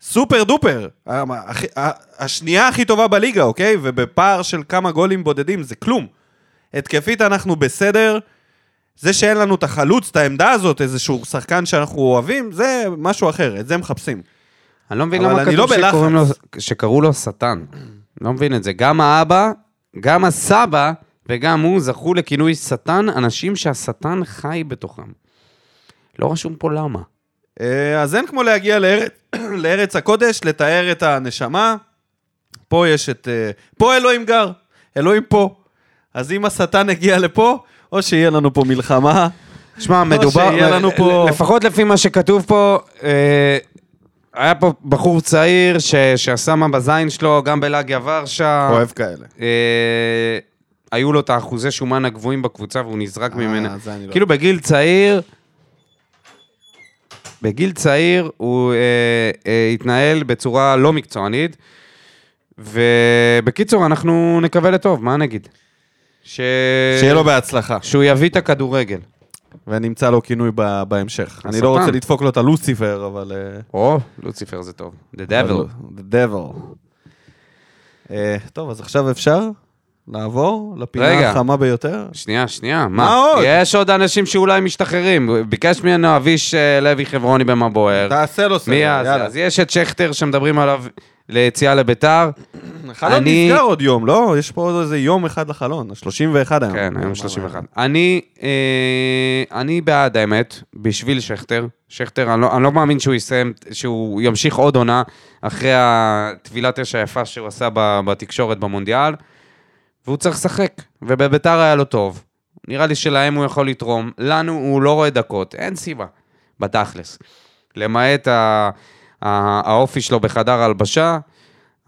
Speaker 1: סופר דופר. ה- הכי- ה- השנייה הכי טובה בליגה, אוקיי? ובפער של כמה גולים בודדים, זה כלום. התקפית אנחנו בסדר. זה שאין לנו את החלוץ, את העמדה הזאת, איזשהו שחקן שאנחנו אוהבים, זה משהו אחר, את זה מחפשים.
Speaker 2: אני לא מבין
Speaker 1: אבל
Speaker 2: למה
Speaker 1: אני לא
Speaker 2: כתוב
Speaker 1: בלחץ.
Speaker 2: שקוראים לו, שקראו לו שטן. לא מבין את זה. גם האבא, גם הסבא וגם הוא זכו לכינוי שטן, אנשים שהשטן חי בתוכם. לא רשום פה למה.
Speaker 1: אה, אז אין כמו להגיע לארץ, (clears throat) לארץ הקודש, לתאר את הנשמה. פה יש את... אה, פה אלוהים גר, אלוהים פה. אז אם השטן הגיע לפה, או שיהיה לנו פה מלחמה.
Speaker 2: שמע, מדובר...
Speaker 1: שיהיה לנו פה-
Speaker 2: לפחות לפי מה שכתוב פה, אה, היה פה בחור צעיר ש... שעשה מה בזין שלו, גם בלאגיה ורשה.
Speaker 1: כאלה.
Speaker 2: אה, היו לו את האחוזי שומן הגבוהים בקבוצה והוא נזרק ממנה.
Speaker 1: זה אני לא-
Speaker 2: כאילו בגיל צעיר, בגיל צעיר הוא אה, אה, התנהל בצורה לא מקצוענית, ובקיצור, אנחנו נקווה לטוב, מה נגיד? ש... אה.
Speaker 1: שיהיה לו בהצלחה,
Speaker 2: שהוא יביא את הכדורגל.
Speaker 1: ונמצא לו כינוי ב- בהמשך. אני לא
Speaker 2: השטן.
Speaker 1: רוצה לדפוק לו את הלוסיפר, אבל... אה,
Speaker 2: או, לוציפר זה טוב. The devil.
Speaker 1: אבל- The devil. אה, טוב, אז עכשיו אפשר? לעבור לפינה
Speaker 2: רגע.
Speaker 1: החמה ביותר?
Speaker 2: שנייה, שנייה, מה?
Speaker 1: מה עוד?
Speaker 2: יש עוד אנשים שאולי משתחררים. ביקש ממנו אביש אה, לוי חברוני במה בוער.
Speaker 1: תעשה לו סדר,
Speaker 2: מי אז?
Speaker 1: יאללה.
Speaker 2: אז יש את שכטר שמדברים עליו ליציאה לביתר.
Speaker 1: כן, החלון
Speaker 2: אני-
Speaker 1: נסגר עוד יום, לא? יש פה עוד איזה יום אחד לחלון, ה-31 היום. לא
Speaker 2: כן, היום 31. אני, אה, אני בעד האמת, בשביל שכטר. שכטר, אני לא, אני לא מאמין שהוא יסיים, שהוא ימשיך עוד עונה אחרי הטבילת אש היפה שהוא עשה ב- בתקשורת במונדיאל, והוא צריך לשחק, ובביתר היה לו טוב. נראה לי שלהם הוא יכול לתרום, לנו הוא לא רואה דקות, אין סיבה, בתכלס. למעט ה, ה, האופי שלו בחדר ההלבשה,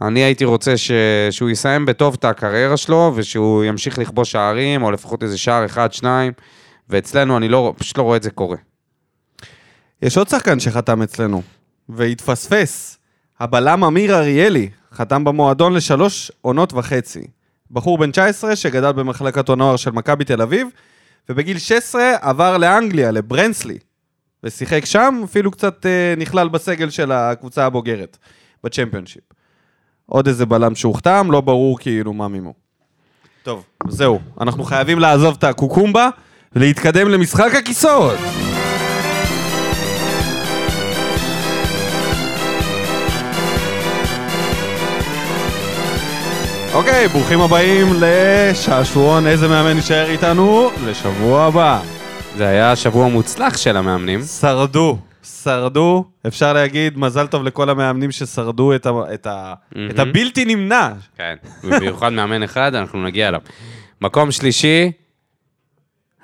Speaker 2: אני הייתי רוצה ש... שהוא יסיים בטוב את הקריירה שלו, ושהוא ימשיך לכבוש שערים, או לפחות איזה שער אחד, שניים, ואצלנו אני לא, פשוט לא רואה את זה קורה.
Speaker 1: יש עוד שחקן שחתם אצלנו, והתפספס. הבלם אמיר אריאלי חתם במועדון לשלוש עונות וחצי. בחור בן 19 שגדל במחלקת הנוער של מכבי תל אביב, ובגיל 16 עבר לאנגליה, לברנסלי, ושיחק שם, אפילו קצת אה, נכלל בסגל של הקבוצה הבוגרת, בצ'מפיונשיפ. עוד איזה בלם שהוחתם, לא ברור כאילו מה מימו. טוב, זהו, אנחנו חייבים לעזוב את הקוקומבה ולהתקדם למשחק הכיסאות. אוקיי, ברוכים הבאים לשעשועון איזה מאמן יישאר איתנו לשבוע הבא.
Speaker 2: זה היה שבוע מוצלח של המאמנים.
Speaker 1: שרדו, שרדו. אפשר להגיד מזל טוב לכל המאמנים ששרדו את, ה, את, ה, את הבלתי נמנע.
Speaker 2: כן, ובמיוחד מאמן אחד, אנחנו נגיע אליו. מקום שלישי,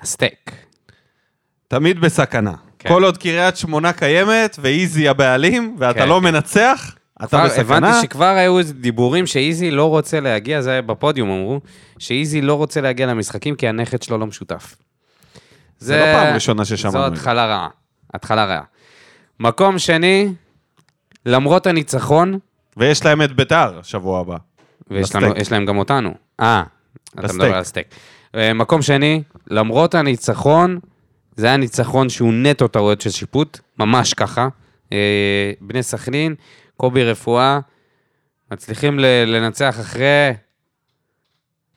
Speaker 2: הסטייק.
Speaker 1: תמיד בסכנה.
Speaker 2: כן.
Speaker 1: כל עוד קריית שמונה קיימת ואיזי הבעלים ואתה
Speaker 2: כן.
Speaker 1: לא מנצח, אתה
Speaker 2: כבר
Speaker 1: בסכנה.
Speaker 2: הבנתי שכבר היו איזה דיבורים שאיזי לא רוצה להגיע, זה היה בפודיום אמרו, שאיזי לא רוצה להגיע למשחקים כי הנכד שלו לא משותף.
Speaker 1: זה לא פעם ראשונה ששמענו
Speaker 2: זו
Speaker 1: את זה.
Speaker 2: התחלה רעה, התחלה רעה. מקום שני, למרות הניצחון,
Speaker 1: ויש להם את ביתר שבוע הבא.
Speaker 2: ויש
Speaker 1: לסטייק.
Speaker 2: לנו, יש להם גם אותנו. אה, אתה
Speaker 1: לסטייק.
Speaker 2: מדבר על סטייק. אה, מקום שני, למרות הניצחון, זה היה ניצחון שהוא נטו טעויות של שיפוט, ממש ככה. אה, בני סכנין, קובי רפואה, מצליחים ל- לנצח אחרי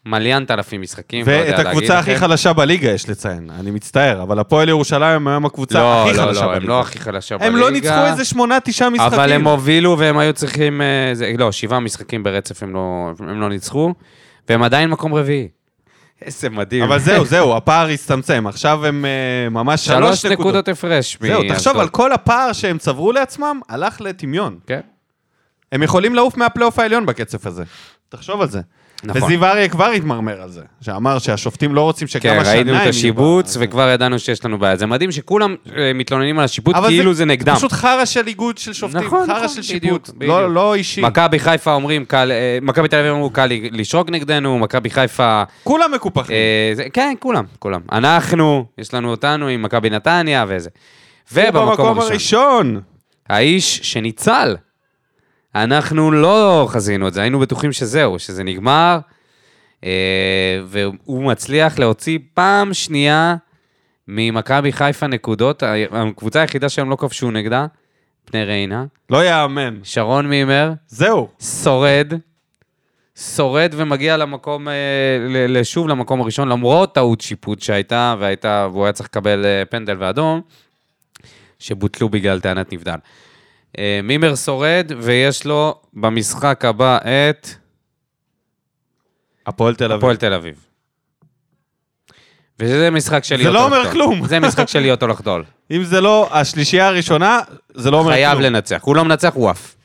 Speaker 2: מליאנט אלפים משחקים. לא יודע
Speaker 1: ואת
Speaker 2: להגיד
Speaker 1: הקבוצה הכי
Speaker 2: לכם.
Speaker 1: חלשה בליגה יש לציין, אני מצטער, אבל הפועל ירושלים היום הקבוצה
Speaker 2: לא,
Speaker 1: הכי
Speaker 2: לא,
Speaker 1: חלשה
Speaker 2: לא, הם
Speaker 1: בליגה.
Speaker 2: לא הכי חלשה בליגה.
Speaker 1: הם לא ניצחו איזה שמונה, תשעה משחקים.
Speaker 2: אבל הם הובילו והם היו צריכים... אה, זה, לא, שבעה משחקים ברצף הם לא, הם לא ניצחו, והם עדיין מקום רביעי. איזה מדהים.
Speaker 1: אבל (laughs) זהו, זהו, הפער הצטמצם. עכשיו הם אה, ממש
Speaker 2: (laughs) שלוש נקודות הפרש.
Speaker 1: זהו,
Speaker 2: מאשדוד.
Speaker 1: תחשוב על כל הפער שהם צברו לעצמם, הלך לטמיון.
Speaker 2: כן.
Speaker 1: הם יכולים לעוף מהפלייאוף העליון בקצב הזה. תחשוב על זה.
Speaker 2: נכון.
Speaker 1: וזיו אריה כבר התמרמר על זה, שאמר שהשופטים לא רוצים שגם
Speaker 2: כן,
Speaker 1: השנה...
Speaker 2: ראינו את
Speaker 1: הם
Speaker 2: השיבוץ,
Speaker 1: יהיו בה.
Speaker 2: וכבר ידענו שיש לנו בעיה. זה מדהים שכולם אה, מתלוננים על השיבוץ,
Speaker 1: אבל
Speaker 2: כאילו זה נגדם.
Speaker 1: פשוט חרא של איגוד של שופטים,
Speaker 2: נכון,
Speaker 1: חרא
Speaker 2: נכון,
Speaker 1: של
Speaker 2: בדיוק,
Speaker 1: שיפוט,
Speaker 2: בדיוק.
Speaker 1: לא לא אישי.
Speaker 2: מכבי חיפה אומרים, קל, אה, מכבי תל אביב אמרו, קל לי- לשרוק נגדנו, מכבי חיפה...
Speaker 1: כולם מקופחים.
Speaker 2: אה, זה- כן, כולם, כולם. אנחנו, יש לנו אותנו עם מכבי נתניה וזה. ובמקום הראשון,
Speaker 1: הראשון.
Speaker 2: האיש שניצל. אנחנו לא חזינו את זה, היינו בטוחים שזהו, שזה נגמר, אה, והוא מצליח להוציא פעם שנייה ממכבי חיפה נקודות, ה- הקבוצה היחידה שהם לא כבשו נגדה, פני ריינה,
Speaker 1: לא יאמן.
Speaker 2: שרון מימר,
Speaker 1: זהו.
Speaker 2: שורד, שורד ומגיע למקום, אה, ל- ל- שוב למקום הראשון, למרות טעות שיפוט שהייתה, והייתה, והוא היה צריך לקבל אה, פנדל ואדום, שבוטלו בגלל טענת נבדל. אה, מימר שורד, ויש לו במשחק הבא את
Speaker 1: הפועל תל אביב.
Speaker 2: הפועל תל אביב. וזה משחק של
Speaker 1: זה
Speaker 2: להיות
Speaker 1: לא
Speaker 2: או
Speaker 1: אומר
Speaker 2: לחדול.
Speaker 1: כלום.
Speaker 2: זה משחק של להיות או לחדול.
Speaker 1: אם זה (laughs) לא השלישייה הראשונה, זה לא אומר כלום.
Speaker 2: חייב לנצח. הוא לא מנצח, הוא עף.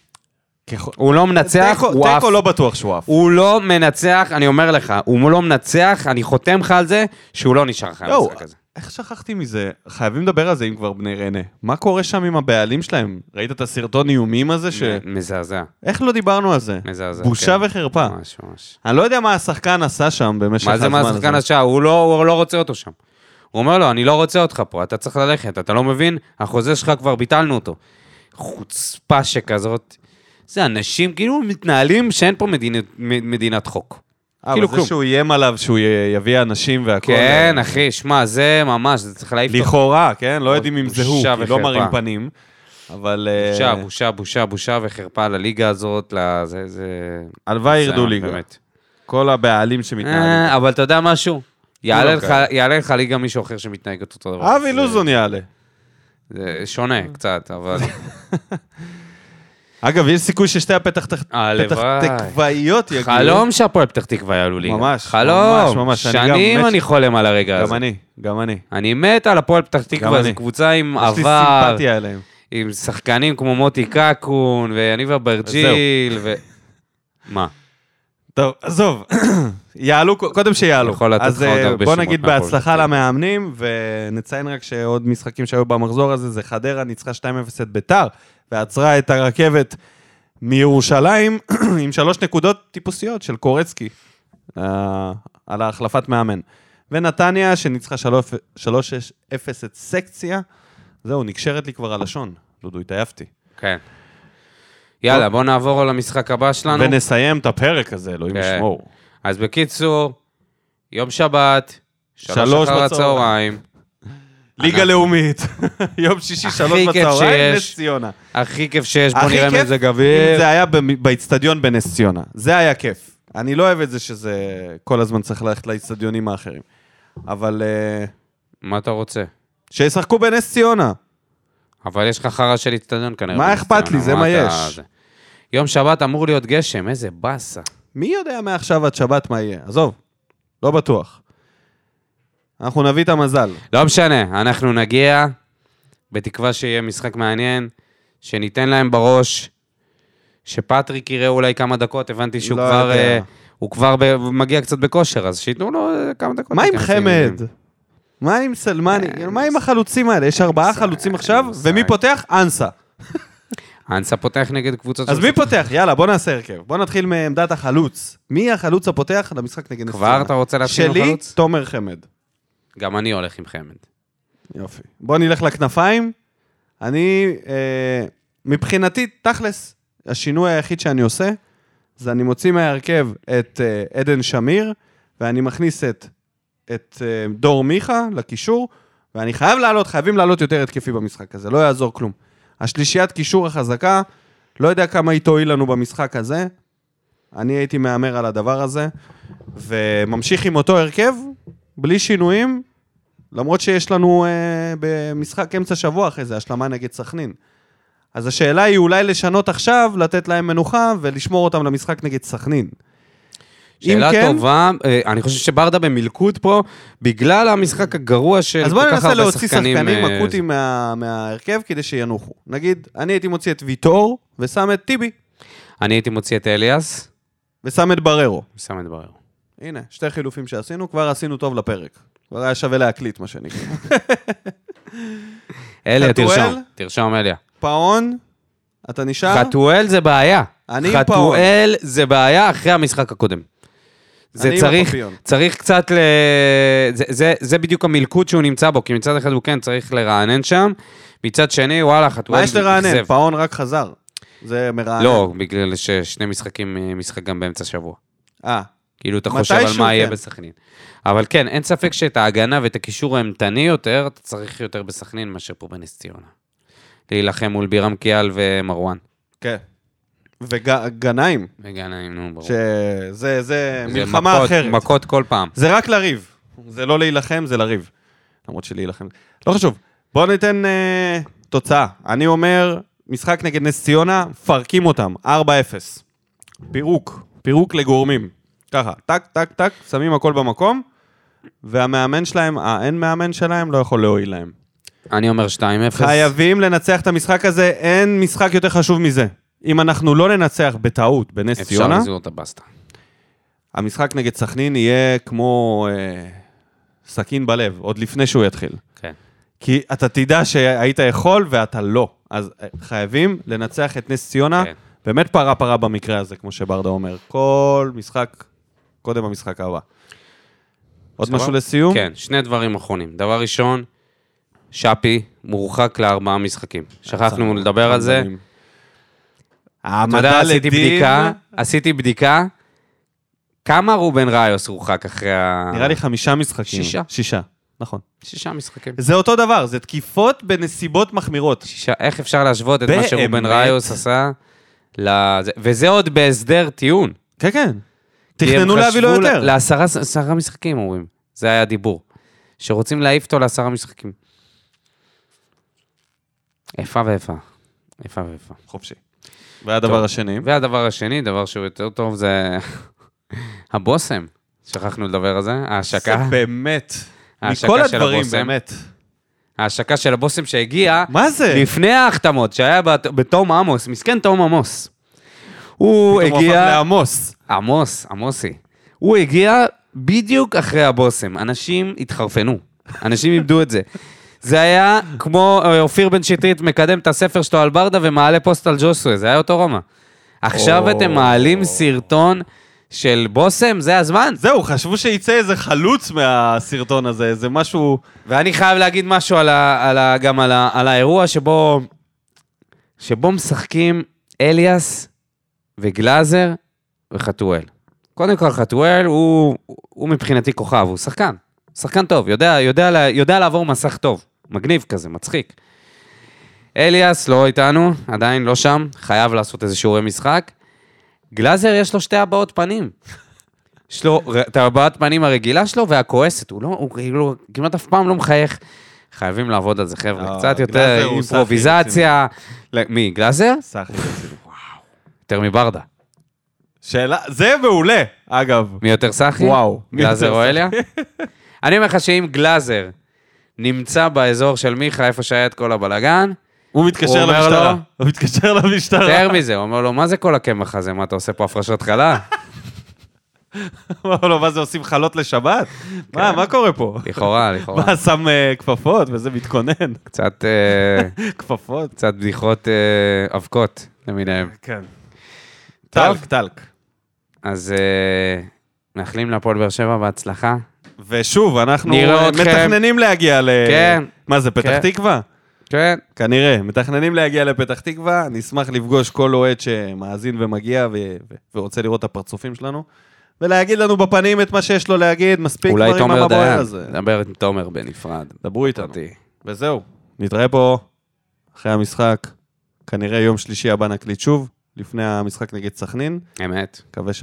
Speaker 1: ככל-
Speaker 2: הוא לא מנצח,
Speaker 1: תיקו-
Speaker 2: הוא עף.
Speaker 1: תיקו לא בטוח שהוא עף.
Speaker 2: הוא לא מנצח, אני אומר לך, הוא לא מנצח, אני חותם לך על זה שהוא לא נשאר לך
Speaker 1: יואו,
Speaker 2: במשחק הזה.
Speaker 1: איך שכחתי מזה? חייבים לדבר על זה אם כבר בני ריינה. מה קורה שם עם הבעלים שלהם? ראית את הסרטון איומים הזה? ש...
Speaker 2: מ- מזעזע,
Speaker 1: איך לא דיברנו על זה?
Speaker 2: מזעזע.
Speaker 1: בושה
Speaker 2: כן.
Speaker 1: וחרפה.
Speaker 2: ממש ממש.
Speaker 1: אני לא יודע מה השחקן עשה שם במשך
Speaker 2: מה
Speaker 1: הזמן
Speaker 2: זה
Speaker 1: הזה.
Speaker 2: מה השחקן השעה? הוא לא הוא לא רוצה אותו שם. הוא אומר לו, אני לא רוצה אותך פה, אתה צריך ללכת, אתה לא מבין? החוזה שלך כבר ביטלנו אותו. חוצפה שכזאת. זה אנשים כאילו מתנהלים שאין פה מדינת, מ- מדינת חוק.
Speaker 1: אה,
Speaker 2: כאילו
Speaker 1: אבל
Speaker 2: כלום.
Speaker 1: זה שהוא איים עליו שהוא י- יביא אנשים והכול.
Speaker 2: כן, אחי, שמע, זה ממש, זה צריך להעיף אותו.
Speaker 1: לכאורה, כן? לא יודעים אם
Speaker 2: בושה
Speaker 1: זה הוא, כי לא
Speaker 2: וחרפה.
Speaker 1: מראים פנים. אבל... אה,
Speaker 2: בושה, בושה, בושה, בושה וחרפה לליגה הזאת, לזה, זה...
Speaker 1: הלוואי
Speaker 2: זה
Speaker 1: ירדו ליגה.
Speaker 2: באמת.
Speaker 1: כל הבעלים שמתנהלים.
Speaker 2: אה, אבל אתה יודע משהו? יעלה
Speaker 1: כולם
Speaker 2: לך-
Speaker 1: כאלה.
Speaker 2: יעלה לך ליגה מישהו אחר שמתנהג אותו דבר.
Speaker 1: אבי
Speaker 2: זה-
Speaker 1: לוזון יעלה.
Speaker 2: זה שונה
Speaker 1: אה.
Speaker 2: קצת,
Speaker 1: (laughs)
Speaker 2: אבל...
Speaker 1: אגב, יש סיכוי ששתי הפתח תח-
Speaker 2: הלוואי.
Speaker 1: פתח תקוואיות יגיעו.
Speaker 2: חלום שהפועל פתח תקווה יעלו ליגה.
Speaker 1: ממש, ממש,
Speaker 2: חלום.
Speaker 1: ממש, אני גם
Speaker 2: שנים
Speaker 1: מת-
Speaker 2: אני חולם על הרגע הזה.
Speaker 1: גם אני, גם אני.
Speaker 2: אני מת על הפועל פתח תקווה,
Speaker 1: אני.
Speaker 2: זו קבוצה עם
Speaker 1: יש לי
Speaker 2: עבר,
Speaker 1: סימפתיה אליהם.
Speaker 2: עם שחקנים כמו מוטי קקון, ויניב אברג'יל, ו... מה?
Speaker 1: טוב, עזוב, (clears throat) יעלו, קודם שיעלו.
Speaker 2: יכול לתת
Speaker 1: אז
Speaker 2: לך עוד
Speaker 1: אה,
Speaker 2: הרבה
Speaker 1: בוא
Speaker 2: שמות
Speaker 1: נגיד
Speaker 2: מהפועל
Speaker 1: בהצלחה
Speaker 2: פתח תקווה.
Speaker 1: למאמנים, ונציין רק שעוד משחקים שהיו במחזור הזה, זה חדרה ניצחה 2-0 את ביתר, ועצרה את הרכבת מירושלים (clears throat) עם שלוש נקודות טיפוסיות של קורצקי אה, על ההחלפת מאמן. ונתניה, שניצחה 3-6-0 את סקציה, זהו, נקשרת לי כבר הלשון, דודו, התעייפתי.
Speaker 2: כן. יאללה, בוא נעבור על המשחק הבא שלנו.
Speaker 1: ונסיים את הפרק הזה, אלוהים
Speaker 2: כן.
Speaker 1: ישמור.
Speaker 2: אז בקיצור, יום שבת,
Speaker 1: שלוש
Speaker 2: שלוש אחר
Speaker 1: בצהריים.
Speaker 2: הצהריים,
Speaker 1: ליגה לאומית, (laughs) יום שישי, שלוש
Speaker 2: הכי כיף
Speaker 1: בצהריים, נס
Speaker 2: שיש.
Speaker 1: ציונה.
Speaker 2: הכי כיף שיש, בוא
Speaker 1: הכי
Speaker 2: נראה
Speaker 1: כיף
Speaker 2: מזג
Speaker 1: אם
Speaker 2: אוויר.
Speaker 1: זה היה במ- באיצטדיון בנס ציונה. זה היה כיף. אני לא אוהב את זה שזה כל הזמן צריך ללכת לאיצטדיונים האחרים. אבל אה,
Speaker 2: מה אתה רוצה?
Speaker 1: שישחקו בנס ציונה.
Speaker 2: אבל יש לך חרא של אצטדיון כנראה.
Speaker 1: מה
Speaker 2: בנס
Speaker 1: אכפת לי?
Speaker 2: ציונה,
Speaker 1: זה מה
Speaker 2: אתה-
Speaker 1: יש.
Speaker 2: זה. יום שבת אמור להיות גשם, איזה באסה.
Speaker 1: מי יודע מעכשיו עד שבת מה יהיה? עזוב, לא בטוח. אנחנו נביא את המזל.
Speaker 2: לא משנה, אנחנו נגיע, בתקווה שיהיה משחק מעניין, שניתן להם בראש, שפטריק יראה אולי כמה דקות, הבנתי שהוא
Speaker 1: לא
Speaker 2: כבר...
Speaker 1: יודע.
Speaker 2: אה, הוא כבר ב- מגיע קצת בכושר, אז שייתנו לו אה, כמה אה, דקות.
Speaker 1: מה עם
Speaker 2: להיכנס
Speaker 1: חמד?
Speaker 2: לעניינים.
Speaker 1: מה עם סלמני? מה עם החלוצים האלה? יש ארבעה חלוצים עכשיו,
Speaker 2: מושג.
Speaker 1: ומי פותח? אנסה.
Speaker 2: אנסה פותח נגד קבוצות...
Speaker 1: אז
Speaker 2: של-
Speaker 1: מי פותח? יאללה, בוא נעשה הרכב. בוא נתחיל מעמדת החלוץ. מי החלוץ הפותח למשחק נגד נס
Speaker 2: כבר אתה רוצה להתחיל עם
Speaker 1: שלי,
Speaker 2: החלוץ?
Speaker 1: תומר חמד.
Speaker 2: גם אני הולך עם חמד.
Speaker 1: יופי. בוא נלך לכנפיים. אני, אה, מבחינתי, תכלס, השינוי היחיד שאני עושה, זה אני מוציא מההרכב את אה, עדן שמיר, ואני מכניס את, את אה, דור מיכה לקישור, ואני חייב לעלות, חייבים לעלות יותר התקפי במשחק הזה, לא יעזור כלום. השלישיית קישור החזקה, לא יודע כמה היא תועיל לנו במשחק הזה. אני הייתי מהמר על הדבר הזה, וממשיך עם אותו הרכב, בלי שינויים, למרות שיש לנו אה, במשחק אמצע שבוע אחרי זה, השלמה נגד סכנין. אז השאלה היא אולי לשנות עכשיו, לתת להם מנוחה ולשמור אותם למשחק נגד סכנין. כן,
Speaker 2: שאלה טובה, אה, אני חושב שברדה במלכוד פה, בגלל המשחק הגרוע של כל
Speaker 1: אז
Speaker 2: כך
Speaker 1: בוא
Speaker 2: הרבה שחקנים...
Speaker 1: ננסה להוציא שחקנים
Speaker 2: אה,
Speaker 1: אקוטיים מה- מההרכב כדי שינוחו. נגיד, אני הייתי מוציא את ויטור ושם את טיבי
Speaker 2: אני הייתי מוציא את אליאס,
Speaker 1: ושם את בררו.
Speaker 2: ושם את ברר.
Speaker 1: הנה, שתי חילופים שעשינו, כבר עשינו טוב לפרק. כבר היה שווה להקליט, מה שנקרא.
Speaker 2: (laughs) אליה,
Speaker 1: חתואל?
Speaker 2: תרשום, תרשום אליה.
Speaker 1: פאון, אתה נשאר?
Speaker 2: חתואל זה בעיה.
Speaker 1: אני עם
Speaker 2: חתואל זה בעיה אחרי המשחק הקודם. זה
Speaker 1: אני עם
Speaker 2: צריך,
Speaker 1: הפפיון.
Speaker 2: צריך קצת ל... זה, זה, זה בדיוק המלכוד שהוא נמצא בו, כי מצד אחד הוא כן צריך לרענן שם, מצד שני, וואלה, חתואל
Speaker 1: מה יש לרענן?
Speaker 2: אכזב.
Speaker 1: פאון רק חזר. זה מרענן.
Speaker 2: לא, בגלל ששני משחקים, אה, משחק גם באמצע השבוע.
Speaker 1: אה,
Speaker 2: כאילו, אתה חושב על
Speaker 1: מתישהו,
Speaker 2: מה יהיה
Speaker 1: כן.
Speaker 2: בסכנין. אבל כן, אין ספק שאת ההגנה ואת הקישור האימתני יותר, אתה צריך יותר בסכנין מאשר פה בנס ציונה. להילחם מול בירם קיאל ומרואן.
Speaker 1: כן. וגנאים,
Speaker 2: וגנאים, נו, ברור.
Speaker 1: שזה זה
Speaker 2: זה
Speaker 1: מלחמה
Speaker 2: מכות-
Speaker 1: אחרת.
Speaker 2: מכות כל פעם.
Speaker 1: זה רק לריב. זה לא להילחם, זה לריב. למרות שלהילחם... לא חשוב. בואו ניתן אה, תוצאה. אני אומר, משחק נגד נס ציונה, מפרקים אותם, 4-0. פירוק, פירוק לגורמים. ככה, טק, טק, טק, שמים הכל במקום, והמאמן שלהם, האין מאמן שלהם, לא יכול להועיל להם.
Speaker 2: אני אומר 2-0.
Speaker 1: חייבים לנצח את המשחק הזה, אין משחק יותר חשוב מזה. אם אנחנו לא ננצח בטעות בנס
Speaker 2: אפשר
Speaker 1: ציונה,
Speaker 2: לסגור את הבסטה.
Speaker 1: המשחק נגד סכנין יהיה כמו אה, סכין בלב, עוד לפני שהוא יתחיל.
Speaker 2: כן.
Speaker 1: כי אתה תדע שהיית יכול ואתה לא. אז אה, חייבים לנצח את נס ציונה,
Speaker 2: כן.
Speaker 1: באמת פרה פרה במקרה הזה, כמו שברדה אומר. כל משחק, קודם המשחק הבא. עוד
Speaker 2: סבבה?
Speaker 1: משהו לסיום?
Speaker 2: כן, שני דברים אחרונים. דבר ראשון, שפי מורחק לארבעה משחקים. שכחנו לדבר על זה. אתה יודע,
Speaker 1: העמדה
Speaker 2: עשיתי
Speaker 1: לדין,
Speaker 2: בדיקה, עשיתי בדיקה. כמה רובן ראיוס הורחק אחרי ה...
Speaker 1: נראה לי חמישה משחקים.
Speaker 2: שישה.
Speaker 1: שישה, נכון.
Speaker 2: שישה משחקים.
Speaker 1: זה אותו דבר, זה תקיפות בנסיבות מחמירות.
Speaker 2: שישה, איך אפשר להשוות את מה שרובן
Speaker 1: באמת?
Speaker 2: ראיוס עשה? לזה- וזה עוד בהסדר טיעון.
Speaker 1: כן, כן.
Speaker 2: כי הם
Speaker 1: תכננו להביא לו
Speaker 2: חשבו
Speaker 1: יותר.
Speaker 2: לעשרה עשרה משחקים, אומרים. זה היה הדיבור. שרוצים להעיף אותו לעשרה משחקים. איפה ואיפה. איפה ואיפה.
Speaker 1: חופשי. והדבר
Speaker 2: טוב.
Speaker 1: השני,
Speaker 2: והדבר השני, דבר שהוא יותר טוב, זה (laughs) הבושם. שכחנו לדבר על זה.
Speaker 1: זה
Speaker 2: ההשקה.
Speaker 1: באמת,
Speaker 2: ההשקה
Speaker 1: מכל
Speaker 2: של
Speaker 1: הדברים,
Speaker 2: הבושם.
Speaker 1: באמת.
Speaker 2: ההשקה של הבושם שהגיע
Speaker 1: מה זה?
Speaker 2: לפני ההחתמות, שהיה בת- בתום עמוס. מסכן תום עמוס. הוא
Speaker 1: פתאום הפך
Speaker 2: הגיע...
Speaker 1: לעמוס.
Speaker 2: עמוס, עמוסי. הוא הגיע בדיוק אחרי הבושם. אנשים התחרפנו. אנשים איבדו את זה. זה היה כמו אה, אופיר בן שטרית מקדם את הספר שלו על ברדה ומעלה פוסט על ג'וסווה, זה היה אותו רמה. עכשיו אתם מעלים סרטון של בושם, זה הזמן.
Speaker 1: זהו, חשבו שיצא איזה חלוץ מהסרטון הזה, איזה משהו...
Speaker 2: ואני חייב להגיד משהו על ה, על ה, גם על, ה, על האירוע שבו, שבו משחקים אליאס וגלאזר וחתואל. קודם כל, חתואל הוא, הוא מבחינתי כוכב, הוא שחקן. שחקן טוב, יודע, יודע, לה- יודע לעבור מסך טוב. מגניב כזה, מצחיק. אליאס לא איתנו, עדיין לא שם, חייב לעשות איזה שיעורי משחק. גלאזר יש לו שתי הבעות פנים. (laughs) יש לו ר- את הבעת פנים הרגילה שלו והכועסת, הוא לא, הוא כאילו כמעט אף פעם לא מחייך. חייבים לעבוד על זה, חבר'ה,
Speaker 1: לא,
Speaker 2: קצת
Speaker 1: גלאזר
Speaker 2: יותר
Speaker 1: הוא סאחי
Speaker 2: אימפרוביזציה. ל- מי, גלאזר?
Speaker 1: סחי.
Speaker 2: יותר מברדה.
Speaker 1: שאלה, זה מעולה, אגב.
Speaker 2: מי יותר סאחי?
Speaker 1: וואו.
Speaker 2: גלאזר
Speaker 1: מי
Speaker 2: או
Speaker 1: יותר (laughs)
Speaker 2: אליה? אני אומר לך שאם גלאזר נמצא באזור של מיכה, איפה שהיה את כל הבלגן,
Speaker 1: הוא
Speaker 2: הוא
Speaker 1: מתקשר
Speaker 2: אומר
Speaker 1: למשטרה.
Speaker 2: לו-
Speaker 1: הוא מתקשר (laughs) למשטרה.
Speaker 2: יותר מזה, הוא אומר לו, מה זה כל הקמח הזה? מה, אתה עושה פה הפרשות חלה?
Speaker 1: אמר לו, מה זה, עושים חלות לשבת?
Speaker 2: כן.
Speaker 1: מה, מה קורה פה?
Speaker 2: לכאורה,
Speaker 1: (laughs)
Speaker 2: לכאורה.
Speaker 1: מה, שם אה, כפפות וזה מתכונן? (laughs)
Speaker 2: קצת, אה,
Speaker 1: כפפות?
Speaker 2: קצת בדיחות אה, אבקות למיניהם.
Speaker 1: כן.
Speaker 2: טוב.
Speaker 1: טלק, טלק.
Speaker 2: אז אה, מאחלים להפועל באר שבע בהצלחה.
Speaker 1: ושוב, אנחנו
Speaker 2: נראה
Speaker 1: אה,
Speaker 2: אתכם.
Speaker 1: מתכננים להגיע ל...
Speaker 2: כן.
Speaker 1: מה זה, פתח
Speaker 2: כן.
Speaker 1: תקווה?
Speaker 2: כן.
Speaker 1: כנראה. מתכננים להגיע לפתח תקווה, נשמח לפגוש כל אוהד שמאזין ומגיע ו- ו- ורוצה לראות את הפרצופים שלנו, ולהגיד לנו בפנים את מה שיש לו להגיד, מספיק
Speaker 2: אולי
Speaker 1: כבר עם
Speaker 2: תומר
Speaker 1: המבואל
Speaker 2: דיין,
Speaker 1: הזה.
Speaker 2: נדבר עם תומר בנפרד.
Speaker 1: דברו איתנו.
Speaker 2: אותי.
Speaker 1: וזהו, נתראה פה אחרי המשחק. כנראה יום שלישי הבא נקליט שוב, לפני המשחק נגד סכנין.
Speaker 2: אמת,
Speaker 1: מקווה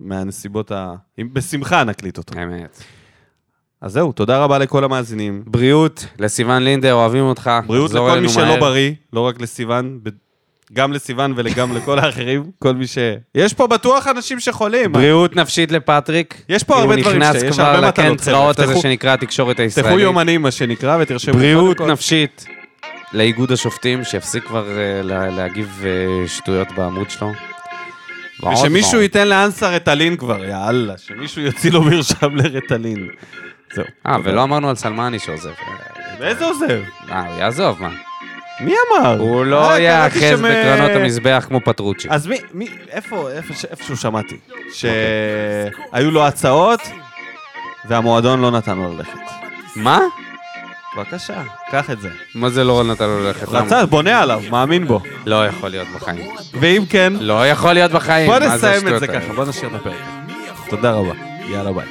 Speaker 1: שמהנסיבות ה... אם- בשמחה נקליט אותו.
Speaker 2: אמת.
Speaker 1: אז זהו, תודה רבה לכל המאזינים.
Speaker 2: בריאות לסיון לינדר, אוהבים אותך.
Speaker 1: בריאות
Speaker 2: תחזור
Speaker 1: לכל מי
Speaker 2: אלינו
Speaker 1: שלא
Speaker 2: מהר.
Speaker 1: בריא, לא רק לסיוון, ב- גם לסיוון וגם לכל (laughs) האחרים, כל מי ש... יש פה בטוח אנשים שחולים.
Speaker 2: בריאות נפשית לפטריק.
Speaker 1: יש פה הרבה דברים
Speaker 2: הוא
Speaker 1: שיש,
Speaker 2: נכנס
Speaker 1: יש
Speaker 2: כבר
Speaker 1: הרבה מטלות,
Speaker 2: לקן צרעות
Speaker 1: חבר'ה,
Speaker 2: הזה
Speaker 1: תפתחו-
Speaker 2: שנקרא התקשורת
Speaker 1: תפתחו
Speaker 2: הישראלית.
Speaker 1: יומנים, מה שנקרא, ותרשמו.
Speaker 2: בריאות
Speaker 1: קודם כל-
Speaker 2: נפשית לאיגוד השופטים, שיפסיק כבר אה, לה- להגיב אה, שטויות בעמוד שלו. ועוד
Speaker 1: ושמישהו
Speaker 2: ועוד.
Speaker 1: ייתן לאנסה רטלין כבר, יאללה, שמישהו יוציא לו מרשם לרטלין. זהו.
Speaker 2: אה, ולא אמרנו על סלמני שעוזב.
Speaker 1: ואיזה עוזב?
Speaker 2: אה, הוא יעזוב, מה?
Speaker 1: מי אמר?
Speaker 2: הוא
Speaker 1: אה,
Speaker 2: לא
Speaker 1: קראתי
Speaker 2: יאחז
Speaker 1: שמ-
Speaker 2: בקרנות המזבח כמו פטרוצ'י.
Speaker 1: אז מי, מי, איפה, איפה, ש- איפשהו שמעתי, שהיו לו הצעות והמועדון לא נתן לו ללכת.
Speaker 2: מה?
Speaker 1: בבקשה, קח את זה.
Speaker 2: מה זה לא נתן לו ללכת? למה?
Speaker 1: רצה, בונה עליו, מאמין בו.
Speaker 2: לא יכול להיות בחיים.
Speaker 1: ואם כן,
Speaker 2: לא יכול להיות בחיים.
Speaker 1: בוא
Speaker 2: מה זה
Speaker 1: נסיים את
Speaker 2: השטויות
Speaker 1: זה
Speaker 2: האלה?
Speaker 1: ככה, בוא נשאיר את הפרק. תודה רבה, יאללה ביי.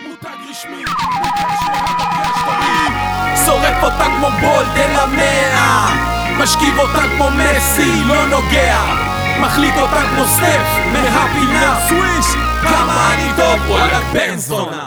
Speaker 3: שורף אותה כמו בולט אל המאה משכיב אותה כמו מסי, לא נוגע מחליט אותה כמו סטף, מהפינה סוויש כמה אני טוב, וואלה בן זונה